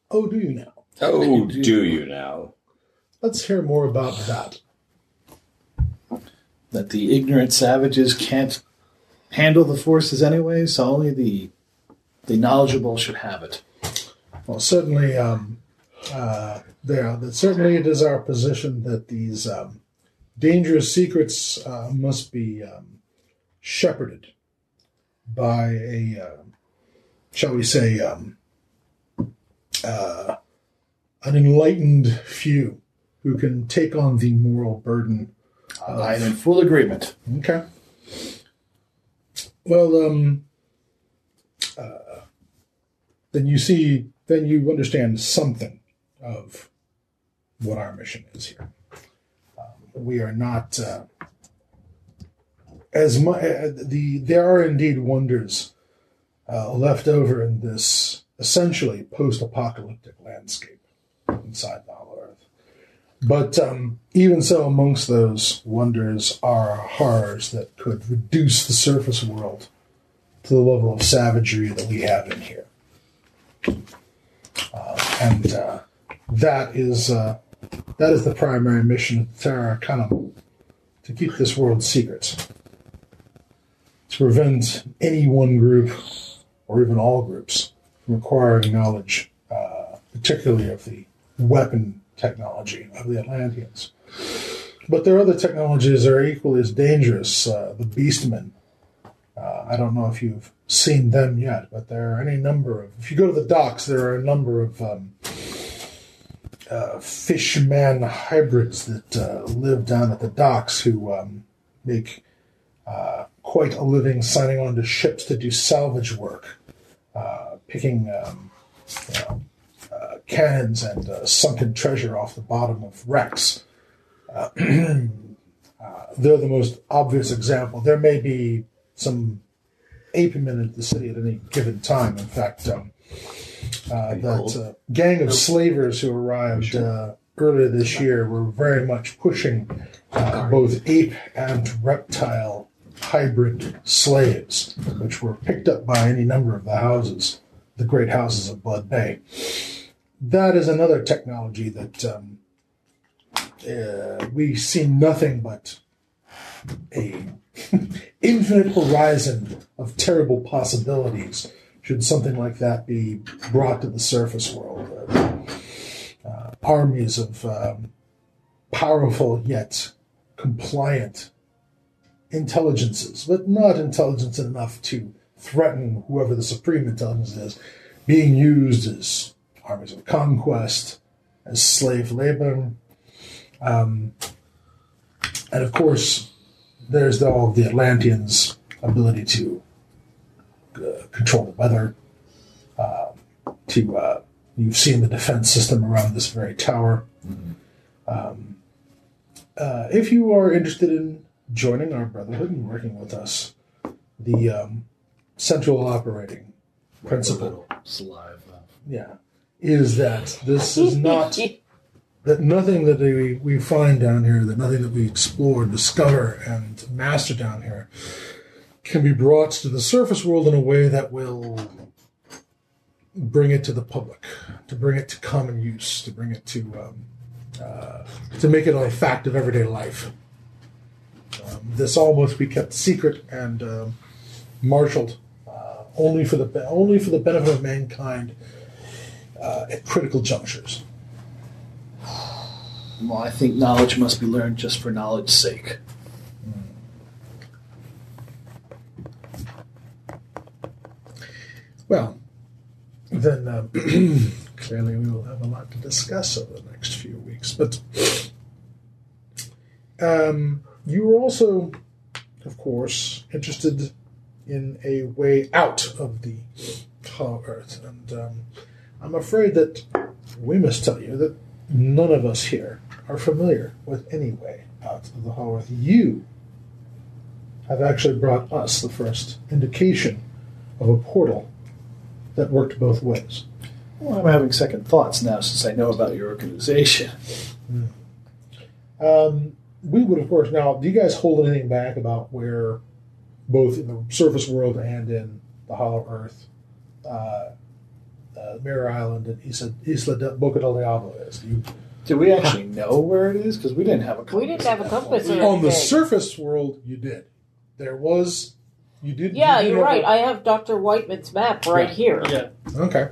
B: Oh, do you now?
H: Oh, do you now?
B: Let's hear more about that.
I: That the ignorant savages can't handle the forces anyway, so only the the knowledgeable should have it.
B: Well, certainly, um, uh, there. That certainly, it is our position that these um, dangerous secrets uh, must be um, shepherded by a, uh, shall we say, um, uh, an enlightened few who can take on the moral burden
I: I'm in full agreement.
B: Okay. Well, um, uh, then you see, then you understand something of what our mission is here. Um, we are not uh, as much. Uh, the there are indeed wonders uh, left over in this essentially post-apocalyptic landscape inside the Hollow Earth. But um, even so, amongst those wonders are horrors that could reduce the surface world to the level of savagery that we have in here. Uh, and uh, that is uh, that is the primary mission of Terra Arcanum to keep this world secret, to prevent any one group or even all groups from acquiring knowledge, uh, particularly of the weapon technology of the Atlanteans. But their other technologies are equally as dangerous. Uh, the Beastmen. Uh, I don't know if you've seen them yet, but there are any number of. If you go to the docks, there are a number of um, uh, fishman hybrids that uh, live down at the docks who um, make uh, quite a living signing on to ships to do salvage work, uh, picking um, cannons and uh, sunken treasure off the bottom of wrecks. [CLEARS THROAT] Uh, uh, they're the most obvious example. There may be some apemen in the city at any given time. In fact, um, uh, that uh, gang of slavers who arrived uh, earlier this year were very much pushing uh, both ape and reptile hybrid slaves, which were picked up by any number of the houses, the great houses of Blood Bay that is another technology that um, uh, we see nothing but a [LAUGHS] infinite horizon of terrible possibilities should something like that be brought to the surface world uh, uh, armies of um, powerful yet compliant intelligences but not intelligence enough to threaten whoever the supreme intelligence is being used as armies of conquest, as slave labor. Um, and of course, there's the, all of the Atlanteans' ability to uh, control the weather. Um, to uh, you've seen the defense system around this very tower. Um, uh, if you are interested in joining our brotherhood and working with us, the um, central operating principle
I: Saliva.
B: yeah, is that this
F: [LAUGHS]
B: is not that nothing that we, we find down here, that nothing that we explore, discover, and master down here can be brought to the surface world in a way that will bring it to the public, to bring it to common use, to bring it to um, uh, to make it a fact of everyday life. Um, this all must be kept secret and um, marshaled uh, only for the be- only for the benefit of mankind uh, at critical junctures.
I: Well, I think knowledge must be learned just for knowledge's sake.
B: Well, [CLEARS THROAT] then um, clearly we will have a lot to discuss over the next few weeks. weeks. But um, you were also, of course, interested in a way out of the Hollow Earth, and um, I'm afraid that we must tell you that none of us here are familiar with any way out of the Hollow Earth. You have actually brought us the first indication of a portal that worked both ways.
I: Well, I'm having second thoughts now since I know about your organization.
B: Um, we would, of course. Now, do you guys hold anything back about where, both in the surface world and in the Hollow Earth, uh, uh, Mirror Island and Isla, Isla de, Boca del Diablo is? Do you,
I: Do we actually know where it is? Because we didn't have a compass.
F: We didn't have a
I: at that
F: compass
I: point.
F: or-
B: on the
F: Okay.
B: surface world, you did. There was, you did. you
F: Yeah,
B: did
F: you're
B: have
F: right.
B: a-
F: I have Dr. Whiteman's map right here.
E: Yeah,
B: okay.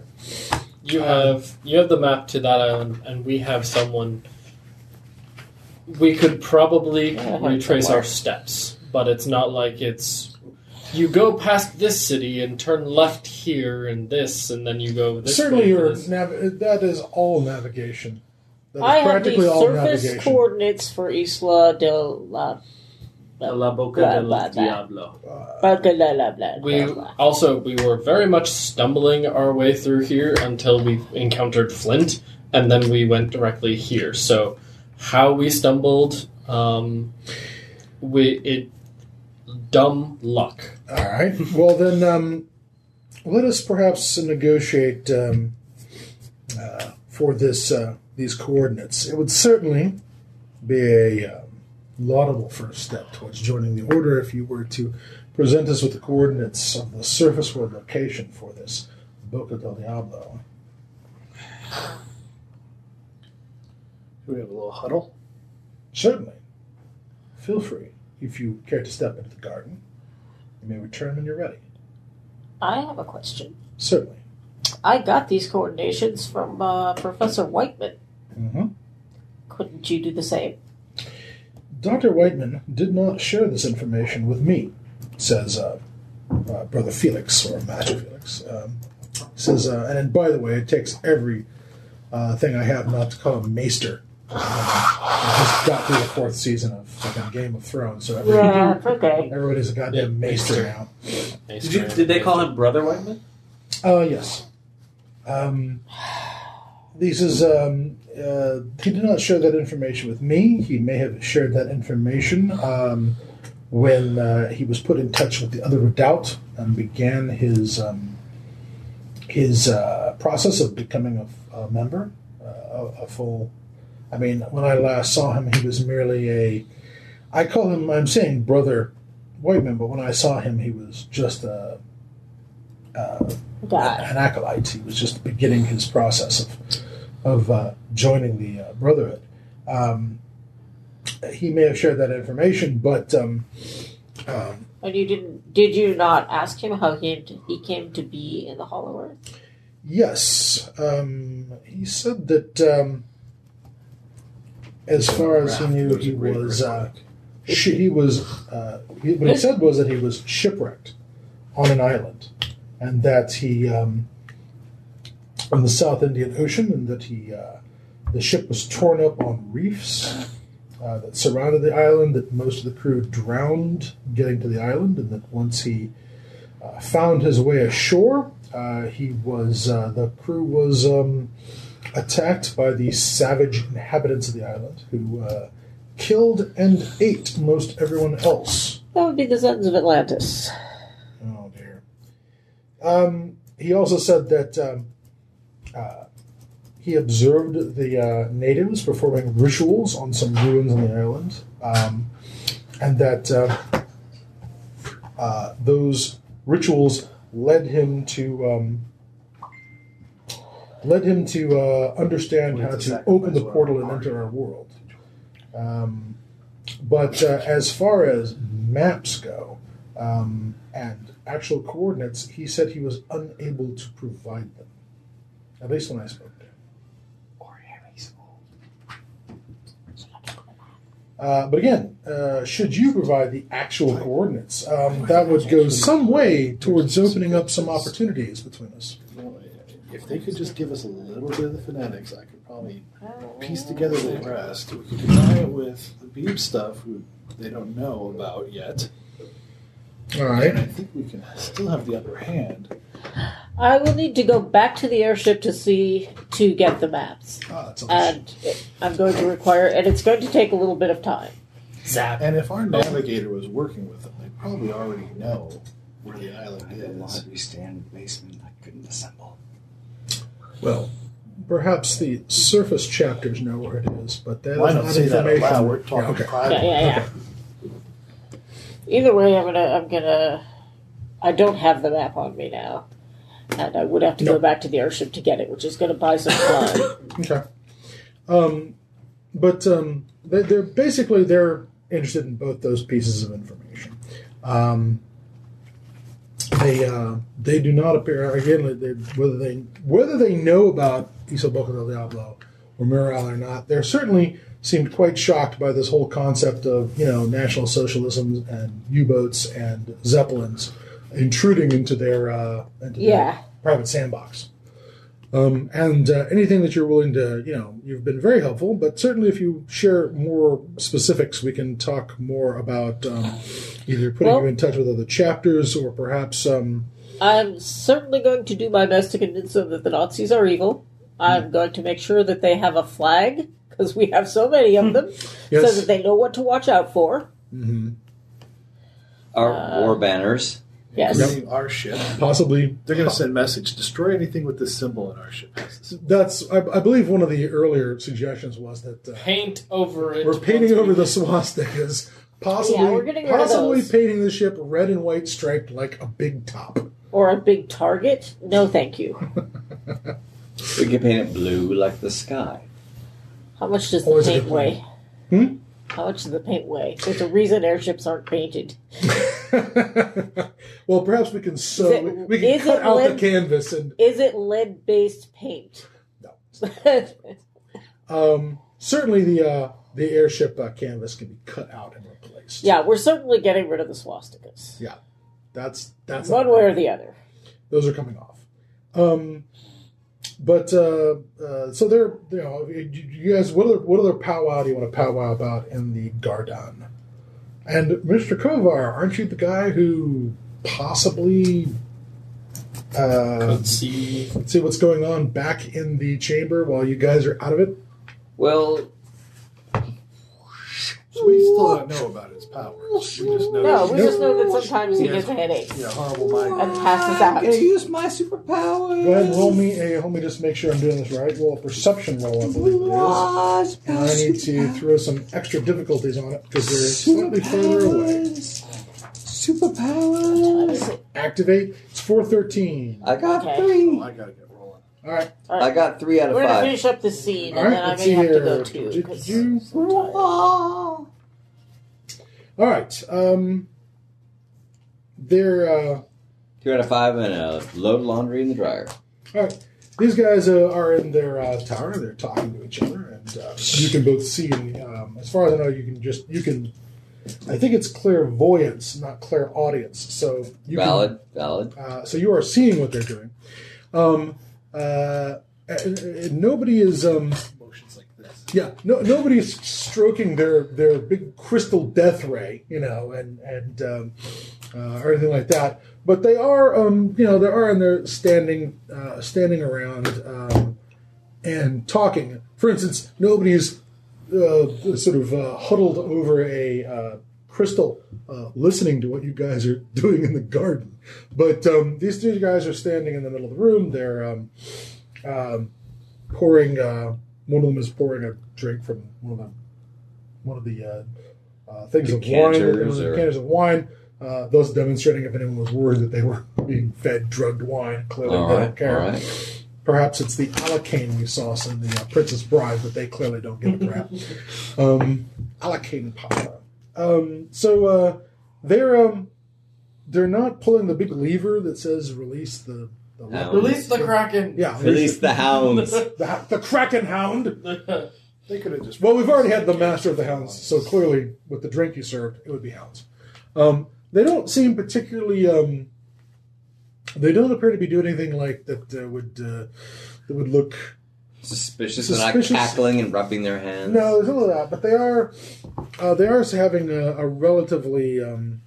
E: you have you have the map to that island, and we have someone. We could probably
F: Yeah, I have
E: retrace
F: somewhere.
E: our steps, but it's not like it's. You go past this city and turn left here and this, and then you go. This
B: Certainly,
E: way for
B: your
E: this.
B: nav- that is all navigation. That is
F: I have the
B: practically all
F: surface
B: navigation.
F: coordinates for Isla de la
G: La boca
F: Blah,
G: del
F: blah, blah.
G: diablo.
F: Boca la la blah,
E: We
F: blah, blah.
E: also we were very much stumbling our way through here until we encountered Flint, and then we went directly here. So, how we stumbled, um, we it dumb luck.
B: All right. Well, then, um, let us perhaps negotiate um, uh, for this uh, these coordinates. It would certainly be a um, laudable first step towards joining the order if you were to present us with the coordinates of the surface world location for this Boca del Diablo.
I: Do we have a little huddle?
B: Certainly. Feel free if you care to step into the garden. You may return when you're ready.
F: I have a question.
B: Certainly.
F: I got these coordinations from uh, Professor Whiteman.
B: Mm-hmm.
F: Couldn't you do the same?
B: Dr. Whiteman did not share this information with me, says uh, uh, Brother Felix, or Master Felix. Um, says, uh, and by the way, it takes every uh, thing I have not to call him Maester. I just got through the fourth season of fucking Game of Thrones, so everybody,
F: [LAUGHS] Yeah, it's [LAUGHS] okay.
B: everybody's a goddamn
E: Yeah,
B: Maester
E: Maester.
B: now.
G: Did, you, did they call him Brother Whiteman?
B: Uh, yes. Um, this is. Um, uh, he did not share that information with me. He may have shared that information um, when uh, he was put in touch with the other redoubt and began his um, his uh, process of becoming a, a member, uh, a, a full. I mean, when I last saw him, he was merely a. I call him. I'm saying brother, Whiteman, but when I saw him, he was just a
F: God.
B: an acolyte. He was just beginning his process of of uh, joining the uh, Brotherhood. Um, he may have shared that information, but um, um,
F: And you didn't? Did you not ask him how he came to, he came to be in the Hollow Earth?
B: yes, um, he said that um, as far as he knew, he was uh, sh- he was uh, he, what he said was that he was shipwrecked on an island, and that he um, on the South Indian Ocean, and that he uh, the ship was torn up on reefs uh, that surrounded the island. That most of the crew drowned getting to the island, and that once he uh, found his way ashore, uh, he was uh, the crew was. Um, Attacked by the savage inhabitants of the island, who uh, killed and ate most everyone else.
F: That would be the sons of Atlantis.
B: Oh dear. Um, he also said that um, uh, he observed the uh, natives performing rituals on some ruins on the island, um, and that uh, uh, those rituals led him to um, led him to uh, understand how to open the portal and enter our world. Um, but uh, as far as maps go, um, and actual coordinates, he said he was unable to provide them. At least when I spoke to him. Uh, but again, uh, should you provide the actual coordinates, um, that would go some way towards opening up some opportunities between us.
I: If they could just give us a little bit of the phonetics, I could probably
F: Uh,
I: piece together the rest. We could combine it with the Beeb stuff who they don't know about yet.
B: All
I: And
B: right.
I: I think we can still have the upper hand.
F: I will need to go back to the airship to see to get the maps,
I: Ah, that's awesome.
F: and it- I'm going to require, and it's going to take a little bit of time.
E: Zap.
I: And if
F: oh.
I: our navigator was working with them, they probably already know where the island
H: I had a
I: is.
H: laundry stand in the basement I couldn't assemble.
B: Well, perhaps the surface chapters know where it is, but that
I: Why
B: is
I: not
B: not
I: say that out
B: information.
I: loud? We're talking
B: Yeah, okay.
F: Yeah,
I: private.
F: yeah, yeah. Either way, I'm gonna, I'm gonna, I don't have the map on me now, and I would have to go
B: No.
F: back to the airship to get it, which is going to buy some time.
B: Okay. Um, but um, they, they're basically they're interested in both those pieces of information. Um, they uh, they do not appear again they, whether they whether they know about Isoboca del Diablo or Mural or not. They're certainly seemed quite shocked by this whole concept of you know national socialism and U-boats and zeppelins intruding into their uh, into
F: Yeah.
B: their private sandbox. Um, and uh, anything that you're willing to, you know, you've been very helpful, but certainly if you share more specifics, we can talk more about um, either putting
F: Well-
B: you in touch with other chapters or perhaps. Um,
F: I'm certainly going to do my best to convince them that the Nazis are evil. I'm going to make sure that they have a flag because we have so many of them, so
B: yes.
F: that they know what to watch out for.
B: Mhm.
H: Our
F: Uh,
H: war banners.
F: Yes.
I: Really, Our ship.
B: Possibly.
I: They're going to send message. Destroy anything with this symbol in our ship. has this.
B: That's, I, I believe, one of the earlier suggestions was that uh,
E: Paint over it.
B: we're painting
E: once
B: over
E: we-
B: the swastikas, possibly,
F: Yeah, we're getting rid of
B: possibly
F: those.
B: painting the ship red and white striped like a big top. [LAUGHS]
F: Or a big target? No, thank you.
H: We can paint it blue like the sky.
F: How much does the
B: Always a Hmm?
F: paint
B: good plan.
F: weigh? How much does the paint weigh? There's a reason airships aren't painted.
B: well, perhaps we can sew.
F: it-
B: we, we can
F: is
B: cut
F: it
B: out the
F: lin-
B: canvas and
F: Is it lead based paint?
B: No.
F: okay.
B: Um, certainly, the uh, the airship uh, canvas can be cut out and replaced.
F: [LAUGHS] Yeah, we're certainly getting rid of the swastikas.
B: that's that's
F: One way or the other.
B: Those are coming off. Um, but uh, uh, so they're you know you you guys what other what other powwow do you want to powwow about in the Gardan? And Mr. Kovar, aren't you the guy who possibly uh,
E: Let's see.
B: see what's going on back in the chamber while you guys are out of it?
H: Well,
I: So we still don't know about its powers. We just know
F: No,
B: Nope.
F: we just know that sometimes he
I: Yes.
F: gets a headache
I: Yeah, horrible mind.
F: and passes out.
H: use my superpower.
B: Go ahead, and roll me a. Let me just make sure I'm doing this right. Roll a perception roll, I believe it is. And I need to throw some extra difficulties on it because they're slightly further away.
H: Superpowers.
B: Activate. It's 413.
H: I got
F: Okay.
H: three.
I: Oh, I gotta get rolling.
B: All right.
H: I got three out of
F: We're gonna
H: five.
F: finish up the scene,
B: All
F: and
B: right.
F: then I
B: Let's
F: may
B: see
F: have to
B: here.
F: go too. 'cause
B: Do-do-do.
F: I'm tired.
B: All right. Um, they're. Uh,
H: Two out of five and a load of laundry in the dryer.
B: All right. These guys uh, are in their uh, tower. They're talking to each other, and uh, you can both see. Um, as far as I know, you can just you can. I think it's clairvoyance, not clairaudience. So you can
H: Valid, valid.
B: Uh, so you are seeing what they're doing. Um, uh, and- and nobody is. Um,
I: Motions like this.
B: yeah, no, nobody is stroking their, their big crystal death ray, you know, and and um, uh, or anything like that. But they are, um, you know, they are and they're standing uh, standing around um, and talking. For instance, nobody is uh, sort of uh, huddled over a uh, crystal, uh, listening to what you guys are [LAUGHS] doing in the garden. But um, these two guys are standing in the middle of the room. They're um, um, pouring. Uh, one of them is pouring a drink from one of the one of the uh, uh, things of wine.
H: Decanters
B: It was
H: or-
B: decanters of wine. Uh, thus demonstrating if anyone was worried that they were being fed drugged wine. Clearly,
H: All
B: they
H: right,
B: don't care.
H: all right.
B: Perhaps it's the alacane sauce in the uh, Princess Bride, but they clearly don't give a crap. um, alacane pasta. Um, so uh, they're um, they're not pulling the big lever that says release the, the
H: Hound.
B: lever.
E: Release the kraken.
B: Yeah,
H: Release
B: release
H: the
B: [LAUGHS]
H: hounds.
B: the, the Kraken Hound.
I: They could have just.
B: Well, we've already had the Master of the Hounds, so clearly with the drink you served, it would be hounds. Um, they don't seem particularly um, They don't appear to be doing anything like that uh, would uh, that would look
H: Suspicious,
B: Suspicious.
H: and not cackling and rubbing their hands.
B: No, there's none of that. But they are uh, they are having a, a relatively um,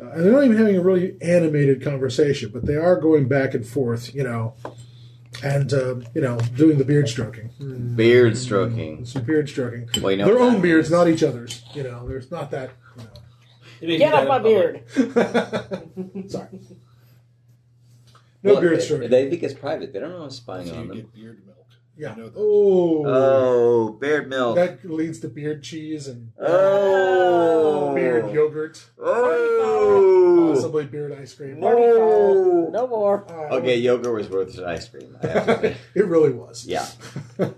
B: uh, and they're not even having a really animated conversation, but they are going back and forth, you know, and uh, you know, doing the beard stroking,
H: Beard stroking.
B: some beard stroking,
H: Well, you know
B: their
H: what
B: own
H: that
B: beards,
H: means.
B: not each other's. You know, there's not that. You
F: Get off my beard.
B: [LAUGHS] know. Sorry. No
H: Well,
B: beard
H: they-
B: stroking.
H: They think it's private. They don't know I'm spying
D: So
H: on
D: you
H: them.
D: get beard milk.
B: yeah.
D: I know that.
B: Oh.
H: Oh, beard milk.
B: that leads to beard cheese and
H: oh,
B: beard yogurt,
H: Oh,
B: possibly beard ice cream.
H: no.
F: No more.
B: Uh,
H: Okay, yogurt was worth an ice cream. I have to
B: [LAUGHS]
H: admit.
B: It really was.
H: yeah,
B: [LAUGHS]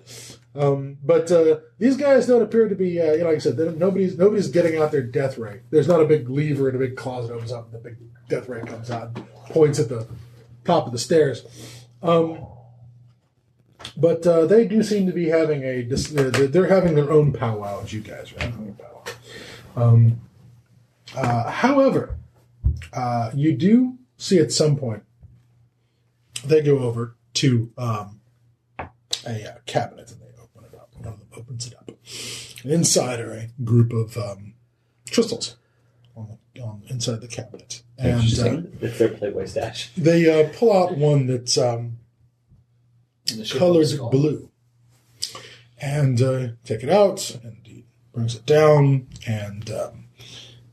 B: Um, but uh, these guys don't appear to be, uh, you know, like I said, they don't- nobody's nobody's getting out their death ray. There's not a big lever and a big closet opens up and the big death ray comes out, and points at the top of the stairs. Um, but uh, they do seem to be having a, dis- uh, they're, they're having their own powwow, as you guys are having a powwow. Um, uh, however, uh, you do see at some point they go over to um, a uh, cabinet and they open it up. One of them opens it up. And inside are a group of um, crystals on the, on inside the cabinet, and uh,
G: It's their Playboy stash.
B: they uh, pull out one that's um,
I: In the shape of a
B: colored
I: skull.
B: blue, and uh, take it out, and he brings it down, and um,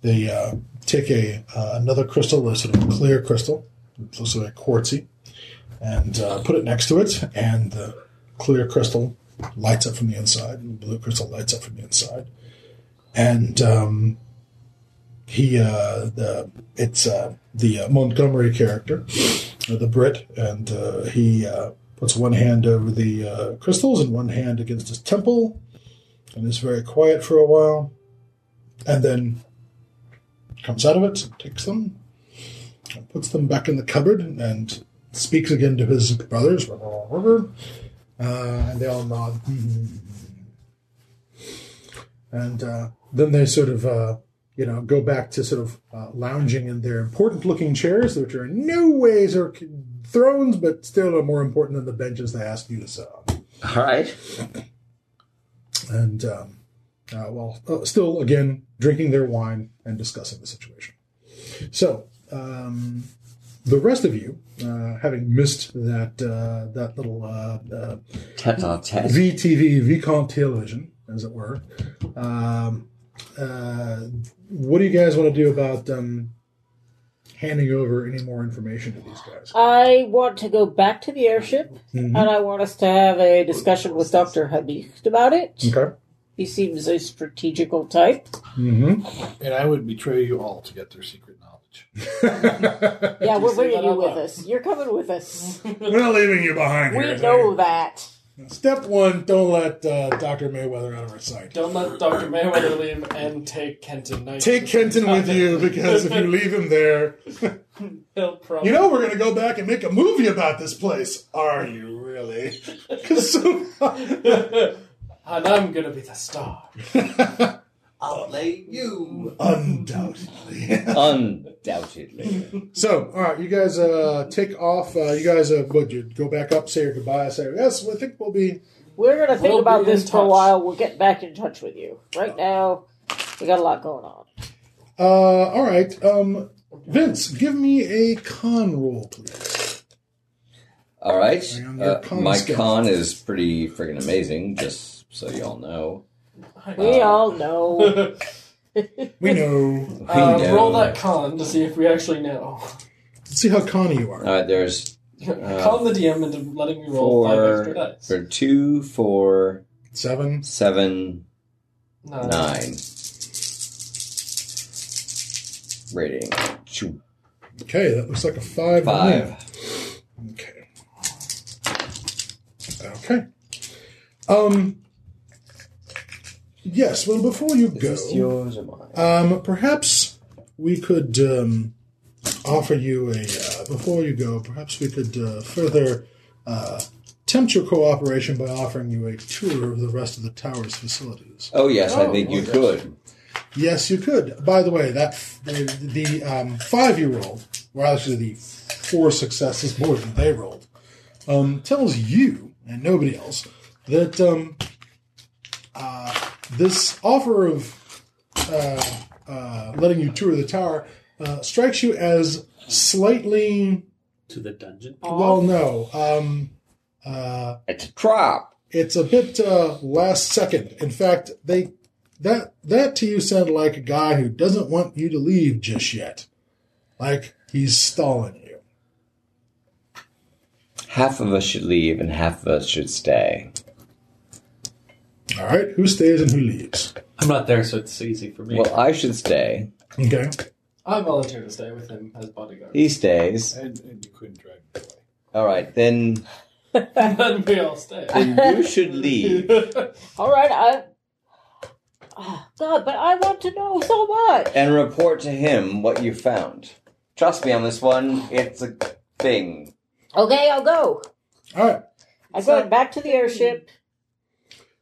B: they uh, take a uh, another crystal, a sort of clear crystal, it looks like quartzy, and uh, put it next to it, and the clear crystal lights up from the inside, and the blue crystal lights up from the inside, and um, he uh, the it's uh, the uh, Montgomery character, uh, the Brit, and uh, he uh, puts one hand over the uh, crystals and one hand against his temple, and is very quiet for a while, and then comes out of it, takes them, and puts them back in the cupboard, and speaks again to his brothers, uh, and they all nod. Mm-hmm. And uh, then they sort of, uh, you know, go back to sort of uh, lounging in their important looking chairs, which are in no ways are thrones, but still are more important than the benches they asked you to sit on.
H: all right.
B: And um, uh, while uh, still, again, drinking their wine and discussing the situation. So, um, the rest of you, uh, having missed that uh, that little uh, uh,
H: Tete a tete.
B: VTV, Vicom television, as it were. Um, uh, what do you guys want to do about um, handing over any more information to these guys?
F: I want to go back to the airship,
B: Mhm.
F: and I want us to have a discussion with Dr. Habicht about it.
B: Okay.
F: He seems a strategical type.
B: Mm-hmm.
I: And I would betray you all to get their secret knowledge.
F: Yeah,
I: you
F: we're
I: say
F: bringing
I: that
F: you
I: out
F: with
I: loud?
F: us. You're coming with us.
B: [LAUGHS] We're not leaving you behind
F: We
B: here.
F: know that.
B: Step one: don't let uh, Dr. Mayweather out of our sight.
E: [LAUGHS] Don't let Dr. Mayweather leave and take Kenton Knight.
B: Take Kenton with you because if you leave him there,
E: [LAUGHS]
B: [LAUGHS]
E: He'll probably.
B: you know we're going to go back and make a movie about this place. Are you really? [LAUGHS] 'Cause so
E: [LAUGHS] and I'm gonna be
I: [LAUGHS]
E: the star.
G: [LAUGHS] I'll play you.
B: undoubtedly. [LAUGHS]
H: Undoubtedly.
B: So, all right, you guys uh, take off. Uh, you guys, uh, would you go back up, say your goodbye, say yes? I think we'll be.
F: We're going to think
E: We'll be
F: about
E: in
F: this for a
E: touch.
F: while. We'll get back in touch with you. Right now, we got a lot going on.
B: Uh, all right, um, Vince, give me a con roll, please.
H: All right.
B: Hang on, your
H: Uh,
B: con
H: my
B: skill.
H: con is pretty friggin' amazing. Just so y'all know.
F: We
H: Uh,
F: all
E: [LAUGHS]
F: know.
B: We know.
H: We
E: Uh,
H: know.
E: roll that con to see if we actually know.
B: Let's see how conny you are.
H: All right. There's
I: Uh,
E: [LAUGHS] con the DM into letting me roll five extra
H: four
E: dice.
H: for two, four,
B: Seven.
H: seven,
E: Nine.
H: nine. Rating Choo.
B: Okay, that looks like a five. to me.
H: five.
B: Okay. Okay. Um. Yes. Well, before you go,
H: yours or mine?
B: Um, perhaps we could um, offer you a uh, before you go. Perhaps we could uh, further uh, tempt your cooperation by offering you a tour of the rest of the tower's facilities.
H: Oh yes, I think
B: Oh,
H: you
B: yes.
H: could.
B: Yes, you could. By the way, that the, the um, five-year-old, or actually the four successes more than they rolled, um, tells you and nobody else that um, uh, this offer of uh, uh, letting you tour the tower uh, strikes you as slightly.
J: To the dungeon.
B: Well, no. Um, uh,
H: It's a trap.
B: it's a bit uh, last second. In fact, they that that to you sounded like a guy who doesn't want you to leave just yet, like he's stalling you.
H: Half of us should leave and half of us should stay.
B: All right, who stays and who leaves?
G: I'm not there, so it's easy for me.
H: Well, I should stay.
B: Okay,
E: I volunteer to stay with him as bodyguard. [LAUGHS]
H: He stays.
D: And, and you couldn't drive me away.
H: All right, then,
E: then we all stay. [LAUGHS]
H: then
F: [LAUGHS]
H: you should leave.
F: All right, I. Oh, God, but I want to know so much.
H: and report to him what you found. Trust me on this one, it's a thing.
F: Okay, I'll go.
B: all right.
F: I'm going back to the airship.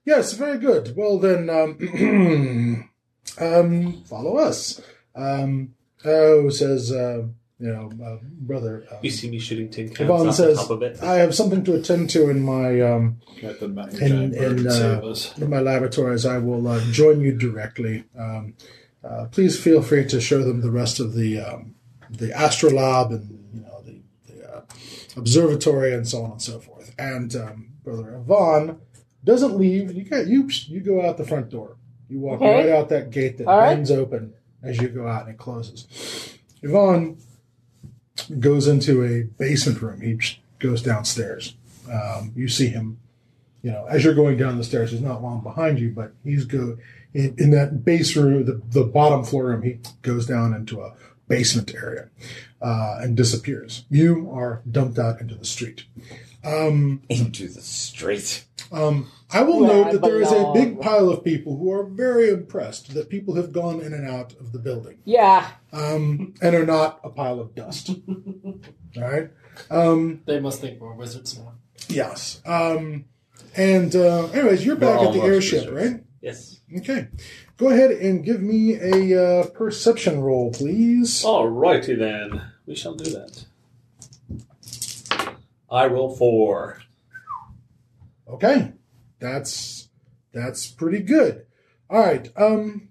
B: Yes, very good. Well then, um, [CLEARS THROAT] um, follow us. Um, oh, says uh, you know, uh, brother. Um,
G: you see me shooting tin cans
B: Yvonne
G: off
B: says,
G: the top of it.
B: I have something to attend to in my um,
I: Got the mountain
B: And-
I: giant bird
B: and,
I: to
B: uh,
I: save us.
B: in my laboratories, I will uh, join you directly. Um, uh, please feel free to show them the rest of the um, the astrolabe and you know the, the uh, observatory and so on and so forth. And um, Brother Yvonne doesn't leave. You got you you go out the front door. You walk
F: Okay.
B: right out that gate that
F: All right.
B: bends open as you go out and it closes. Yvonne goes into a basement room. He just goes downstairs. Um, you see him you know, as you're going down the stairs, he's not long behind you, but he's go in, in that base room, the, the bottom floor room. He goes down into a basement area uh, and disappears. You are dumped out into the street.
H: Into the street.
B: Um, I will
F: Where
B: note
F: I
B: that there is a
F: belong.
B: big pile of people who are very impressed that people have gone in and out of the building
F: Yeah.
B: um, and are not a pile of dust. All right. Um,
E: They must think we're wizards now.
B: yes. Um, and uh, anyways, you're back at the
C: almost
B: airship,
C: wizards.
B: right?
G: Yes.
B: Okay. Go ahead and give me a uh, perception roll, please.
G: Alrighty then. We shall do that. I roll four.
B: Okay. That's that's pretty good. All right. Um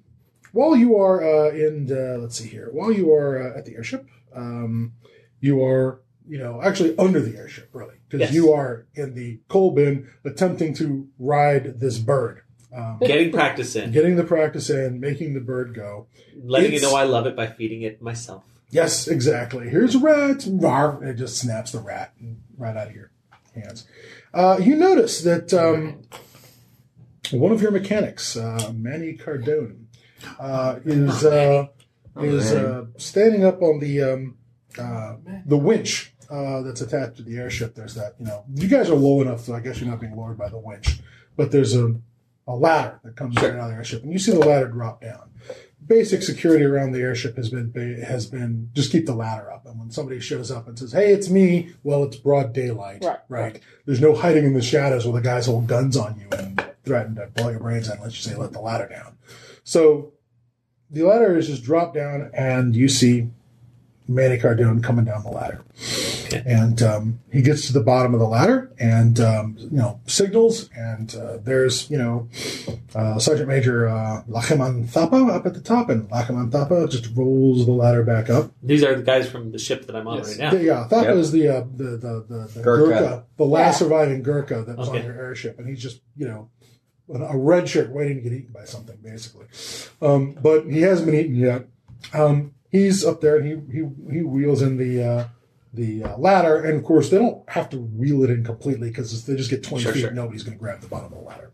B: while you are uh, in uh, let's see here. While you are uh, at the airship, um you are, you know, actually under the airship really because
G: Yes.
B: you are in the coal bin attempting to ride this bird. Um,
G: Getting practice in.
B: getting the practice in, making the bird go.
G: Letting you
B: It's-
G: know I love it by feeding it myself.
B: Yes, exactly. Here's a rat. Rawr, it just snaps the rat right out of your hands. Uh, you notice that um, one of your mechanics, uh, Manny Cardone, uh, is uh, is uh, standing up on the um, uh, the winch uh, that's attached to the airship. There's that you know you guys are low enough, so I guess you're not being lowered by the winch, but there's a a ladder that comes down out of the airship, and you see the ladder drop down. Basic security around the airship has been has been just keep the ladder up, and when somebody shows up and says, "Hey, it's me," well, it's broad daylight,
F: Right.
B: There's no hiding in the shadows where the guys hold guns on you and threaten to blow your brains out unless you say, "Let the ladder down." So the ladder is just dropped down, and you see Manny Cardone coming down the ladder. And um, he gets to the bottom of the ladder, and um, you know signals, and uh, there's you know uh, Sergeant Major uh, Lacheman Thapa up at the top, and Lacheman Thapa just rolls the ladder back up.
G: These are the guys from the ship that I'm on
E: Yes.
G: right
B: Yeah,
G: now.
B: yeah, Thapa
H: Yep.
B: is the, uh, the the the, the Gurkha.
H: Gurkha.
B: the last
F: Yeah.
B: surviving Gurkha that was on
G: Okay.
B: your airship, and he's just you know a- a red shirt waiting to get eaten by something, basically. Um, but he hasn't been eaten yet. Um, he's up there, and he he he wheels in the. Uh, the uh, ladder, and of course they don't have to wheel it in completely because they just get twenty
G: Sure,
B: feet.
G: sure.
B: Nobody's going to grab the bottom of the ladder.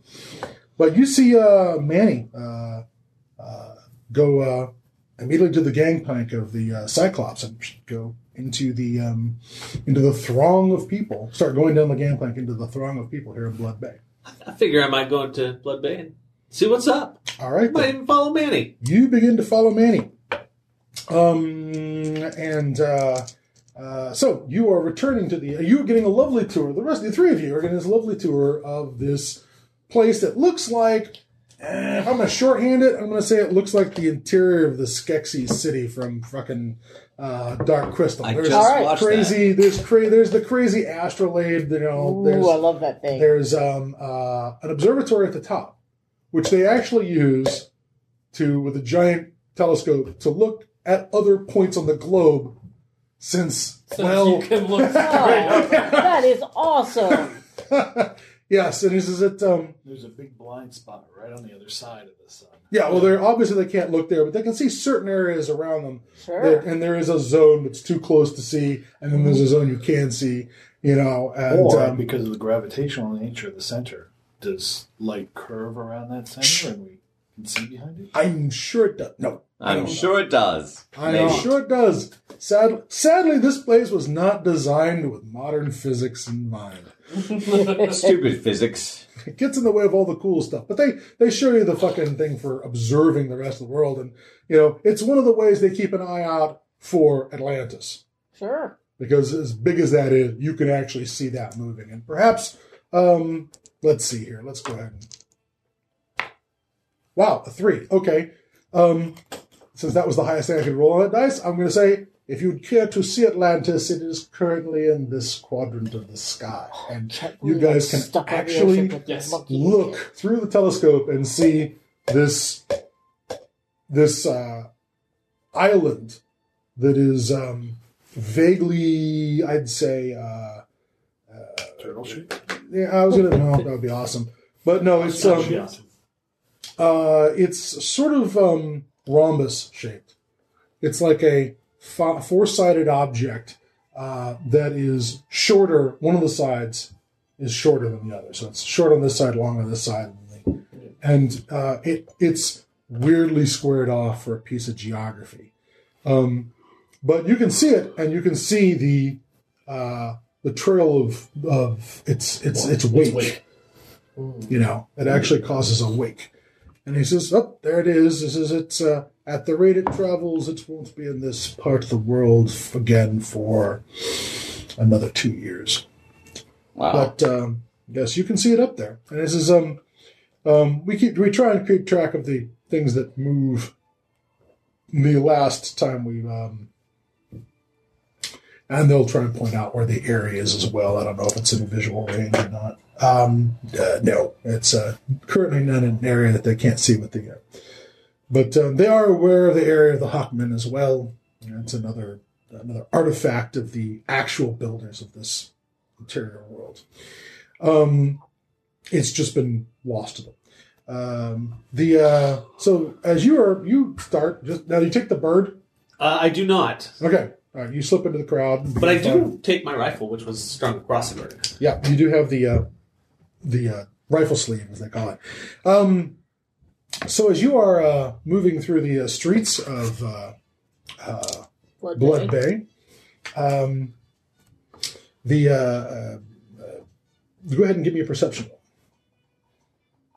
B: But you see uh, Manny uh, uh, go uh, immediately to the gangplank of the uh, Cyclops and go into the um, into the throng of people. Start going down the gangplank into the throng of people here in Blood Bay.
G: I figure I might go into Blood Bay and see what's up.
B: All right,
G: I
B: then.
G: might even follow Manny.
B: you begin to follow Manny. Um, and uh, uh, so you are returning to the. You are getting a lovely tour. The rest, the three of you, are getting this lovely tour of this place that looks like eh, if I'm gonna shorthand it, I'm gonna say it looks like the interior of the Skeksis city from fucking uh, Dark Crystal.
H: I
B: There's
H: just
F: All right.
H: watched
B: crazy. There's cra- There's the crazy astrolabe. You know. Oh, there's
F: Ooh, I love that thing.
B: there's um, uh, an observatory at the top, which they actually use to, with a giant telescope, to look at other points on the globe since,
E: So
B: well.
E: you can look.
B: [LAUGHS]
F: Oh, that is awesome.
B: yes, and this is at, um,
I: There's a big blind spot right on the other side of the sun.
B: yeah, well, they're obviously they can't look there, but they can see certain areas around them. There,
F: Sure.
B: and there is a zone that's too close to see, and then there's a zone you can see, you know. And,
I: or
B: um,
I: because of the gravitational nature of the center, does light curve around that center and we can see behind it?
B: I'm sure it does. No,
H: I'm sure it does.
B: I'm sure it does. Sad, sadly, this place was not designed with modern physics in mind.
H: Stupid physics.
B: It gets in the way of all the cool stuff. But they they show you the fucking thing for observing the rest of the world, and you know it's one of the ways they keep an eye out for Atlantis
F: Sure.
B: because as big as that is, you can actually see that moving. And perhaps, um, let's see here. Let's go ahead. And... Wow, a three. Okay. Um, since that was the highest thing I could roll on that dice, I'm going to say if you'd care to see Atlantis, it is currently in this quadrant of the sky. And you guys can
F: Stuck on the
B: actually
F: ocean with the
E: yes,
F: monkey.
B: look through the telescope and see this this uh, island that is um, vaguely, I'd say, uh,
I: Turtle shape?
B: yeah, I was gonna, no, that would be awesome, but no, it's um, uh, it's sort of um, rhombus shaped. It's like a four sided object uh, that is shorter. One of the sides is shorter than the other, so it's short on this side, long on this side, and the- and uh, it it's weirdly squared off for a piece of geography. Um, but you can see it, and you can see the uh, the trail of of its its its wake. You know, it actually causes a wake. And he says, "Oh, there it is. This is it's uh, at the rate it travels, it won't be in this part of the world f- again for another two years."
H: Wow.
B: But um, yes, you can see it up there. And this is um, um, we keep we try and keep track of the things that move. The last time we um, and they'll try and point out where the area is as well. I don't know if it's in visual range or not. Um, uh, no, it's uh, currently not an area that they can't see with the. Uh, but um, they are aware of the area of the Hawkmen as well. That's another another artifact of the actual builders of this interior world. Um, it's just been lost to them. Um, the uh, so as you are you start just now you take the bird.
G: Uh, I do not.
B: Okay, all right, you slip into the crowd.
G: But I do take my rifle, which was strung across the bird.
B: Yeah, you do have the uh, the uh, rifle sleeve, as they call it. Um, so as you are uh, moving through the uh, streets of uh,
F: Blood
B: Blood
F: Bay.
B: Bay, um, the uh, uh, uh, go ahead and give me a perception. roll.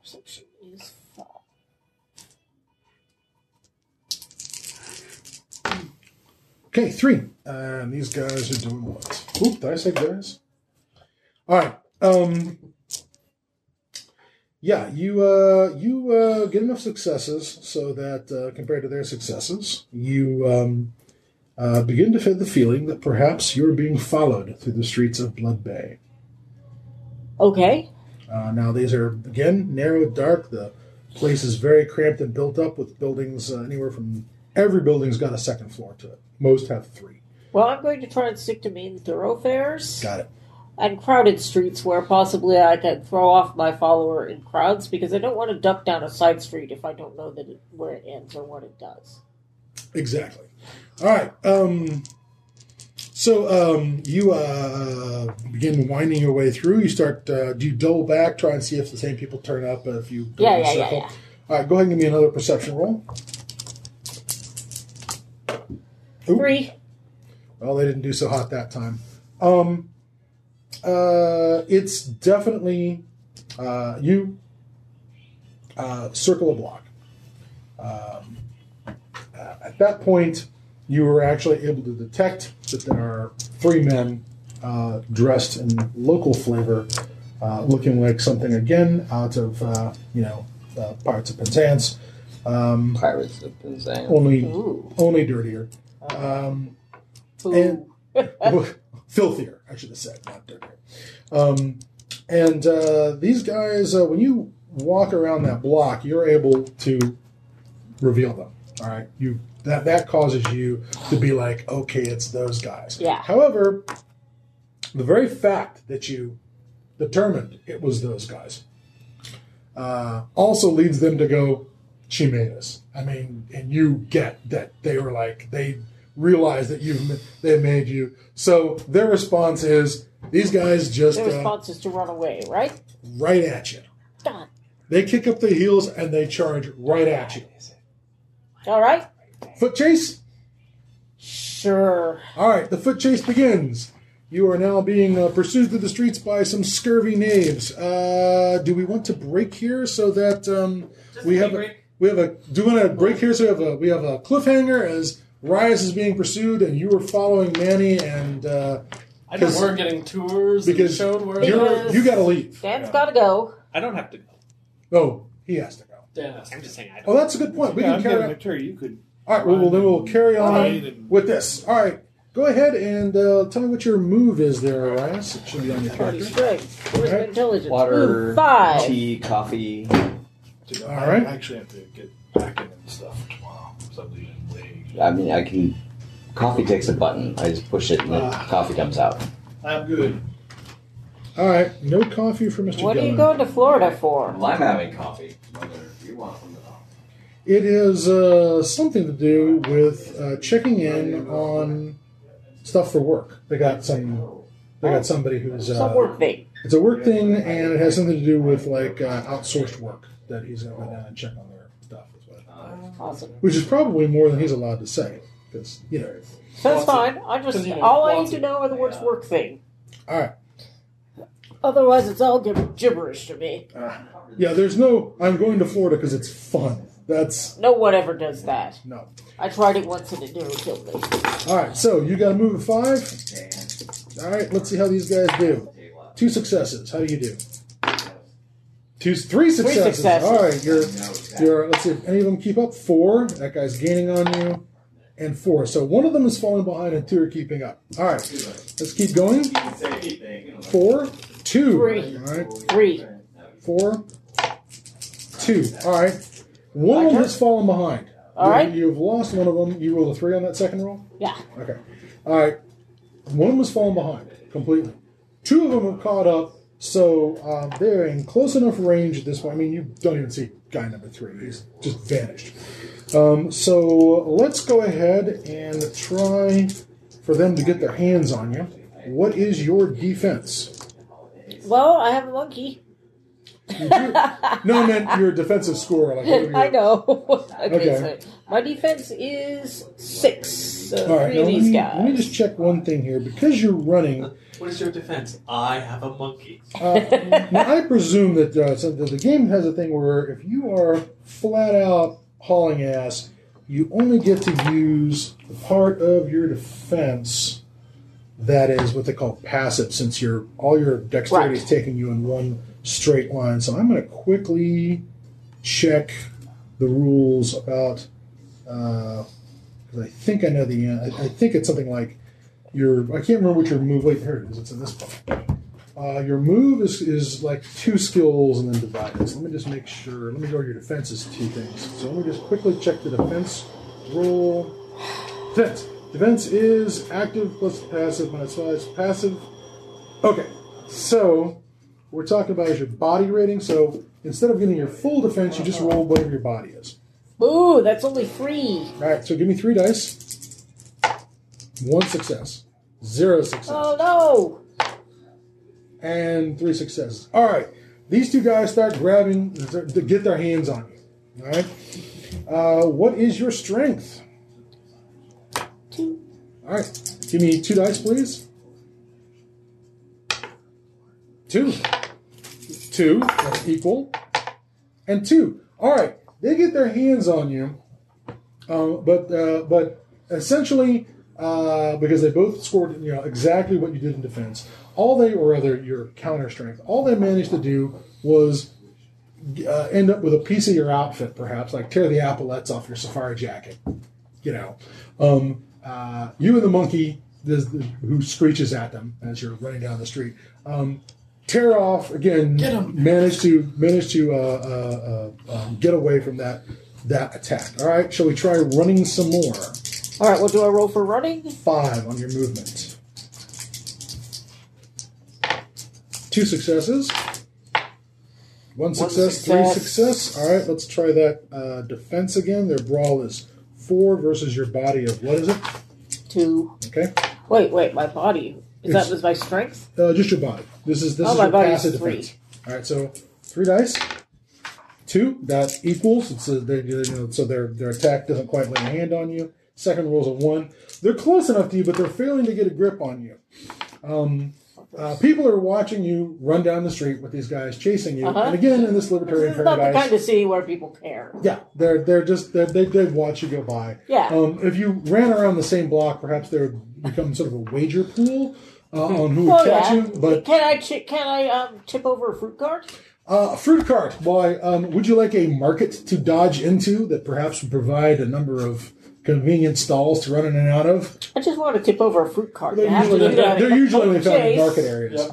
F: Perception is five.
B: Okay, three. And these guys are doing what? Oop, did I say guys? All right. Um, yeah, you uh, you uh, get enough successes so that uh, compared to their successes, you um, uh, begin to feel the feeling that perhaps you're being followed through the streets of Blood Bay.
F: Okay.
B: Uh, now these are again narrow, dark. The place is very cramped and built up with buildings uh, anywhere from every building's got a second floor to it. Most have three.
F: Well, I'm going to try and stick to main thoroughfares
B: Got it.
F: and crowded streets where possibly I can throw off my follower in crowds because I don't want to duck down a side street if I don't know that it, where it ends or what it does.
B: Exactly. All right. Um, so um, you uh, begin winding your way through. You start. Uh, do you double back, try and see if the same people turn up? Uh, if you go
F: Yeah,
B: in a
F: yeah, yeah,
B: circle?
F: yeah.
B: All right. Go ahead and give me another perception roll. Oop.
F: Three.
B: Well, they didn't do so hot that time. Um, uh, it's definitely uh, you uh, circle a block. Um, uh, at that point, you were actually able to detect that there are three men uh, dressed in local flavor, uh, looking like something again out of uh, you know uh, Pirates of Penzance. Um,
H: Pirates of Penzance.
B: only,
F: Ooh.
B: only dirtier. Um,
F: Ooh.
B: And- filthier, I should have said, not dirtier. Um, and uh, these guys, uh, when you walk around that block, you're able to reveal them. All right, you that that causes you to be like, okay, it's those guys.
F: Yeah.
B: However, the very fact that you determined it was those guys uh, also leads them to go, she made us. I mean, and you get that they were like they realize that you've they made you. So their response is these guys just
F: Their
B: uh,
F: response is to run away, right?
B: right at you.
F: God.
B: They kick up their heels and they charge right at you.
F: All right.
B: Foot chase.
F: Sure.
B: All right, the foot chase begins. You are now being uh, pursued through the streets by some scurvy knaves. Uh, do we want to break here so that um, we have a, we have a do we want to break here so we have a we have a cliffhanger as Rias is being pursued and you are following Manny and uh,
E: I know
B: Because-
E: we're getting tours
B: because
E: and showed where
B: you're, you got to leave.
F: Dan's got to go.
J: I don't have to go.
B: Oh, he has to go.
E: Dan asked.
J: I'm just saying I
B: Oh,
J: don't.
B: that's a good point. We
I: yeah,
B: can
I: I'm
B: carry
I: giving
B: on.
I: a tour. You could.
B: All right, well, well, then we'll carry on
I: Alright, and-
B: with this. All right, go ahead and uh, tell me what your move is there, Arias. It should be on your
F: Pretty
B: character.
F: straight. Charisma
B: Right.
F: intelligence.
H: Water,
F: Ooh, five.
H: tea, coffee.
I: To go.
B: All
I: I
B: right.
I: actually have to get packing and stuff for tomorrow, so I'm leaving late.
H: I mean, I can. Coffee takes a button. I just push it and the coffee comes out.
I: I'm good.
B: All right, no coffee for Mr.
F: What are you
B: Gillen.
F: going to Florida for?
A: Lime Abbey coffee. Whether you want from the
B: It is uh, something to do with uh, checking in on stuff for work. They got some. They got somebody who's
F: Some
B: uh,
F: work thing.
B: it's a work thing, and it has something to do with like uh, outsourced work that he's going to go down and check on their stuff, is what-
F: Awesome.
B: which is probably more than he's allowed to say because you know.
F: That's fine. I just
E: Because, you know,
F: all I need
E: lots
F: to
E: of-
F: know are the words work thing.
B: All right.
F: Otherwise, it's all gib- gibberish to me.
B: Yeah, there's no. I'm going to Florida because it's fun. That's
F: No one ever does that.
B: no.
F: I tried it once and it never killed me.
B: All right, so you got to move at five. All right, let's see how these guys do. Two successes. How do you do? Two, three successes.
F: successes.
B: All right, you're, you're. Let's see if any of them keep up. Four. That guy's gaining on you, and four. So one of them is falling behind, and two are keeping up. All right, let's keep going. Four, two.
F: Three.
B: All right,
F: Three.
B: four, two. All right, one of them has fallen behind.
F: All right.
B: You, have lost one of them. You rolled a three on that second roll.
F: Yeah.
B: Okay. All right. One of them has fallen behind completely. Two of them have caught up, so um, they're in close enough range at this point. I mean, you don't even see guy number three; he's just vanished. Um, so let's go ahead and try for them to get their hands on you. What is your defense?
F: Well, I have a monkey.
B: You do- no, I meant your defensive score. Like
F: [LAUGHS]
B: what are your-
F: I know. okay,
B: Okay.
F: so my defense is six. So
B: All right, now
F: three
B: let
F: of these
B: me,
F: guys.
B: let me just check one thing here because you're running.
G: What is your defense? I have a monkey.
B: Uh, now, I presume that uh, so the, the game has a thing where if you are flat out hauling ass, you only get to use the part of your defense that is what they call passive, since your all your dexterity is
F: Right.
B: taking you in one straight line. So I'm going to quickly check the rules about because I think I know the. an- I, I think it's something like your. I can't remember what your move. Wait, here it is. It's in this book. Uh, your move is, is like two skills and then divided. So let me just make sure. Let me go. Your defense is two things. So let me just quickly check the defense roll. Defense. Defense is active plus passive minus five. It's passive. Okay. So we're talking about is your body rating. So instead of getting your full defense, you just roll whatever your body is.
F: Ooh, that's only three.
B: All right, so give me three dice. One success, zero success,
F: Oh no!
B: and three successes. All right, these two guys start grabbing to get their hands on you. All right, uh, what is your strength?
F: Two.
B: All right, give me two dice, please. Two, two, that's equal, and two. All right, they get their hands on you, um, but uh, but essentially uh, because they both scored you know exactly what you did in defense. All they or rather your counter strength. All they managed to do was uh, end up with a piece of your outfit, perhaps, like tear the epaulets off your safari jacket. You know, um, uh, you and the monkey this, who screeches at them as you're running down the street. Um, tear off again.
I: Get 'em.
B: Manage to manage to uh, uh, uh, uh, get away from that that attack. All right, shall we try running some more?
F: All right, what do I roll for running?
B: Five on your movement. Two successes. One success,
F: success.
B: three success. All right, let's try that uh, defense again. Their brawl is four versus your body of what is it?
F: Two.
B: Okay,
F: Wait, wait, my body. Is
B: It's-
F: that was my strength?
B: uh, just your body. This is this
F: Oh,
B: is
F: my
B: your
F: body's
B: passive
F: three.
B: defense. All right, so three dice. Two that equals. It's a, they, you know, so their their attack doesn't quite lay a hand on you. Second roll's a one. They're close enough to you, but they're failing to get a grip on you. Uh, people are watching you run down the street with these guys chasing you,
F: Uh-huh.
B: and again in this libertarian
F: This is not the
B: paradise,
F: kind of city where people care.
B: yeah, they're they're just they're, they they watch you go by.
F: Yeah.
B: Um, if you ran around the same block, perhaps there would become sort of a wager pool uh, on who would
F: Oh
B: catch
F: yeah.
B: you. But
F: can I chi- can I um, tip over a fruit cart?
B: uh, fruit cart, boy, um, would you like a market to dodge into that perhaps would provide a number of convenient stalls to run in and out of?
F: I just want to tip over a fruit cart.
B: They're
F: You have to
B: usually,
F: do that in a
B: they're usually only found in
F: chase.
B: market areas.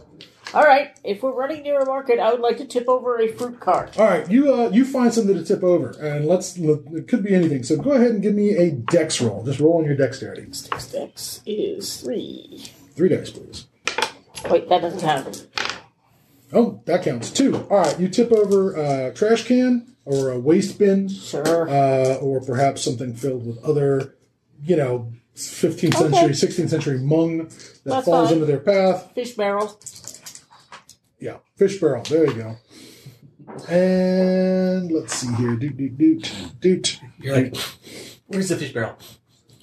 F: All right, if we're running near a market, I would like to tip over a fruit cart.
B: All right, you uh, you find something to tip over, and let's look, it could be anything. So go ahead and give me a dex roll. Just roll on your dexterity.
F: Six X is three.
B: Three dice, please.
F: Wait, that doesn't happen.
B: Oh, that counts two. All right, you tip over a trash can or a waste bin,
F: Sure.
B: uh, or perhaps something filled with other, you know, 15th century, 16th century mung that
F: That's
B: falls
F: fine.
B: into their path.
F: Fish barrel.
B: Yeah, fish barrel. There you go. And let's see here. Doot doot doot doot.
G: You're like, where's the fish barrel?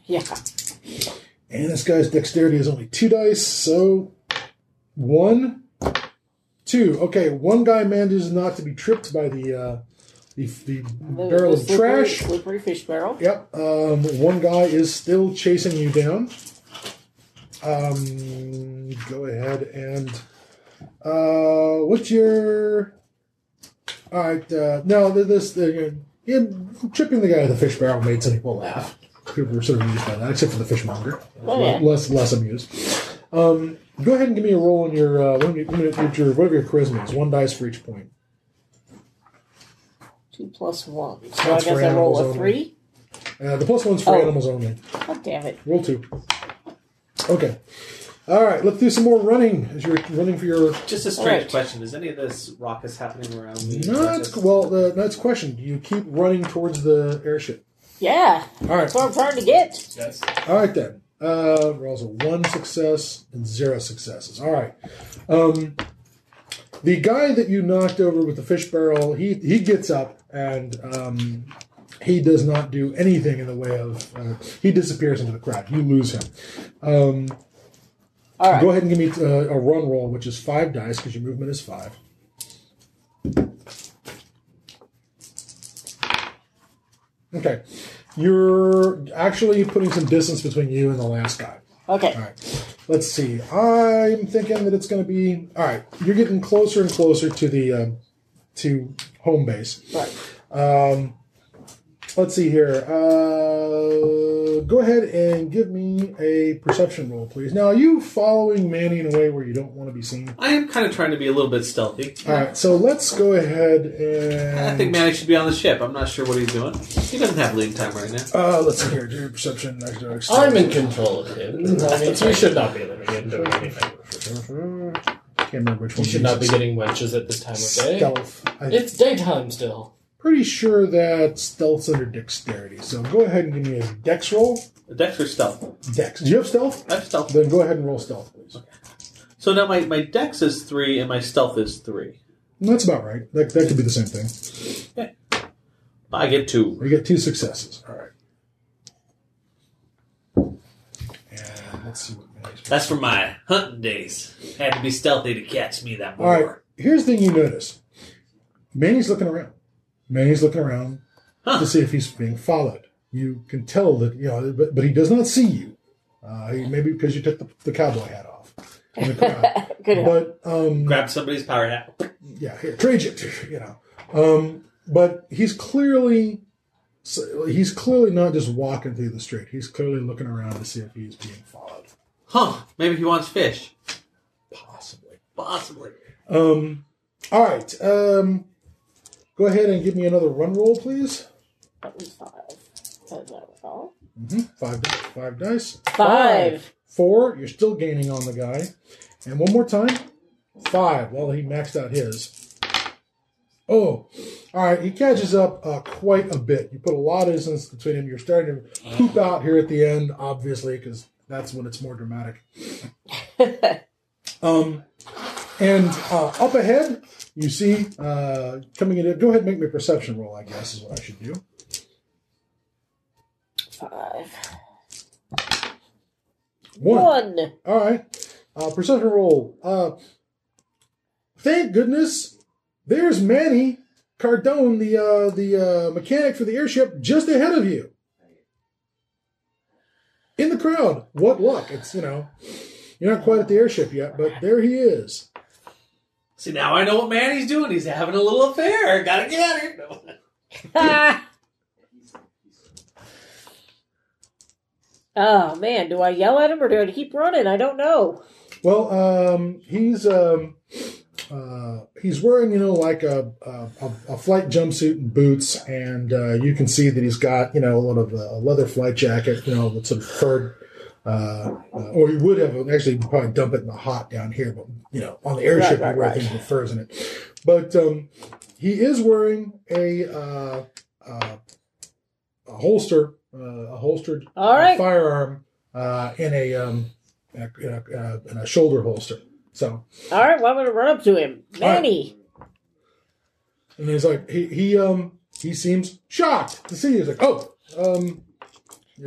F: Yeah.
B: And this guy's dexterity is only two dice, so one, two. Okay, one guy manages not to be tripped by the uh, the, the
F: The-
B: barrel
F: the
B: of
F: slippery-
B: trash.
F: Slippery fish barrel.
B: Yep. Um, one guy is still chasing you down. Um, go ahead and uh, what's your? All right. Uh, no, th- this uh, yeah, tripping the guy with the fish barrel made some people laugh. People were sort of amused by that, except for the fishmonger.
F: Oh, yeah.
B: Less less amused. Um, go ahead and give me a roll on your uh, one of your, one of your whatever your charisma is. One dice for each point.
F: Two plus one. So
B: That's
F: I guess
B: for
F: I roll
B: animals
F: a
B: only.
F: three.
B: Uh, the plus one's for
F: Oh.
B: animals only.
F: God damn it.
B: Roll two. Okay. All right. Let's do some more running. As you're running for your
G: Just a strange
F: Right.
G: question. Is any of this raucous happening around me?
B: not well, the that's question. You keep running towards the airship.
F: Yeah.
B: All right.
F: That's what I'm trying to get.
J: Yes.
B: All right then. Uh, rolls a one success and zero successes. All right. Um, the guy that you knocked over with the fish barrel, he he gets up and um, he does not do anything in the way of. Uh, he disappears into the crowd. You lose him. Um,
F: All right.
B: Go ahead and give me uh, a run roll, which is five dice because your movement is five. Okay, you're actually putting some distance between you and the last guy.
F: Okay.
B: All right, let's see. I'm thinking that it's going to be all right. You're getting closer and closer to the uh, to home base.
F: Right.
B: Um, let's see here. Uh, go ahead and give me a perception roll, please. Now, are you following Manny in a way where you don't want to be seen?
G: I am kind of trying to be a little bit stealthy.
B: All right, so let's go ahead and
G: I think Manny should be on the ship. I'm not sure what he's doing. He doesn't have lead time right now.
B: Uh, let's see here. Do your perception. athletics.
E: I'm in control of him. I mean, you should not be letting him do anything.
B: Can't remember which
E: You
B: one.
E: should not be
B: uses.
E: getting wenches at this time of day.
B: stealth. I'm
E: It's daytime still.
B: pretty sure that stealth's under dexterity. So go ahead and give me a dex roll.
G: The Dex or stealth?
B: Dex. Do you have stealth?
G: I have stealth.
B: Then go ahead and roll stealth, please.
G: So now my, my Dex is three and my stealth is three.
B: That's about right. That, that could be the same thing.
G: I get two.
B: We get two successes. All right. And let's see what Manny's
G: That's from my hunting days. Had to be stealthy to catch me that
B: All right. Here's the thing you notice. Manny's looking around. Manny's looking around
G: Huh.
B: to see if he's being followed. You can tell that you know, but, but he does not see you. Uh, he- maybe because you took the, the cowboy hat off. in the crowd.
F: Good.
B: but um,
G: Grab somebody's power hat.
B: yeah, here, trade it. You know, Um, but he's clearly so he's clearly not just walking through the street. He's clearly looking around to see if he's being followed.
G: Huh? Maybe he wants fish.
B: Possibly.
G: Possibly.
B: Um, all right. Um, go ahead and give me another run roll, please.
F: That was five. So that was all.
B: hmm Five, di- five dice.
F: Five.
B: Four. You're still gaining on the guy. And one more time. Five. Well, he maxed out his. Oh, all right. He catches up uh, quite a bit. You put a lot of distance between him. You're starting to poop out here at the end, obviously, because that's when it's more dramatic. um, and uh, up ahead, you see uh, coming in. Go ahead, and make me a perception roll. I guess is what I should do.
F: Five.
B: One.
F: One.
B: All right. Uh, perception roll. Uh, thank goodness, there's Manny Cardone, the uh, the uh, mechanic for the airship, just ahead of you. In the crowd. What luck! It's you know, you're not quite at the airship yet, but there he is.
G: See, now I know what Manny's doing. He's having a little affair. Gotta get out of here. No.
F: [LAUGHS] Ah. Oh man, do I yell at him or do I keep running? I don't know.
B: Well, um, he's um, uh, he's wearing you know like a a, a- a flight jumpsuit and boots, and uh, you can see that he's got you know a lot of uh, a leather flight jacket, you know, with sort of furred. Uh, uh, or you would have actually you'd probably dump it in the hot down here, but you know on the airship
F: Right, right,
B: you wear
F: right.
B: things with furs in it. But um, he is wearing a uh, uh, a holster, uh, a holstered
F: All right.
B: firearm uh, in a um, in a, in a, uh, in a shoulder holster. So,
F: All right, well I'm gonna run up to him, Manny.
B: and he's like, he he um he seems shocked to see you. He's like, oh, um,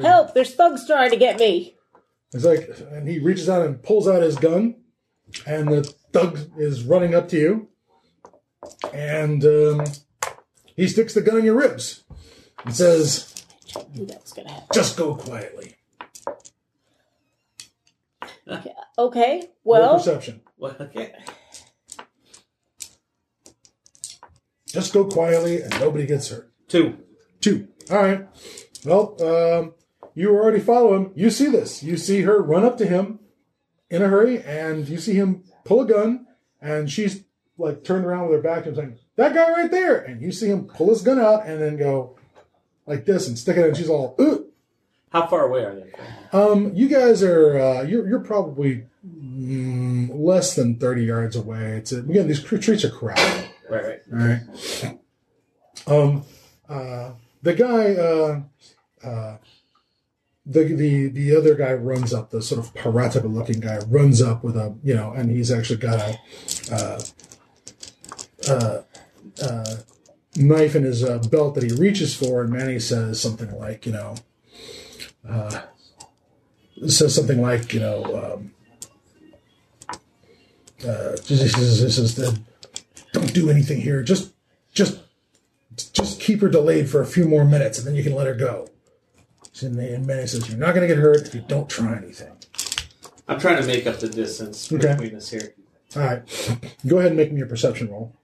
F: Help! There's thugs trying to get me.
B: he's like, and he reaches out and pulls out his gun, and the thug is running up to you, and um, he sticks the gun in your ribs, and says,
F: I knew that was gonna happen.
B: just go quietly.
F: Okay,
B: Roll
F: well,
B: perception.
G: [LAUGHS] Well, okay.
B: Just go quietly, and nobody gets hurt.
G: Two.
B: Two. All right. Well, um, you already follow him. You see this. You see her run up to him in a hurry, and you see him pull a gun, and she's like turned around with her back to him, saying, "That guy right there." And you see him pull his gun out and then go like this and stick it, and she's all, "Ooh."
G: How far away are they?
B: Um, you guys are uh, you're you're probably mm, less than thirty yards away. It's a, again these cr- trees are crowded.
G: Right, right.
B: All right. Um, uh, the guy, uh, uh, the the the other guy runs up. The sort of piratical looking guy runs up with a you know, and he's actually got a uh, uh, uh, knife in his uh, belt that he reaches for, and Manny says something like you know. Uh, says something like, you know, um, uh, this is, this is the, don't do anything here. Just, just, just keep her delayed for a few more minutes, and then you can let her go. And the and Manny says, "You're not going to get hurt if you don't try anything."
G: I'm trying to make up the distance
B: Okay.
G: between
E: [LAUGHS]
G: us here.
B: All right, [SNIFFS] go ahead and make me a perception roll.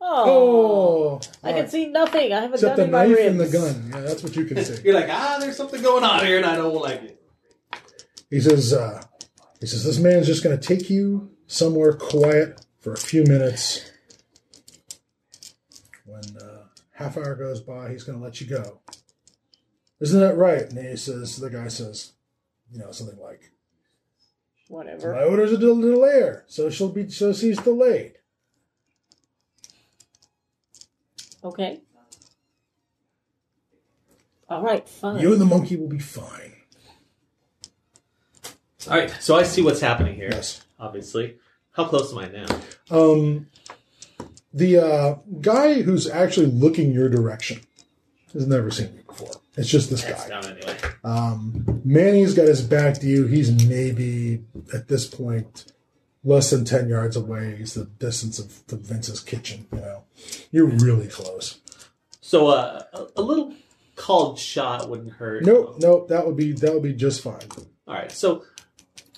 F: oh,
B: Oh,
F: I
B: all
F: can
B: right.
F: see nothing. I have a
B: except
F: gun
B: the
F: in my
B: knife
F: ribs.
B: and the gun. Yeah, that's what you can see.
G: You're like, ah, there's something going on here, and I don't like it.
B: He says, uh, "He says this man's just going to take you somewhere quiet for a few minutes. When uh, half hour goes by, he's going to let you go. Isn't that right?" And he says, "The guy says, you know, something like."
F: Whatever.
B: My orders are to delay her, so she'll be so she's delayed.
F: Okay. All right, fine.
B: You and the monkey will be fine.
G: All right, so I see what's happening here.
B: Yes.
G: Obviously, how close am I now?
B: Um, the uh, guy who's actually looking your direction has never seen you before. It's just this
G: That's
B: guy.
G: down anyway.
B: Um, Manny's got his back to you. He's maybe at this point less than ten yards away. He's the distance of to Vince's kitchen. You know, you're really close.
G: So uh, a, a little called shot wouldn't hurt.
B: Nope, nope. That would be that would be just fine.
G: All right, so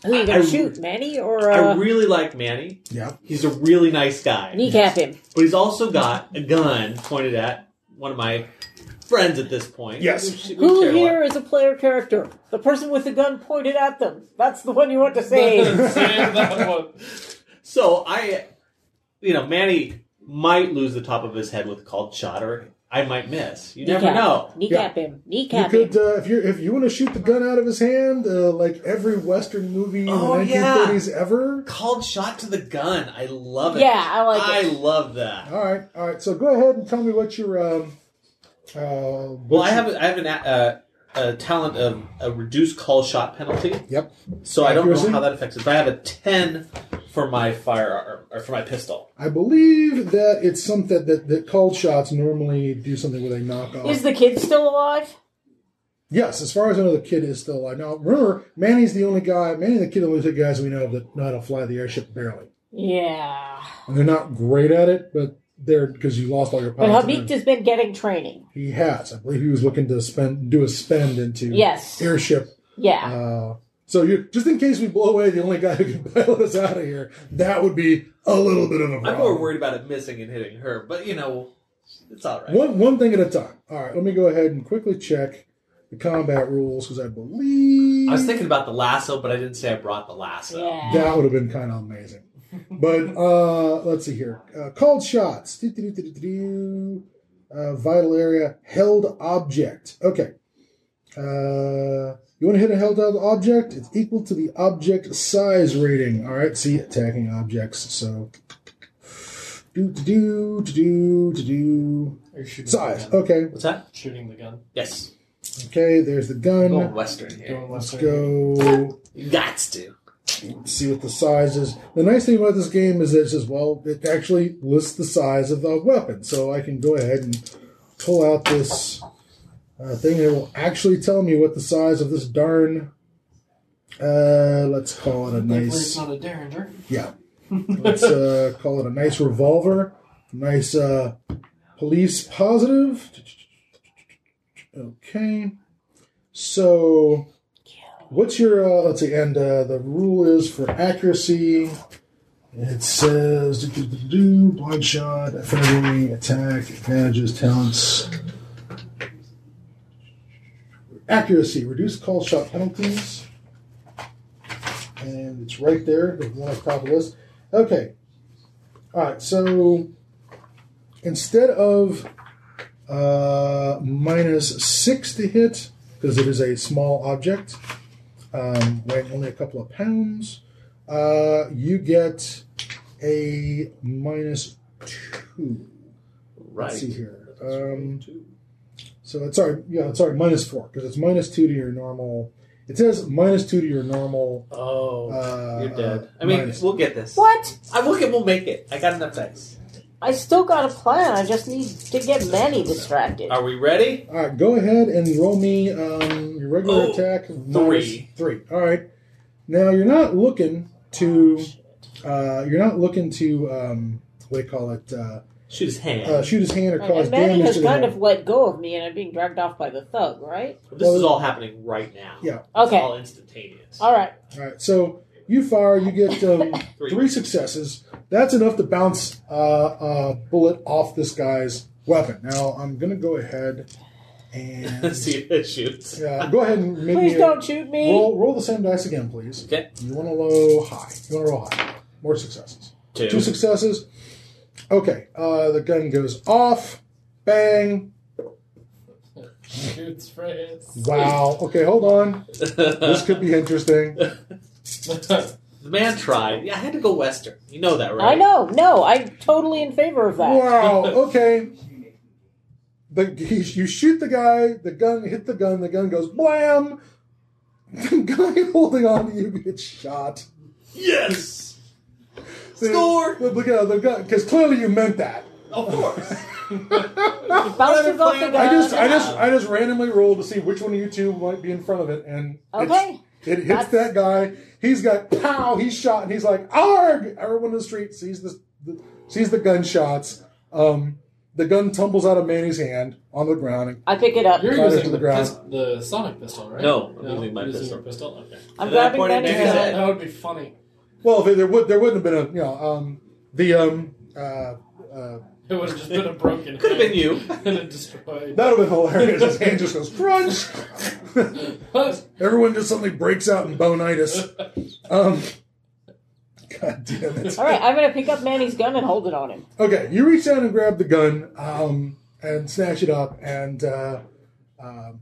F: Who you gonna
G: I-
F: shoot, Manny or
G: I
F: uh,
G: really like Manny.
B: Yeah.
G: He's a really nice guy.
F: kneecap him?
G: But he's also got a gun pointed at one of my friends at this point.
B: Yes.
G: We sh- we
F: Who
G: share a lot.
F: here is a player character? The person with the gun pointed at them. That's the one you want
B: [LAUGHS]
F: to save.
E: Save that one.
G: So I, you know, Manny might lose the top of his head with a called shot, or I might miss. You never
F: Kneecap.
G: know.
F: Kneecap him.
B: You
F: Kneecap him.
B: could, uh, if you if you want to shoot the gun out of his hand, uh, like every Western movie
G: Oh,
B: in the
G: yeah.
B: 1930s ever.
G: Called shot to the gun. I love it.
F: Yeah, I like
G: I
F: it.
G: love that.
B: All right, all right. So go ahead and tell me what your. Um, uh,
G: Well,
B: what
G: I
B: your-
G: have a, I have an, a, a talent of a reduced call shot penalty,
B: Yep.
G: so I don't know
B: Accuracy?
G: how that affects it. But I have a ten for my firearm or for my pistol.
B: I believe that it's something that, that cold shots normally do something where they knock off.
F: Is the kid still alive?
B: yes, as far as I know, the kid is still alive. Now, remember, Manny's the only guy, Manny and the kid are the only two guys we know that know how to fly the airship barely.
F: Yeah.
B: And they're not great at it, but they're because you lost all your
F: But
B: powers.
F: Habik has been getting training.
B: he has. I believe he was looking to spend do a spend into
F: Yes.
B: airship
F: Yeah.
B: Uh, so you just in case we blow away the only guy who can [LAUGHS] pilot us out of here, that would be a little bit of a problem.
G: I'm more worried about it missing and hitting her, but you know, it's all right.
B: One one thing at a time. All right, let me go ahead and quickly check the combat rules because I believe
G: I was thinking about the lasso, but I didn't say I brought the lasso.
F: yeah.
B: that would have been kind of amazing. But uh, let's see here. Uh, called shots. Do-do-do-do-do-do. Uh, vital area. Held object. Okay. Uh, you want to hit a held out object? It's equal to the object size rating. All right. See, attacking objects. So. Do do do do do do
E: Are you shooting the
B: size.
E: gun?
B: Okay.
G: What's that?
E: Shooting the gun.
G: Yes.
B: Okay. There's the
G: Going
B: gun.
G: western here.
E: Going
B: Let's
E: left or-
B: go.
G: You gots to.
B: see what the size is. The nice thing about this game is that it says, well, it actually lists the size of the weapon. So I can go ahead and pull out this uh, thing that will actually tell me what the size of this darn. Uh, let's call it a
E: Thankfully,
B: nice.
E: It's not a derringer.
B: Yeah. Let's uh, call it a nice revolver. Nice uh, police positive. Okay. So, what's your, uh, let's see, and uh, the rule is for accuracy. It says, do, do, do, do, blind shot, affinity, attack, advantages, talents. Accuracy, reduce call shot penalties and it's right there, the one up top of the list. Okay. All right. So instead of uh, minus six to hit, because it is a small object, um, weighing only a couple of pounds, uh, you get a minus two.
G: Right.
B: Let's see here. Um, so it's sorry, yeah, sorry, minus four because it's minus two to your normal. It says minus two to your normal
G: Oh,
B: Uh,
G: you're dead.
B: uh,
G: I mean,
B: minus-
G: we'll get this.
F: What?
G: I will get. We'll make it. I got enough dice.
F: I still got a plan. I just need to get Manny
B: Uh,
F: distracted.
G: Are we ready?
B: All right, go ahead and roll me um, your regular
G: Oh,
B: attack. of minus Three. All right. Now you're not looking to. Uh, you're not looking to. Um, what do you call it? Uh,
G: Shoot his hand.
B: uh, shoot his hand or
F: And,
B: cause
F: and Manny
B: damage
F: has
B: to the
F: kind
B: hand.
F: of let go of me, and I'm being dragged off by the thug, right?
G: this is all happening right now.
B: Yeah.
G: It's
F: Okay.
G: all [LAUGHS] instantaneous.
F: All right.
B: All right. So you fire. You get um,
G: [LAUGHS] Three.
B: three successes. That's enough to bounce uh, a bullet off this guy's weapon. Now I'm gonna go ahead and
G: [LAUGHS] See if it shoots.
B: yeah, go ahead and make
F: Please
B: me a-
F: don't shoot me.
B: roll roll the same dice again, please.
G: Okay.
B: You want to low high. You want to roll high. More successes.
G: Two.
B: Two successes. Okay. Uh, the gun goes off. Bang.
E: Shoots France.
B: Wow. Okay, hold on. This
G: the
B: could be interesting.
G: man tried. Yeah, I had to go western. You know that, right?
F: I know. No, I'm totally in favor of that.
B: Wow. Okay. The, he, you shoot the guy. The gun hit the gun. The gun goes blam. The guy [LAUGHS] holding on to you gets shot.
G: Yes.
B: The-
G: Score! [LAUGHS]
B: Look, look at the gun because clearly you meant that.
G: Of course.
F: It bounces off the
G: I
F: gun.
B: I just, I
G: Uh,
B: just, I just randomly rolled to see which one of you two might be in front of it, and it's-
F: Okay.
B: it hits
F: That's-
B: that guy. He's got pow. He's shot, and he's like arg. Everyone in the street sees this, the, sees the gunshots. Um, The gun tumbles out of Manny's hand on the ground. And
F: I pick it up.
E: You're
B: Fire to
E: using
B: the
E: the,
B: ground.
E: pis- the sonic pistol, right?
G: No, I'm using my
E: you're using
G: pistol.
E: your pistol. Okay.
F: I'm
G: And then I
F: grabbing
G: pointed
F: Manny's
G: at his
F: hand.
G: head.
E: That would be funny.
B: well, there, there would there wouldn't have been a you know um, the um, uh, uh,
E: It would have just been a broken.
G: Could have been you.
E: [LAUGHS] and a destroyed.
B: that would have been hilarious. His hand just goes crunch. [LAUGHS] Everyone just suddenly breaks out in bonitis. Um, [LAUGHS] God damn it.
F: All right, I'm going to pick up Manny's gun and hold it on him.
B: Okay, you reach down and grab the gun um, and snatch it up, and uh, uh,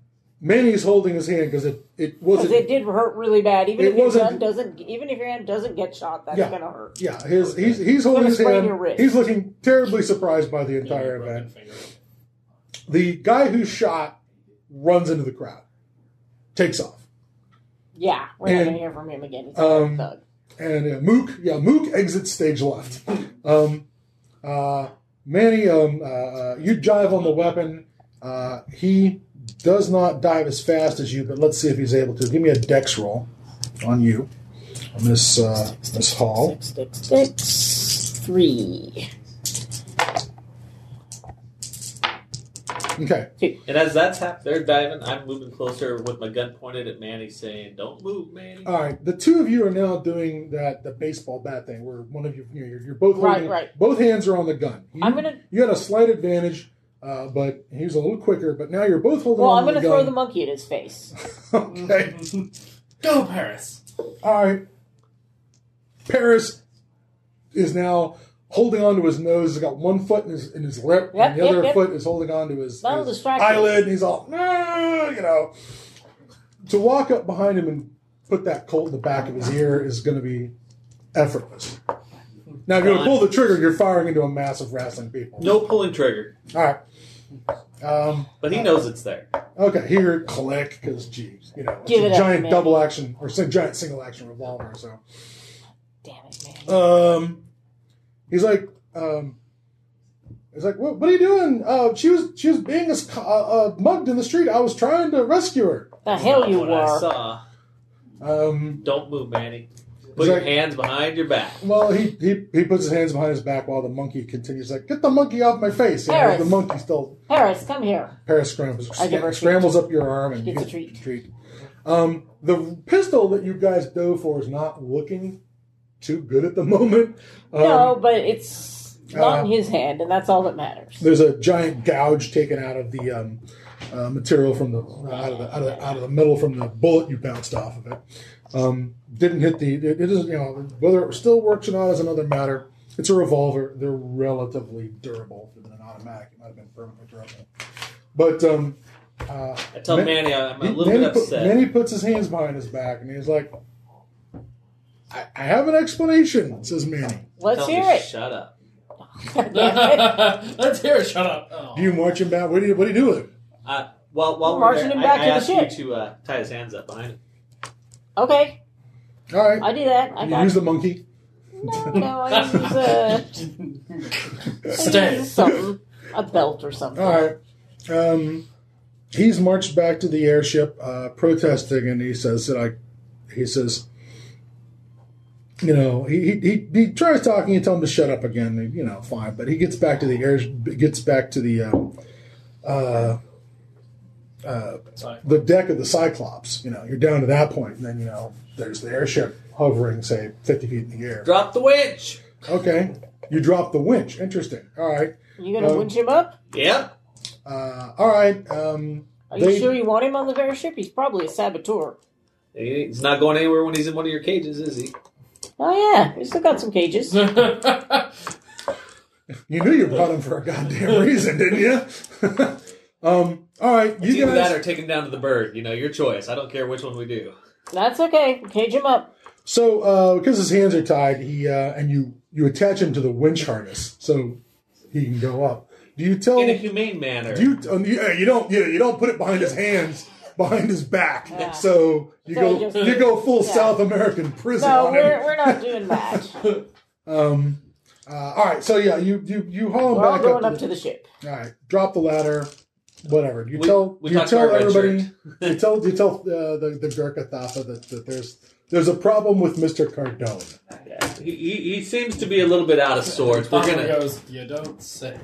B: Manny's holding his hand because it, it
F: Because
B: wasn't.
F: it did hurt really bad. Even
B: It
F: if your
B: wasn't-
F: gun doesn't, even if your hand doesn't get shot, that's
B: Yeah.
F: going to hurt.
B: yeah, his, he's, he's holding
F: Gonna
B: his
F: sprain
B: hand.
F: your wrist.
B: He's looking terribly surprised by the
E: Yeah,
B: entire
E: broken
B: event.
E: finger.
B: The guy who shot runs into the crowd, takes off.
F: Yeah, we're
B: And-
F: not going to hear from him again. He's
B: Um,
F: a thug.
B: and uh, Mook, yeah, Mook exits stage left. Um, uh, Manny, um, uh, uh, you dive on the weapon. Uh, he does not dive as fast as you, but let's see if he's able to. Give me a dex roll on you, on Miss uh, Miss Hall.
F: Six, six, six, three.
B: Okay,
G: And as that's happening, they're diving. I'm moving closer with my gun pointed at Manny, saying, "Don't move, Manny."
B: all right. The two of you are now doing that the baseball bat thing, where one of you you're, you're both
F: Right,
B: holding-
F: right.
B: both hands are on the gun. You,
F: I'm gonna-
B: you had a slight advantage, uh, but he was a little quicker. But now you're both holding.
F: Well,
B: on
F: I'm going
B: the
F: to throw Mm-hmm. the
B: gun.
F: monkey at his face.
B: [LAUGHS] okay.
J: Go, Paris.
B: All right. Paris is now holding onto his nose. He's got one foot in his, in his lip,
F: Yep,
B: and the
F: yep,
B: other
F: yep.
B: foot is holding onto his,
F: That'll
B: his
F: distract him.
B: eyelid. And he's all, "No," you know. To walk up behind him and put that Colt in the back of his ear is going to be effortless. Now, if you were to pull the trigger, you're firing into a mass of wrestling people.
G: No pulling trigger,
B: All right. Um,
G: but he knows it's there.
B: Okay, here click because geez, you know, it's
F: Give
B: a
F: it up,
B: giant
F: man.
B: double action or some giant single action revolver. So,
F: [LAUGHS] Damn it, Manny.
B: um, he's like, um, he's like, what, what are you doing? Uh, she was she was being as- uh, uh, mugged in the street. I was trying to rescue her.
F: The hell you
G: What I
F: were.
G: saw.
B: Um,
G: Don't move, Manny.
B: Is
G: Put your
B: that-
G: hands behind your back.
B: well, he, he he puts his hands behind his back while the monkey continues like, get the monkey off my face. You know,
F: Paris.
B: the monkey still
F: Paris, come here.
B: Paris scrambles,
F: I give her a treat.
B: scrambles up your arm and
F: She gets
B: you
F: a treat.
B: Um, the pistol that you guys dove for is not looking too good at the [LAUGHS] moment. Um,
F: no, but it's not
B: uh,
F: in his hand, and that's all that matters.
B: There's a giant gouge taken out of the um, uh, material from the out of the out of the, out of the metal from the bullet you bounced off of it. Um, didn't hit the. It, it isn't you know whether it still works or not is another matter. It's a revolver. They're relatively durable. If it had been an automatic, it might have been permanently durable. But um, uh,
G: I tell
B: Ma-
G: Manny I'm a
B: He-
G: little
B: then,
G: bit
B: he put-
G: upset.
B: then he puts his hands behind his back and he's like, I, I have an explanation, says Manny.
F: Let's
G: Tell
F: hear
G: me,
F: it.
G: Shut up.
F: Damn it. [LAUGHS]
E: [LAUGHS] Let's hear it. Shut up. Oh.
B: Do you march him back? What do you, what do, you do with him?
G: Uh, while while
F: We're
G: we're,
F: marching
G: there,
F: him
G: I-
F: back
G: I,
F: to the
G: asked
F: ship.
G: you to uh, tie his hands up behind him.
F: okay,
B: All right.
F: I do that. I
B: you
F: got
B: use
F: it.
B: the monkey.
F: No, no, I use, uh, I
E: Stay.
F: use something. A belt or something.
B: All right. Um, he's marched back to the airship, uh, protesting, and he says that I, he says, you know, he, he- he he tries talking. You tell him to shut up again. You know, fine. But he gets back to the air, gets back to the um, uh,
E: Sorry.
B: the deck of the Cyclops. You know, you're down to that point, and then you know there's the airship hovering, say, fifty feet in the air.
G: Drop the winch.
B: Okay, you drop the winch. Interesting. All right,
F: You gonna
B: Um,
F: winch him up?
G: Yep.
B: uh, all right. Um,
F: Are you
B: they-
F: sure you want him on the very ship? He's probably a saboteur.
G: He- He's not going anywhere when he's in one of your cages, is he?
F: Oh yeah, we still got some cages.
B: You knew you brought him for a goddamn [LAUGHS] reason, didn't you? [LAUGHS] um, all right,
G: It's
B: you
G: either that
B: guys.
G: or take him down to the bird. You know, your choice. I don't care which one we do.
F: That's okay. Cage him up.
B: So, uh, because his hands are tied, he uh, and you you attach him to the winch harness so he can go up. Do you tell?
G: In a
B: Do
G: humane manner.
B: you um, you, uh, you don't you, you don't put it behind his hands behind his back. So you
F: So
B: go
F: he just-
B: you go full
F: yeah.
B: South American prison
F: No,
B: on him.
F: we're, we're not
B: [LAUGHS]
F: doing that.
B: Um, uh, all right, so yeah, you you you haul him
F: We're all
B: back
F: going
B: up.
F: up to the ship.
B: All right, drop the ladder. whatever. You
G: We-
B: tell
G: we
B: you
G: talked to
B: tell
G: our red
B: everybody [LAUGHS] you tell you tell uh, the the Durga Thapa that, that there's there's a problem with Mister Cardone.
G: He, he, he seems to be a little bit out of sorts. We're
E: Papa
G: gonna.
E: goes, you don't
B: [LAUGHS]
E: say.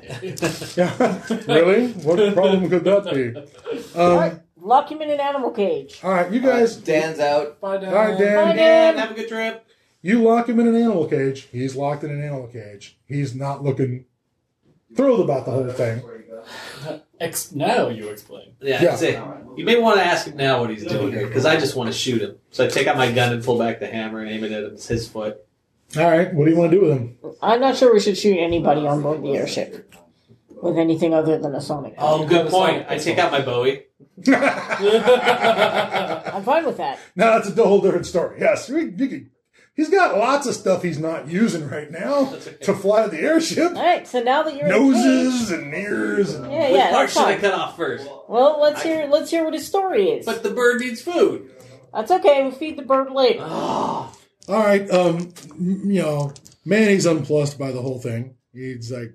B: Yeah, really? What problem could that
F: [LAUGHS]
B: be?
F: All
B: Um,
F: right, lock him in an animal cage.
B: all right, you guys.
A: Dan's out.
J: Bye, Dan.
B: All right,
F: Bye,
B: Dan.
G: Dan,
F: Dan.
G: have a good trip.
B: You lock him in an animal cage. He's locked in an animal cage. He's not looking thrilled about the whole thing.
E: Ex- now
B: [LAUGHS]
E: you explain.
G: Yeah,
B: Yeah.
G: that's it. You may want to ask him now what he's doing here, because I just want to shoot him. So I take out my gun and pull back the hammer and aim it at him. It's his foot.
B: All right, what do you want to do with him?
F: I'm not sure we should shoot anybody on board the airship with anything other than a sonic. gun.
G: Oh, good point. I take out my Bowie.
B: [LAUGHS]
F: [LAUGHS] I'm fine with that.
B: Now that's a whole different story. Yes, we, you can, he's got lots of stuff he's not using right now to fly the airship.
F: All right, so now that you're in the
B: Noses and ears. And,
F: cage, yeah, yeah,
G: Which part
F: that's
G: should I
F: fine.
G: cut off first?
F: Well, let's hear let's hear what his story is.
G: But the bird needs food.
F: That's okay. We feed the bird later.
G: Oh,
B: All right, um, m- you know, Manny's unplussed by the whole thing. He's like,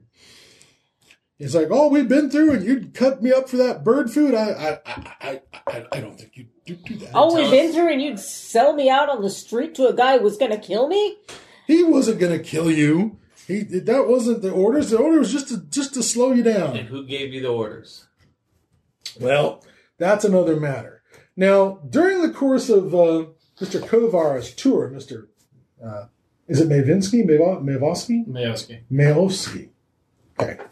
B: he's like, all we've been through, and you'd cut me up for that bird food. I, I, I, I, I, I don't think you'd do, do that.
F: Oh, we've
E: us.
F: been through, and you'd sell me out on the street to a guy who was going to kill me.
B: He wasn't gonna kill you. He that wasn't the orders. The order was just to just to slow you
G: and
B: down.
G: who gave you the orders?
B: Well, that's another matter. Now, during the course of uh, Mr. Kovar's tour, Mr. Uh, is it Mavinsky, Mav- Mavosky,
E: Mayoski.
B: Mayovsky?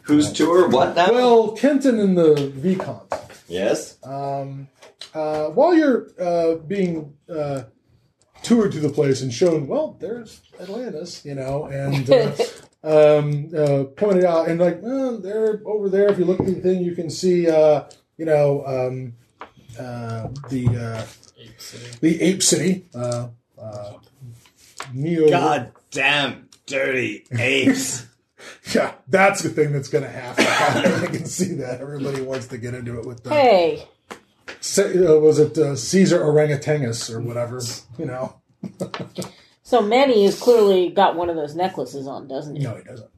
A: Whose tour? What now?
B: Well, Kenton and the Vicomte.
A: Um, yes.
B: Um, uh, while you're uh, being uh, toured to the place and shown, well, there's Atlantis, you know, and
A: [LAUGHS]
B: uh, um, uh, pointed out, and like, well, they're over there. If you look at the thing, you can see, uh, you know, um, uh, the
E: Ape City.
B: uh, the ape city. Uh, uh, Neo.
A: God damn dirty apes.
B: Yeah, that's the thing that's going to happen. [LAUGHS] I can see that. Everybody wants to get into it with the
F: Hey,
B: Se- uh, was it uh, Caesar Orangutanus or whatever? You know,
F: so Manny has clearly got one of those necklaces on, doesn't he?
B: no, he doesn't.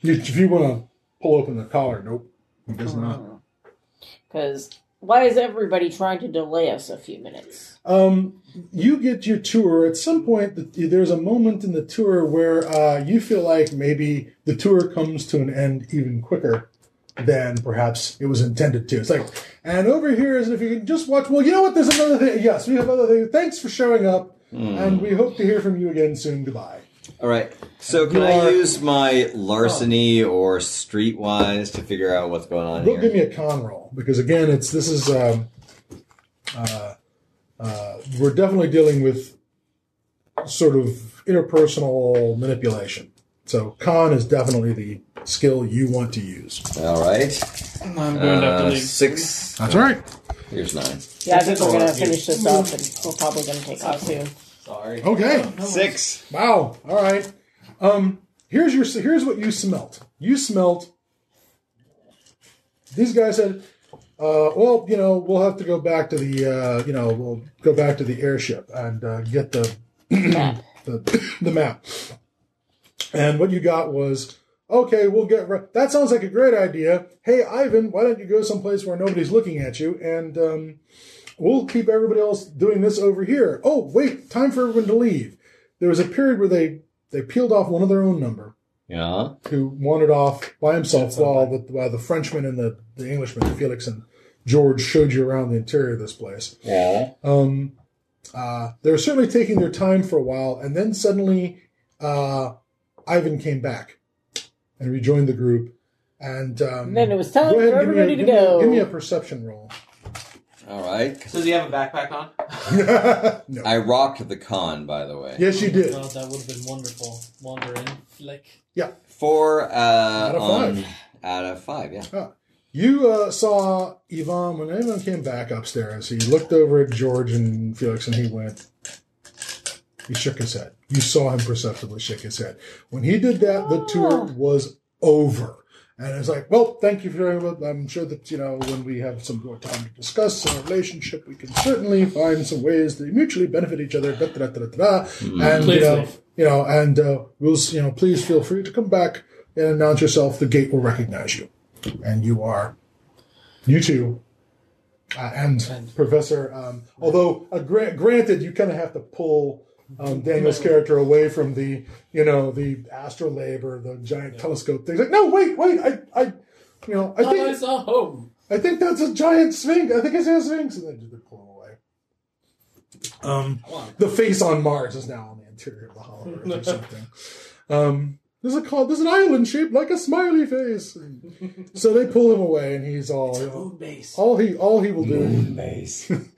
B: You, if you want to pull open the collar, nope, he does not.
F: Because Oh. why is everybody trying to delay us a few minutes?
B: Um, you get your tour. At some point, th- there's a moment in the tour where uh, you feel like maybe the tour comes to an end even quicker than perhaps it was intended to. It's like, and over here is if you can just watch. Well, you know what? There's another thing. Yes, we have other things. Thanks for showing up, and we hope to hear from you again soon. Goodbye.
A: All right. So can
B: You
A: I
B: are- Oh.
A: use my larceny or streetwise to figure out what's going on
B: They'll
A: here?
B: give me a con roll because again, it's this is um, uh, uh, we're definitely dealing with sort of interpersonal manipulation. So con is definitely the skill you want to use.
A: All right.
E: I'm going to have to
A: Uh,
E: leave.
A: six.
B: That's all right.
A: Here's nine.
F: Yeah, I think we're going to finish this up, and we're probably going to take off
B: [CLEARS THROAT]
F: soon.
G: Sorry.
B: Okay.
A: Six.
B: Wow. All right. Um, here's your here's what you smelt. You smelt. These guys said, uh, "Well, you know, we'll have to go back to the uh, you know we'll go back to the airship and uh, get the
F: Map.
B: the, [COUGHS] the map." And what you got was, "Okay, we'll get re- that. Sounds like a great idea. Hey, Ivan, why don't you go someplace where nobody's looking at you and." Um, We'll keep everybody else doing this over here. Oh, wait, time for everyone to leave there was a period where they they peeled off one of their own number
A: Yeah.
B: who wandered off by himself while the, while the Frenchman and the, the Englishman, Felix and George, showed you around the interior of this place.
A: Yeah.
B: Um, uh, they were certainly taking their time for a while, and then suddenly uh, Ivan came back and rejoined the group. And, um,
F: And then it was time
B: go ahead
F: for
B: and give me a-
F: everybody to
B: give me a-
F: go.
B: Give me a perception roll. [LAUGHS]
A: All right.
G: So does he have a backpack on?
B: no.
A: I rocked the con, by the way.
B: Yes, you did.
E: Oh, that would have been wonderful. Wander in, flick.
A: Four uh,
B: of
A: on-
B: five.
A: Out of five, yeah.
B: You uh, saw Ivan when Ivan came back upstairs. He looked over at George and Felix, and he went. He shook his head. You saw him perceptibly shake his head. When he did that, the tour was over, and it's like, well, thank you very much. I'm sure that you know when we have some more time to discuss our relationship, we can certainly find some ways to mutually benefit each other. Da, da, da, da, da, da. And you
E: Mm-hmm. Please
B: know,
E: leave.
B: you know, and uh, we'll s- you know, please feel free to come back and announce yourself. The gate will recognize you and you are You two uh, and, Professor. Um, although, uh, gra- granted, you kind of have to pull um, Daniel's character away from the, you know, the astrolabe or the giant telescope thing. Like, no, wait, wait, I, I, you know, I
E: Thought I
B: think,
E: saw home.
B: I think that's a giant sphinx. I think it's a sphinx, and then you just pull him away. Um, the face on Mars is now on the interior of the hollow Earth or something. Um, there's a called there's an island shaped like a smiley face. So they pull him away, and he's all you know, all he all he will do.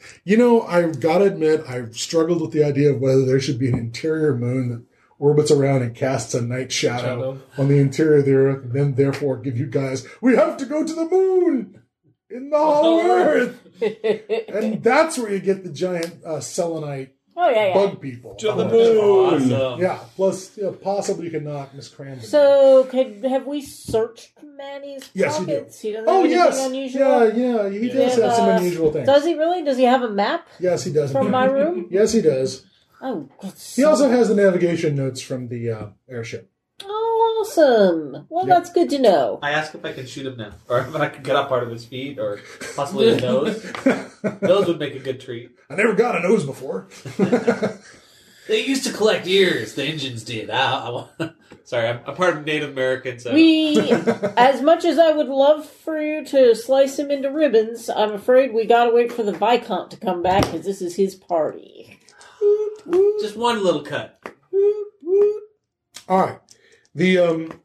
A: [LAUGHS]
B: you know, I've got to admit, I've struggled with the idea of whether there should be an interior moon that orbits around and casts a night shadow,
E: Shadow.
B: on the interior of the Earth, and then therefore give you guys, we have to go to the moon in the hollow Earth, [LAUGHS] and that's where you get the giant uh, selenite
F: Oh yeah, yeah.
B: bug people. Oh,
G: Awesome.
B: Yeah, plus yeah, possibly you can knock Miss Cranberry.
F: So, can, have we searched Manny's
B: Yes, we do.
F: pockets? He doesn't have
B: oh
F: anything
B: yes,
F: unusual.
B: yeah, yeah, he does have some
F: Yeah.
B: unusual things.
F: Does he really? Does he have a map
B: yes, he does.
F: from my room?
B: [LAUGHS] Yes, he does.
F: Oh, that's
B: He also has the navigation notes from the uh, airship.
F: oh, awesome. Well,
B: Yeah.
F: that's good to know.
G: I ask if I can shoot him now, or if I can cut off part of his feet, or possibly his nose.
B: [LAUGHS]
G: Those would make a good treat.
B: I never got a nose before. [LAUGHS]
G: They used to collect ears. The Indians did. I, I, wa- [LAUGHS] sorry, I'm, I'm part of Native American, so
F: We,
B: [LAUGHS]
F: as much as I would love for you to slice him into ribbons, I'm afraid we gotta wait for the Viscount to come back because this is his party.
G: just one little cut.
B: All right, the um,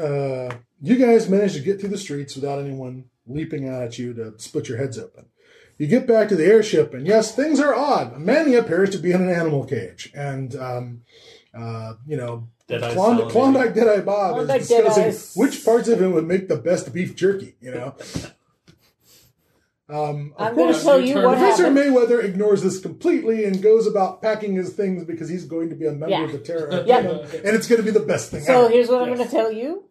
B: uh, you guys managed to get through the streets without anyone leaping out at you to split your heads open. You get back to the airship, and yes, things are odd. Manny appears to be in an animal cage, and um, uh, you know,
G: Deadeye
B: Klond-
G: salamander.
B: Klondike Deadeye Bob
F: Klondike
B: is discussing
F: Deadeye.
B: which parts of him would make the best beef jerky. You know, um, of
F: I'm gonna
B: course-
F: tell you
E: return-
F: what
B: Professor
F: happened.
B: Mayweather ignores this completely and goes about packing his things because he's going to be a member
F: Yeah.
B: of the terror.
F: Yeah.
B: And it's going to be the best thing
F: So
B: ever.
F: here's what I'm gonna tell you.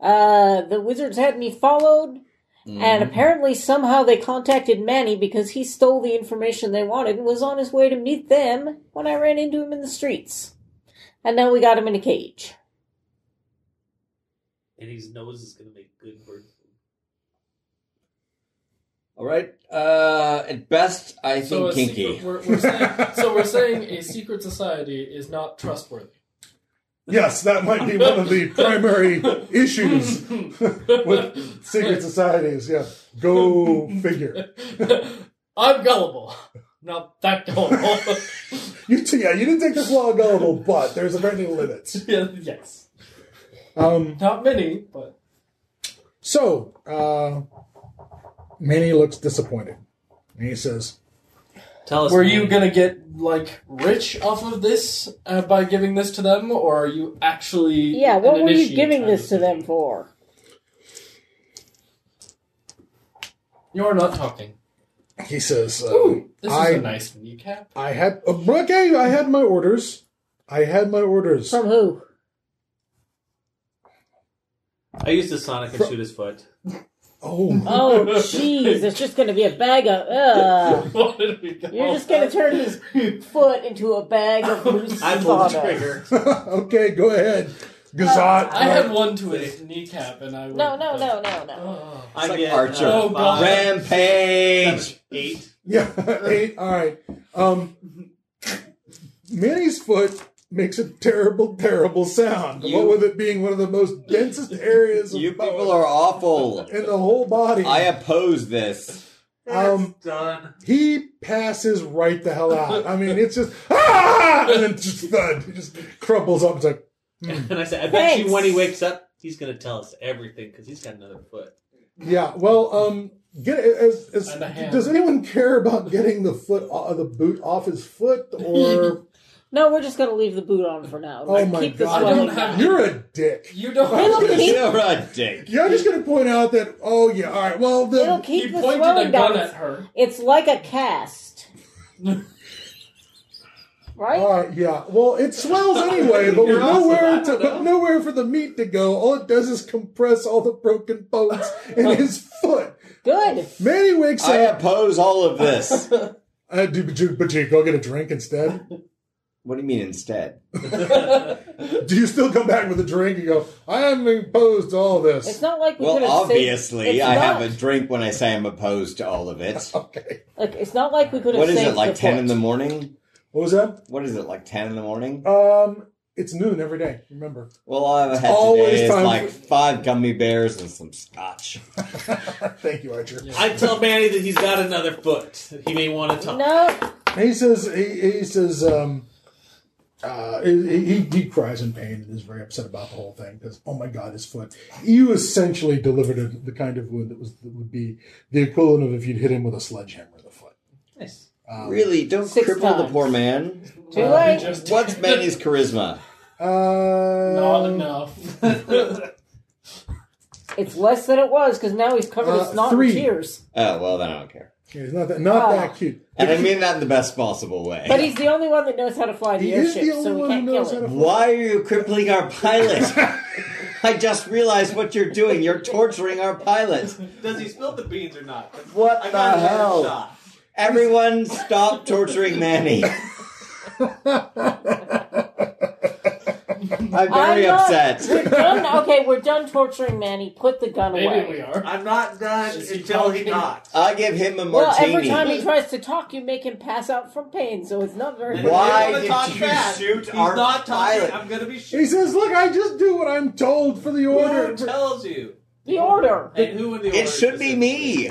F: Uh, the wizards had me followed,
G: Mm-hmm.
F: and apparently somehow they contacted Manny because he stole the information they wanted and was on his way to meet them when I ran into him in the streets. And now we got him in a cage.
G: And his nose is going to make good bird food.
H: All right. Uh, at best, I think
E: So, a
H: kinky.
E: secret,
A: [LAUGHS]
E: we're, we're saying, so we're saying a secret society is not trustworthy.
B: yes, that might be one of the primary issues with secret societies. Yeah. Go figure.
E: I'm gullible. Not that gullible. [LAUGHS]
B: You t- yeah, you didn't take this long gullible, but there's apparently limits.
E: Yeah, yes.
B: Um,
E: Not many, but
B: so, uh, Manny looks disappointed. And he says,
G: Tell us.
E: were you gonna get like rich off of this uh, by giving this to them, or are you actually?
F: Yeah, what
E: an
F: were you
E: initiate
F: giving
E: kind of
F: this to them for?
E: You're not talking.
B: he says, uh,
E: This
B: I-
E: is a nice
G: [LAUGHS]
E: kneecap. [LAUGHS]
B: I had, uh, okay, I had my orders. I had my orders.
F: From who?
G: I used the Sonic and shoot his [LAUGHS] foot.
B: Oh,
G: [LAUGHS]
F: Oh, jeez, it's just going to be a bag of. Uh,
E: Why did we go?
F: you're just going to turn his foot into a bag
G: [LAUGHS]
F: of loose
G: I pulled the
F: sawdust.
G: trigger.
B: [LAUGHS] okay, go ahead. Gazat.
E: I had one to his kneecap, and I would,
F: No, no, no, no, no.
G: I
H: like
G: get,
H: Archer.
G: uh,
E: Oh, God.
G: five,
H: Rampage.
G: seven, eight.
B: [LAUGHS] Yeah, eight. All right. Um, Manny's foot makes a terrible, terrible sound.
H: You-
B: what with it being one of the most densest areas of
H: You
B: bone
H: people are awful.
B: in the whole body.
H: I oppose
B: [LAUGHS]
H: this.
B: um,
G: Done.
B: he passes right the hell out. I mean, it's just [LAUGHS] ah, and then just thud. He just crumples up. It's like
H: Mm.
G: [LAUGHS] And I said, I bet
F: Thanks.
G: you when he wakes up, he's going to tell us everything because he's got another foot.
B: yeah. Well, um, get as, as
E: And a hand.
B: does anyone care about getting the foot o- the boot off his
E: [LAUGHS]
B: foot or
F: No, we're just going to leave the boot on for now.
B: oh
F: Like,
B: my
F: keep this
E: I don't
F: swelling
B: god,
E: have-
F: down.
B: you're a dick.
E: You don't.
F: It'll keep,
H: You're a dick.
B: Yeah, I'm just going to point out that. Oh yeah, all right. Well,
F: it'll
B: the,
F: keep
E: he
F: the
E: pointed
F: swelling
E: a gun
F: down.
E: at her.
F: It's like a cast. right?
B: all right, yeah. Well, it swells anyway, but with
G: You're awesome.
B: nowhere
G: I
B: to,
G: don't
B: but nowhere for the meat to go. All it does is compress all the broken bones in his foot.
F: Good.
B: Manny wakes
H: I
B: up.
H: oppose all of this.
B: Uh, do, but you, but you go get a drink instead.
H: What do you mean instead?
B: Do you still come back with a drink and go, I am opposed to all
F: It's
B: this?
F: not like we
H: Well,
F: could have saved-
H: obviously,
F: it's
H: I
F: not-
H: have a drink when I say I'm opposed to all of it.
B: Okay.
F: Like, it's not like we could have
H: What is
F: saved
H: it, like
F: the
H: 10 in
F: fort.
H: the morning?
B: What was that?
H: What is it, like 10 in the morning?
B: Um, it's noon every day, remember. [LAUGHS]
H: Well, all I've had
B: always
H: today is
B: time
H: like
B: for-
H: five gummy bears and some scotch.
B: Thank you, Archer.
G: I tell Manny that he's got another foot. that He may want to talk.
F: No,
B: He says, he, he says, um, uh, he, he, he cries in pain and is very upset about the whole thing because, oh my God, his foot. You essentially delivered a, the kind of wound that was that would be the equivalent of if you'd hit him with a sledgehammer in the foot.
G: Nice.
B: Um,
H: Really, don't
F: Six
H: cripple the
F: times.
H: poor man.
F: too late.
H: What's Manny's charisma?
B: Uh,
J: Not
G: [LAUGHS]
E: [LAUGHS]
J: enough.
F: It's less than it was because now he's covered
B: Uh,
F: his snot
B: three.
F: and tears.
H: Oh, well, then I don't care.
B: yeah, he's not that, not
F: Ah.
B: that cute.
H: And I mean that in the best possible way.
F: But he's the only one that knows how to fly the
B: He is
F: airship,
B: the only
F: so we
B: one who
F: can't kill
B: knows
F: him.
B: how to fly.
H: Why are you crippling our pilot? I just realized what you're doing. You're torturing our pilot.
G: Does he spill the beans or not?
H: What
G: I
H: the
G: got another
H: hell?
G: shot.
H: Everyone stop torturing
G: [LAUGHS]
H: Manny. I'm very
F: I'm not-
H: upset.
F: [LAUGHS] We're done. Okay, we're done torturing Manny. Put the gun
J: Maybe
F: away.
J: we are.
G: I'm not done
J: Is he
G: until he
J: talking?
G: knocks.
H: I'll give him a
F: Well, every
H: martini.
F: time he tries to talk, you make him pass out from pain, so it's not very.
G: And
H: Why
G: if
H: did
G: they wanna talk
H: you
G: back,
H: shoot
G: he's
H: our
G: not talking.
H: pilot?
G: I'm gonna be
B: He
G: shooting.
B: says, look, I just do what I'm told for the order.
G: Who tells you?
F: The order.
G: And who in the order?
H: it should be me.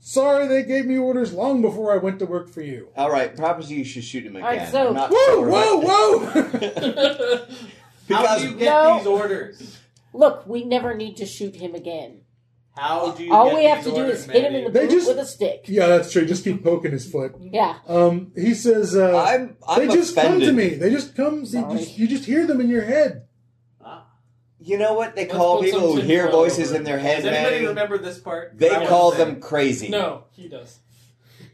B: Sorry, they gave me orders long before I went to work for you.
H: All right, perhaps you should shoot him again.
F: right, so-
H: I'm not
B: Whoa,
H: sure
B: whoa,
H: what-
B: whoa!
G: How do
H: [LAUGHS] Because
G: you get
F: No.
G: these orders?
F: Look, we never need to shoot him again.
G: How do you?
F: All
G: get
F: we have
G: these
F: to do
G: orders,
F: is hit him
G: Manny?
F: in the
B: They
F: boot
B: just-
F: with a stick.
B: yeah, that's true. Just keep poking his foot.
F: Yeah.
B: Um, he says, uh,
H: I'm, I'm
B: "They just
H: offended.
B: come to me. They just come. You
F: Sorry.
B: just, you just hear them in your head."
H: You know what they
E: Let's
H: call
E: put
H: people
E: some
H: who hear
E: tinfoil
H: voices
E: over
H: in
E: it.
H: their
G: Does
H: head,
G: anybody
H: man?
G: remember this part?
H: They
G: I wasn't
H: call
G: there.
H: them crazy.
E: No, he does.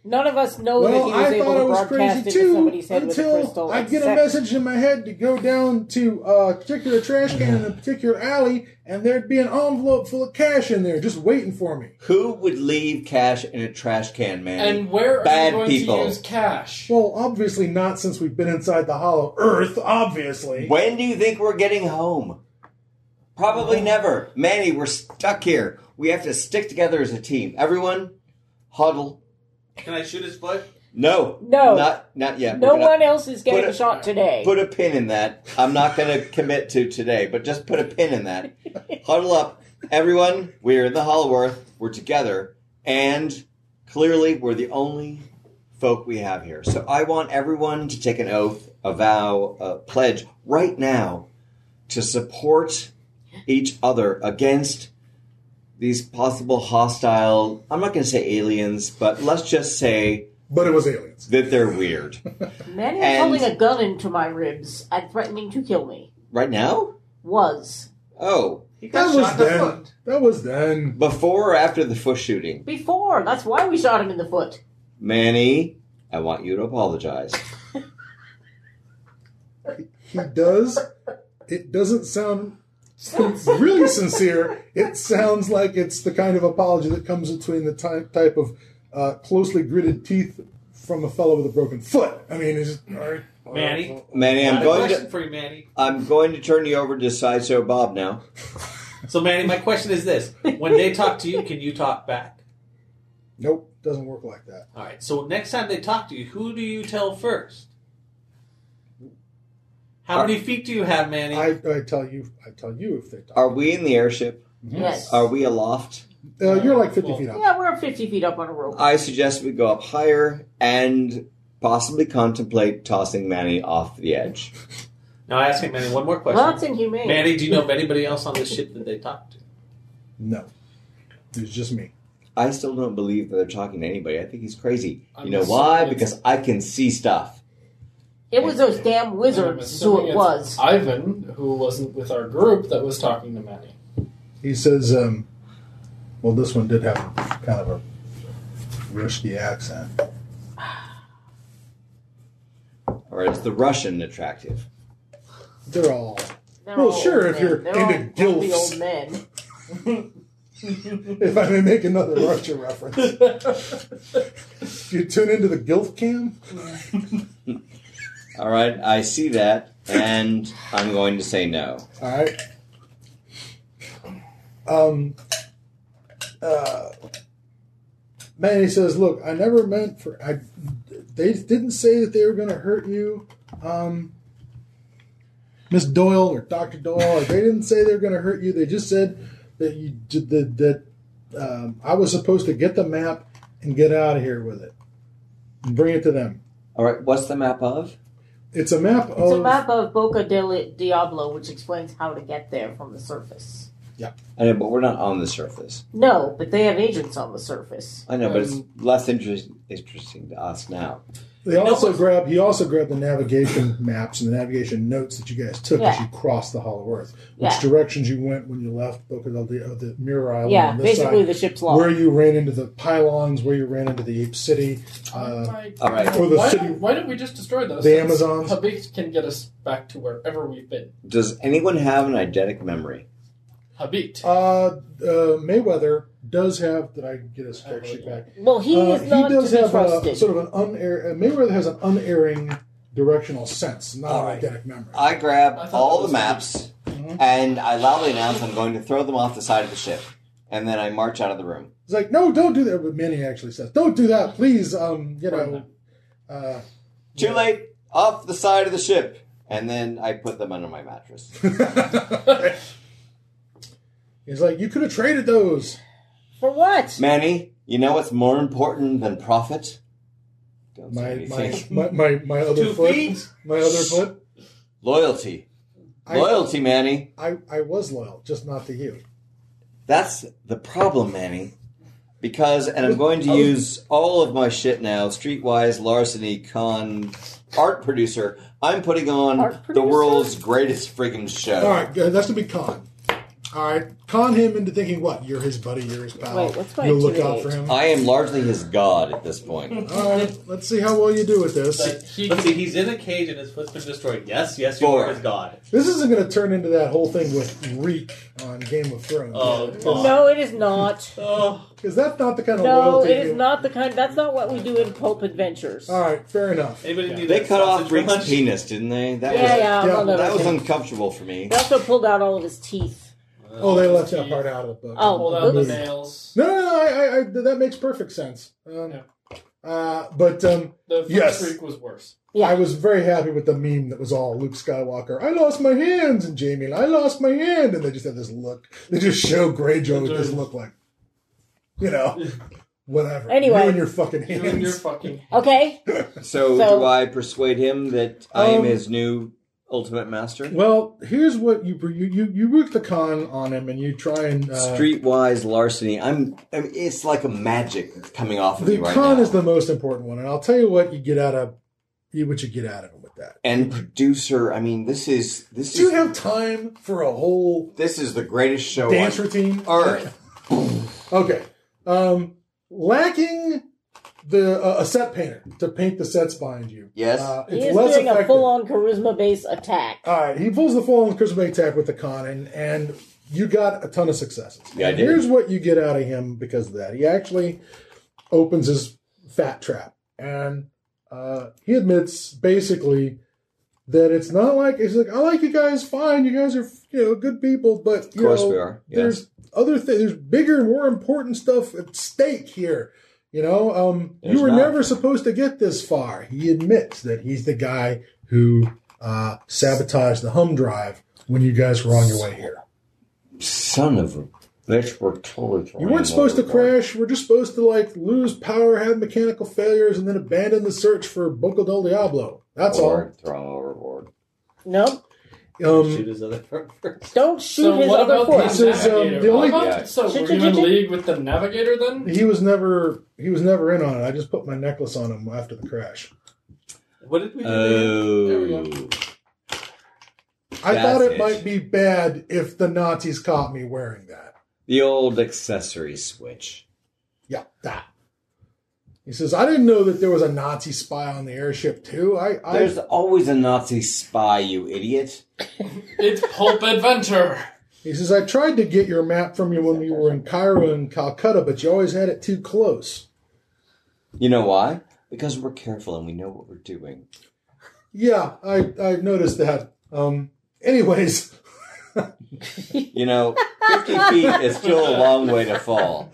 F: None of us know that
B: Well,
F: Oh, he was
B: I
F: able
B: thought
F: to
B: I was
F: broadcast
B: crazy
F: into
B: too
F: somebody's head with a
B: until
F: crystal.
B: I get a
F: except-
B: message in my head to go down to a particular trash can
G: [LAUGHS]
B: in a particular alley, and there'd be an envelope full of cash in there, just waiting for me.
H: Who would leave cash in a trash can, man?
E: And where are
H: Bad
E: you going
H: people.
E: to use cash?
B: Well, obviously not since we've been inside the Hollow Earth. Obviously,
H: When do you think we're getting home? Probably never. Manny, we're stuck here. We have to stick together as a team. Everyone, huddle.
G: Can I shoot his foot?
H: No.
F: No.
H: Not not yet.
F: No
H: We're gonna-
F: one else is getting
H: Put a-
F: shot today.
H: Put a pin in that. I'm not going to commit to today, but just put a pin in that. Huddle up. Everyone, we're in the Hollowworth. We're together. And clearly, we're the only folk we have here. So I want everyone to take an oath, a vow, a pledge right now to support each other against these possible hostile, I'm not going to say aliens, but let's just say
B: but it was aliens.
H: that they're weird.
F: Manny was
H: and-
F: holding a gun into my ribs and threatening to kill me.
H: Right now?
F: Was.
H: Oh.
G: He got
B: That was
G: shot in the
B: then.
G: foot.
B: That was then.
H: Before or after the foot shooting?
F: Before. That's why we shot him in the foot.
H: Manny, I want you to apologize.
B: he does. It doesn't sound really sincere. It sounds like it's the kind of apology that comes between the ty- type of uh, closely gritted teeth from a fellow with a broken foot. I mean, it's just, all right.
G: Manny?
H: Manny,
G: Got
H: I'm
G: a
H: going
G: question
H: to
G: for you, Manny.
H: I'm going to turn you over to Sideshow Bob now.
G: So, Manny, my question
F: [LAUGHS]
G: is this: When they talk to you, can you talk back?
B: Nope, doesn't work like that.
G: All right. So next time they talk to you, who do you tell first? How many feet do you have, Manny?
B: I, I tell you, I tell you if they talk.
H: Are we in the airship?
F: Yes.
H: Are we aloft?
B: Uh, you're like fifty feet up.
F: yeah, we're 50 feet up on a rope.
H: I suggest we go up higher and possibly contemplate tossing Manny off the edge.
G: now, I ask him, Manny, one more question.
F: Well, that's inhumane.
G: Manny, do you know of anybody else on this ship that they talked to?
B: No, it's just me.
H: I still don't believe that they're talking to anybody. I think he's crazy.
E: I'm
H: You know why?
E: assuming it's-
H: Because I can see stuff.
F: It was those damn
E: I'm
F: wizards, is
E: assuming
F: who it
E: it's
F: was.
E: Ivan, who wasn't with our group, that was talking to Manny.
B: He says, um, "Well, this one did have kind of a rusty accent."
H: Or is the Russian attractive?
B: They're all
F: They're
B: Well,
F: all
B: sure,
F: old
B: if
F: men.
B: you're
F: They're
B: into
F: all grumpy
B: gilfs.
F: old men.
B: if I may make another Archer reference. If you tune into the Guilt Cam,
A: All right, I see that, and I'm going to say no.
B: All right. Um. Uh. Manny says, "Look, I never meant for. I. They didn't say that they were going to hurt you, um. Miss Doyle or Doctor Doyle. Like, they didn't say they were going to hurt you. They just said that you did that. that um, I was supposed to get the map and get out of here with it, and bring it to them.
H: All right, what's the map of?
B: It's a map
F: It's a
B: of
F: map of Boca del Diablo, which explains how to get there from the surface.
A: I know, but we're not on the surface.
F: No, but they have agents on the surface.
A: I know, but it's
E: Um,
A: less interest, interesting to us now.
B: They also grab. He also grabbed the
F: [LAUGHS]
B: navigation maps and the navigation notes that you guys took as
F: Yeah.
B: you crossed the Hollow Earth, which
F: Yeah.
B: directions you went when you left Boca del Dio, the Mirror Island.
F: yeah,
B: on this
F: basically
B: side,
F: the ship's
B: where
F: log.
B: you ran into the pylons, where you ran into the Ape City. Uh,
E: Right.
A: All right,
B: Or the
E: why,
B: city-
E: Don't, why don't we just destroy those?
B: The
E: things?
B: Amazons?
E: Habib can get us back to wherever we've been.
A: does anyone have an eidetic memory?
E: Habib.
B: uh, uh, Mayweather does have. Did I get his fair sheet back?
F: Well, he
B: Uh,
F: is not to be
B: have a,
F: trusted.
B: sort of an unerr. uh, Mayweather has an unerring directional sense, not
H: All
B: an
H: right.
B: eidetic memory.
H: I grab
E: I thought
H: all
E: that
H: the
E: was-
H: maps
E: Mm-hmm.
B: Mhm.
H: and I loudly announce I'm going to throw them off the side of the ship, and then I march out of the room.
B: He's like, no, don't do that. But Manny actually says, don't do that, please. Um, you know. Uh,
H: Too late, off the side of the ship, and then I put them under my mattress. [LAUGHS]
B: [LAUGHS] He's like, you could have traded those.
F: For what?
H: Manny, you know what's more important than profit? Don't say
B: My my,
H: anything.
B: my my my other
G: Two
B: foot.
G: feet?
B: My other foot.
H: Loyalty,
B: I,
H: loyalty, Manny.
B: I I was loyal, just not to you.
H: That's the problem, Manny. Because, and I'm going to use all of my shit now streetwise, larceny, con, art producer. I'm putting on
F: Art
H: the
F: producer?
H: world's greatest friggin' show.
B: All right, good. that's gonna be con. All right, con him into thinking what you're his buddy, you're his pal.
F: Wait, what's my
B: You'll look out
F: intimidate?
B: for him.
H: I am largely his god at this point.
B: All right, let's see how well you do with this.
E: But he
G: Let's see, he's in a cage and his foot's been destroyed. Yes, yes, you
H: Four.
G: are his god.
B: This isn't gonna turn into that whole thing with Reek on Game of Thrones.
G: Oh, come on.
F: No, it is not.
B: [LAUGHS]
G: Oh,
B: Because that's not the kind of
F: No,
B: loyalty.
F: it
B: you-
F: is not the kind. That's not what we do in Pulp Adventures.
B: All right, fair enough.
G: anybody need
H: They
G: that
H: cut off
G: sausage
H: Rick's
G: lunch?
H: penis, didn't they? That
F: yeah, yeah,
B: Yeah,
F: I'm on
H: was that was
F: everything.
H: uncomfortable for me.
F: They also pulled out all of his teeth.
B: Oh, they left that part out of the book.
F: Oh,
E: Hold out the
F: oops.
E: nails.
B: No, no, no. I, I, I, that makes perfect sense. Um, uh, but um,
E: The first
B: Yes.
E: freak was worse.
F: Yeah.
B: I was very happy with the meme that was all Luke Skywalker. I lost my hands, and Jamie, and I lost my hand, and they just had this look. They just show Greyjoy with this look, like, you know, whatever.
F: Anyway.
B: you and your fucking
E: You and your
B: hands.
E: fucking.
F: Okay.
H: So,
F: So-
H: do I persuade him that I am
B: Um,
H: his new ultimate master?
B: Well, here's what you you you you work the con on him, and you try and uh,
H: Streetwise larceny. I'm. I mean, it's like a magic that's coming off of
B: The
H: me right
B: con
H: now.
B: is the most important one, and I'll tell you what you get out of you what you get out of him with that.
H: and producer. I mean, this is this
B: Do you
H: is
B: have time for a whole
H: this is the greatest show
B: dance
H: on
B: routine?
H: earth.
B: Okay. Um, lacking the uh, a set painter to paint the sets behind you.
H: Yes.
B: Uh,
F: He
B: it's
F: is
B: less
F: doing a
B: effective.
F: full-on charisma-based attack.
B: All right, he pulls the full on charisma attack with the con, and, and you got a ton of successes.
H: Yeah, I
B: And
H: did.
B: Here's what you get out of him because of that. He actually opens his fat trap, and uh, he admits basically that it's not like he's like I like you guys fine. You guys are you know good people, but
H: Of course,
B: you know,
H: we are. Yes.
B: there's other things. There's bigger, more important stuff at stake here. You know, um, you
H: There's
B: were
H: not.
B: never supposed to get this far. He admits that he's the guy who uh, sabotaged the hum drive when you guys were on your way here.
H: Son of a bitch, we're totally.
B: You weren't supposed to crash. We're just supposed to like lose power, have mechanical failures, and then abandon the search for Boca del Diablo. That's
H: or Throw him overboard.
F: Nope.
B: all.
G: Shoot
B: Um,
G: his other [LAUGHS] foot first.
F: Don't shoot
E: So
F: his
E: what
F: other
E: about
F: foot.
B: This is, um,
E: navigator?
B: the only-
E: What about- So
F: Ch-
E: were
F: ch-
E: you in
F: ch-
E: league with the navigator then?
B: he was never he was never in on it. I just put my necklace on him after the crash.
G: What did we do?
H: Oh.
B: I
H: That's
B: thought it,
H: it.
B: might be bad if the Nazis caught me wearing that.
H: The old accessory switch.
B: Yeah, that. He says, I didn't know that there was a Nazi spy on the airship, too. I, I
H: There's always a Nazi spy, you idiot.
E: It's Pulp Adventure!
B: He says, I tried to get your map from you when we were in Cairo and Calcutta, but you always had it too close.
H: You know why? Because we're careful and we know what we're doing.
B: Yeah, I I've noticed that. Um. Anyways, [LAUGHS]
H: You know, 50 feet is still a long way to fall.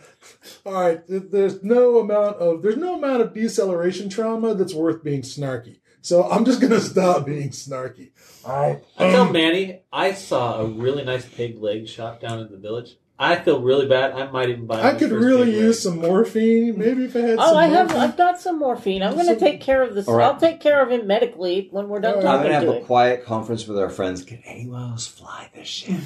B: all right. th- There's no amount of there's no amount of deceleration trauma that's worth being snarky. So I'm just gonna [LAUGHS] stop being snarky. All right.
G: I tell Manny, I saw a really nice pig leg shot down in the village. I feel really bad. I might even buy.
B: I
G: my
B: could
G: first
B: really
G: pig leg.
B: use some morphine. Maybe if I had.
F: Oh,
B: some
F: I have.
B: morphine.
F: I've got some morphine. I'm going
B: Some-
F: to take care of this.
H: All right.
F: I'll take care of him medically when we're
B: All
F: done
B: right.
H: I'm
F: talking
H: going to have
F: to
H: a
F: him.
H: quiet conference with our friends. Can anyone else fly this ship?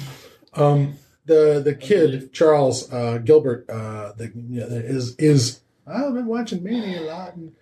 B: Um, the the kid Charles uh, Gilbert uh, the, yeah, the- is is I've been watching Mania a lot. And,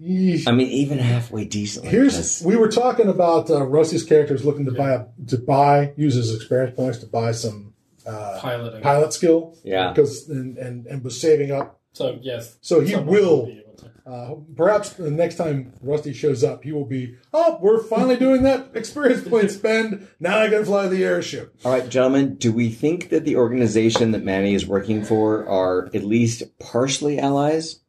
B: Yeesh.
H: I mean, even halfway decently.
B: Here's
H: 'cause-
B: we were talking about uh, Rusty's characters looking to buy a, to buy use his experience points to buy some uh,
E: piloting.
B: pilot skill
H: Yeah.
B: because and, and and was saving up.
E: So yes.
B: So he
E: someone
B: will.
E: be able to.
B: Uh, perhaps the next time Rusty shows up, he will be. Oh, we're finally doing that experience [LAUGHS] point spend. Now I can fly the airship.
H: All right, gentlemen, do we think that the organization that Manny is working for are at least partially allies?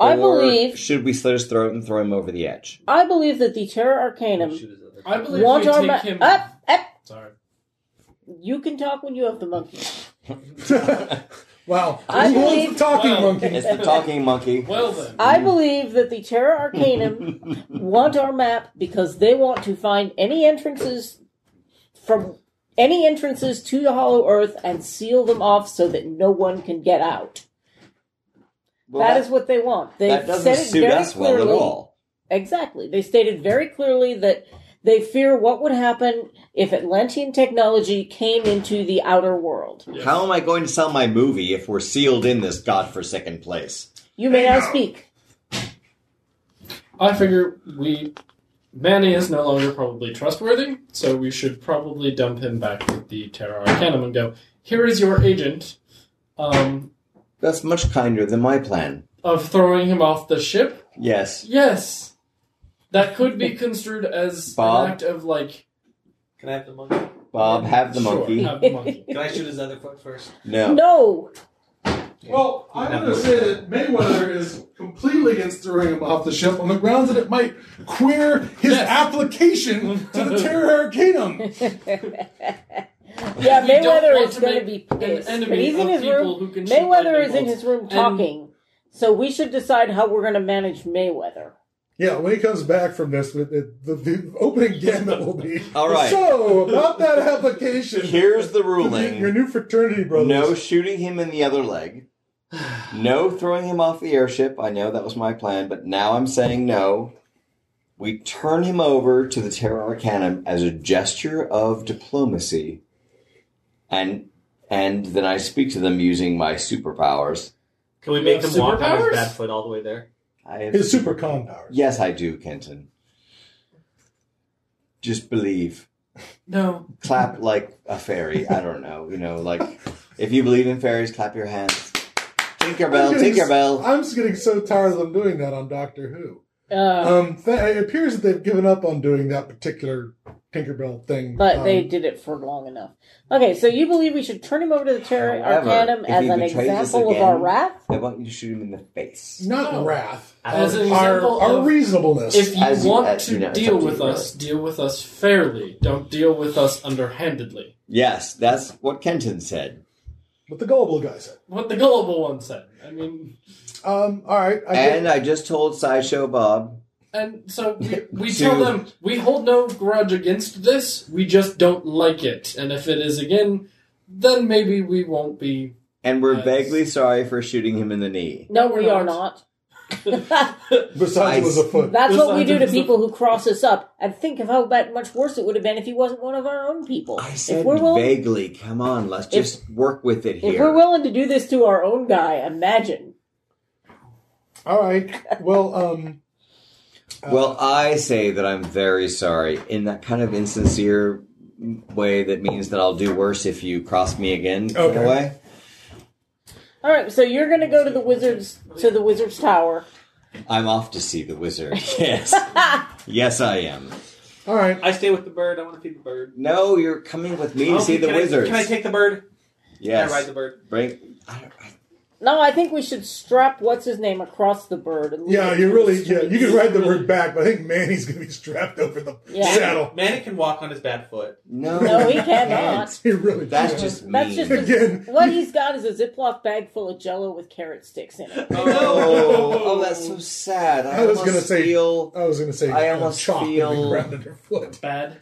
F: I
H: Or
F: believe-
H: Should we slit his throat and throw him over the edge?
F: I believe that the Terra Arcanum
G: Shoot his other-
E: I believe
F: want
E: we
F: our
E: take
F: ma-
E: him.
F: up up.
E: Sorry.
F: You can talk when you have the monkey.
B: [LAUGHS] Wow,
F: I
B: Who owns the
F: believe-
B: talking
E: Wow.
B: monkey.
H: It's the talking monkey.
E: Well then.
F: I
H: Mm.
F: believe that the Terra
H: [LAUGHS]
F: Arcanum want our map because they want to find any entrances from any entrances to the Hollow Earth and seal them off so that no one can get out.
H: Well,
F: that is what they want. They
H: that
F: said
H: doesn't
F: it
H: suit
F: very
H: us well
F: clearly.
H: at all.
F: Exactly. They stated very clearly that they fear what would happen if Atlantean technology came into the outer world.
E: Yes.
H: How am I going to sell my movie if we're sealed in this godforsaken place?
F: You may now speak.
E: I figure we Manny is no longer probably trustworthy, so we should probably dump him back with the Terra Arcanum and go, here is your agent um,
H: That's much kinder than my plan.
E: of throwing him off the ship.
H: Yes.
E: Yes. That could be construed as
H: Bob?
E: an act of like
G: Can I have the monkey?
H: Bob, have the
E: sure,
H: monkey.
E: have the monkey.
G: Can I shoot his other foot first?
H: No.
F: No.
B: Well, I'm going to say that Mayweather is completely against throwing him off the ship on the grounds that it might queer his
E: Yes.
B: application to the [LAUGHS] Terror Arcanum.
F: Yeah,
E: You don't
F: Mayweather
E: want
F: is
E: to
F: going to
E: make
F: be
E: an
F: pissed. But
E: enemy
F: he's in
E: of
F: his
E: people
F: room.
E: who can shoot
F: Mayweather
E: lightning
F: is in
E: bolts.
F: his room
E: And-
F: talking. So we should decide how we're going to manage Mayweather.
B: Yeah, when he comes back from this, with the, the, the opening gambit will be.
H: All right.
B: So about that application,
H: Here's the
B: to the-
H: ruling.
B: your new fraternity brothers.
H: No shooting him in the other leg. No throwing him off the airship. I know that was my plan, but now I'm saying no. We turn him over to the Terra Arcanum as a gesture of diplomacy, and and then I speak to them using my superpowers.
G: Can we
E: You
G: make
E: have
G: him walk on
E: superpowers?
G: his bad foot all the way there?
H: I have
B: his super con powers.
H: Yes, I do, Kenton. Just believe.
E: No.
H: Clap like a fairy. I don't know. You know, like if you believe in fairies, clap your hands. Tinkerbell,
B: I'm getting-
H: Tinkerbell.
B: I'm just getting so tired of them doing that on Doctor Who.
F: Uh,
B: Um, th- it appears that they've given up on doing that particular Tinkerbell thing.
F: but they
B: Um,
F: did it for long enough. Okay, so you believe we should turn him over to the Terra
H: However,
F: Arcanum
H: if
F: as
H: he
F: an
H: betrays us
F: example of our
H: again-
F: wrath?
H: They want you to shoot him in the face.
B: not
E: No.
B: wrath.
E: As an
B: Um, our,
E: example
B: our
E: of-
B: reasonableness.
E: If
H: [LAUGHS]
E: you
H: As you-
E: want
H: as
E: to
H: you know, it's
E: deal
H: up to
E: with
H: you,
E: us, deal with us fairly. Don't deal with us underhandedly.
H: Yes, that's what Kenton said.
B: what the gullible guy said.
E: What the gullible one said. I mean
B: Um, all right. I
H: And uh,
B: get-
H: I just told Sideshow Bob.
E: And so we, we
H: To-
E: tell them we hold no grudge against this. We just don't like it. And if it is again, then maybe we won't
G: [LAUGHS]
E: be. [LAUGHS]
H: And we're
E: Yes.
H: vaguely sorry for shooting him in the knee.
F: No,
E: We're
F: we are
E: not.
F: not.
B: besides, it was a foot.
F: That's what we do to
E: Besides-
F: people who cross us up. And think of how bad, much worse it would have been if he wasn't one of our own people.
H: I said
F: if we're willing,
H: vaguely. Come on, let's just work with it
F: if
H: here.
F: we're willing to do this to our own guy, imagine.
B: All right. Well, um,
H: well, I say that I'm very sorry in that kind of insincere way that means that I'll do worse if you cross me again. in a
B: Okay.
H: way.
F: All right, so you're going to go to the wizards to the wizards tower.
H: I'm off to see the [LAUGHS] wizard. Yes. yes, I am.
B: all right.
G: I stay with the bird. I want to feed the bird.
H: No, you're coming with me to
G: Okay,
H: see the
G: can I-
H: wizards.
G: Can I take the bird? Can
H: yes.
G: I ride the bird?
H: Bring. I don't, I,
F: No, I think we should strap what's his name across the bird. and leave
B: Yeah,
F: it
B: you
F: to
B: really,
F: the
B: yeah, you can
F: streets.
B: ride the bird back, but I think Manny's going to be strapped over the
F: Yeah.
B: saddle.
G: Manny can walk on his bad [LAUGHS] foot.
H: No,
F: No, he
H: [LAUGHS]
F: cannot.
B: [LAUGHS] He really
H: That's
B: can't.
H: just
F: That's
H: mean.
F: just
B: Again.
F: what he's got is a Ziploc bag full of Jello with carrot sticks
B: [LAUGHS]
F: in it.
H: Oh, oh, that's so sad. I,
B: I was
H: almost
B: gonna say-
H: feel.
B: I was going to say,
H: I
B: uh,
H: almost
B: chalk would be
H: feel-
B: ground under foot.
E: Bad.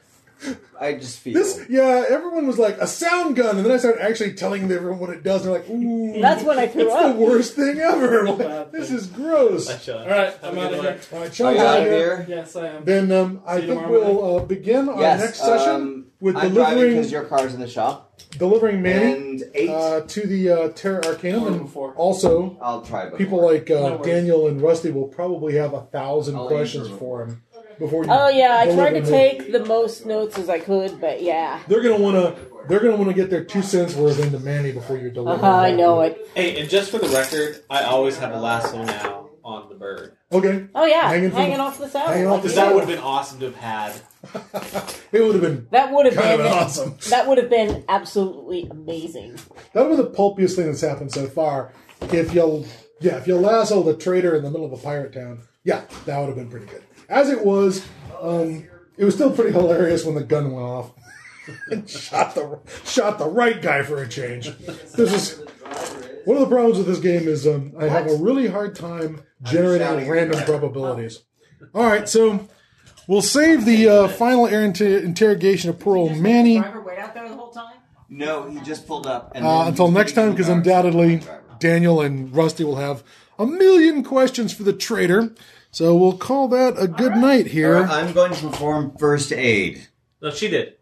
H: I just feel.
B: This, yeah, everyone was like a sound gun, and then I started actually telling everyone what it does. And they're like, "Ooh,
F: That's when I threw
B: it's
F: up.
B: the worst thing ever.
E: Feel bad,
B: this
E: but-
B: is gross."
G: Let's chill.
E: All right,
G: Have
E: I'm
G: a
E: out
G: good
E: of
G: one.
E: here.
B: All right,
H: Are
B: Sean,
H: you
B: out
H: out
B: of
H: of
B: here.
H: here?
E: Yes, I am.
B: Then um, I
E: See you
B: think
E: tomorrow morning.
B: we'll uh, begin our
H: Yes,
B: next session
H: um,
B: with
H: I'm driving
B: delivering
H: because your car's in the shop.
B: delivering Manny
H: And eight.
B: uh, to the uh, Terra Arcanum,
E: Or
B: and
E: before.
B: also
H: I'll try. Before.
B: people like uh,
E: No worries.
B: Daniel and Rusty will probably have a 1000
H: I'll
B: questions
H: answer them.
B: for him before. You
F: Oh yeah, I
B: deliver
F: tried to
B: them.
F: take the most notes as I could, but yeah,
B: They're gonna wanna. They're gonna wanna get their two cents worth into Manny before you deliver.
F: uh-huh, I know it.
G: Hey, and just for the record, I always have a lasso now on the bird.
B: Okay, [LAUGHS]
F: Oh yeah,
B: Hanging
F: hanging,
B: from the-
F: off the saddle.
B: hanging off the
F: Like,
G: That
B: saddle.
G: would have been awesome to have had.
B: it would have been
F: That would have
B: kind
F: [LAUGHS]
B: of
F: been
B: awesome.
F: that would have been absolutely amazing.
B: That would be the pulpiest thing that's happened so far. If you'll, yeah, if you lasso the traitor in the middle of a pirate town, yeah, that would have been pretty good. As it was, um, it was still pretty hilarious when the gun went off [LAUGHS] and shot the shot the right guy for a change. This is one of the problems with this game is um, I have a really hard time generating
H: shouting.
B: random probabilities. All right, so. We'll save the uh, final inter- interrogation of poor old Manny.
F: Driver wait out there the whole time.
H: No, he just pulled up. And
B: Uh,
H: then
B: until
H: he's
B: next
H: waiting
B: time,
H: in
B: because
H: the car.
B: undoubtedly Daniel and Rusty will have a million questions for the traitor. So we'll call that a good night here.
H: Alright, I'm going to perform first aid.
G: No, she did.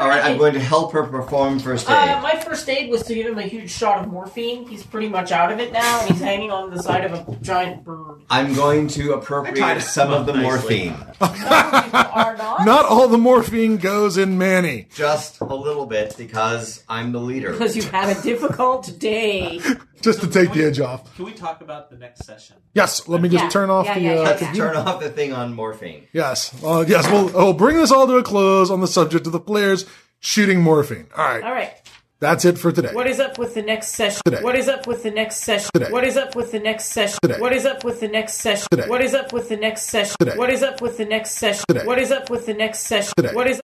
H: All right, I'm going to help her perform first aid.
F: Uh, my first aid was to give him a huge shot of morphine. He's pretty much out of it now, and he's hanging on the side of a giant bird.
B: [LAUGHS]
H: I'm going to
G: I tried to
H: appropriate some
G: come
H: of
G: up
H: the
G: nicely.
H: morphine,
F: No, you are not.
B: [LAUGHS] Not all the morphine goes in Manny.
H: just a little bit, because I'm the leader.
F: Because you've had a difficult day.
B: Just to take the edge off.
G: Can we talk about the next session?
B: Yes, let me just
F: Yeah,
B: turn off
F: yeah,
B: the.
F: yeah,
B: uh, [LAUGHS]
F: yeah.
H: Let's turn off the thing on morphine.
B: Yes, uh, yes. We'll, we'll bring this all to a close on the subject of the players shooting morphine. All right,
F: All right.
B: that's it for today.
F: What is up with the next session?
B: Today.
F: What is up with the next session?
B: Today.
F: What is up with the next session?
B: Today.
F: What is up with the next session?
B: Today.
F: What is up with the next session?
B: Today.
F: What is up with the next session?
B: Today.
F: What is up with the next session?
B: Today.
F: What is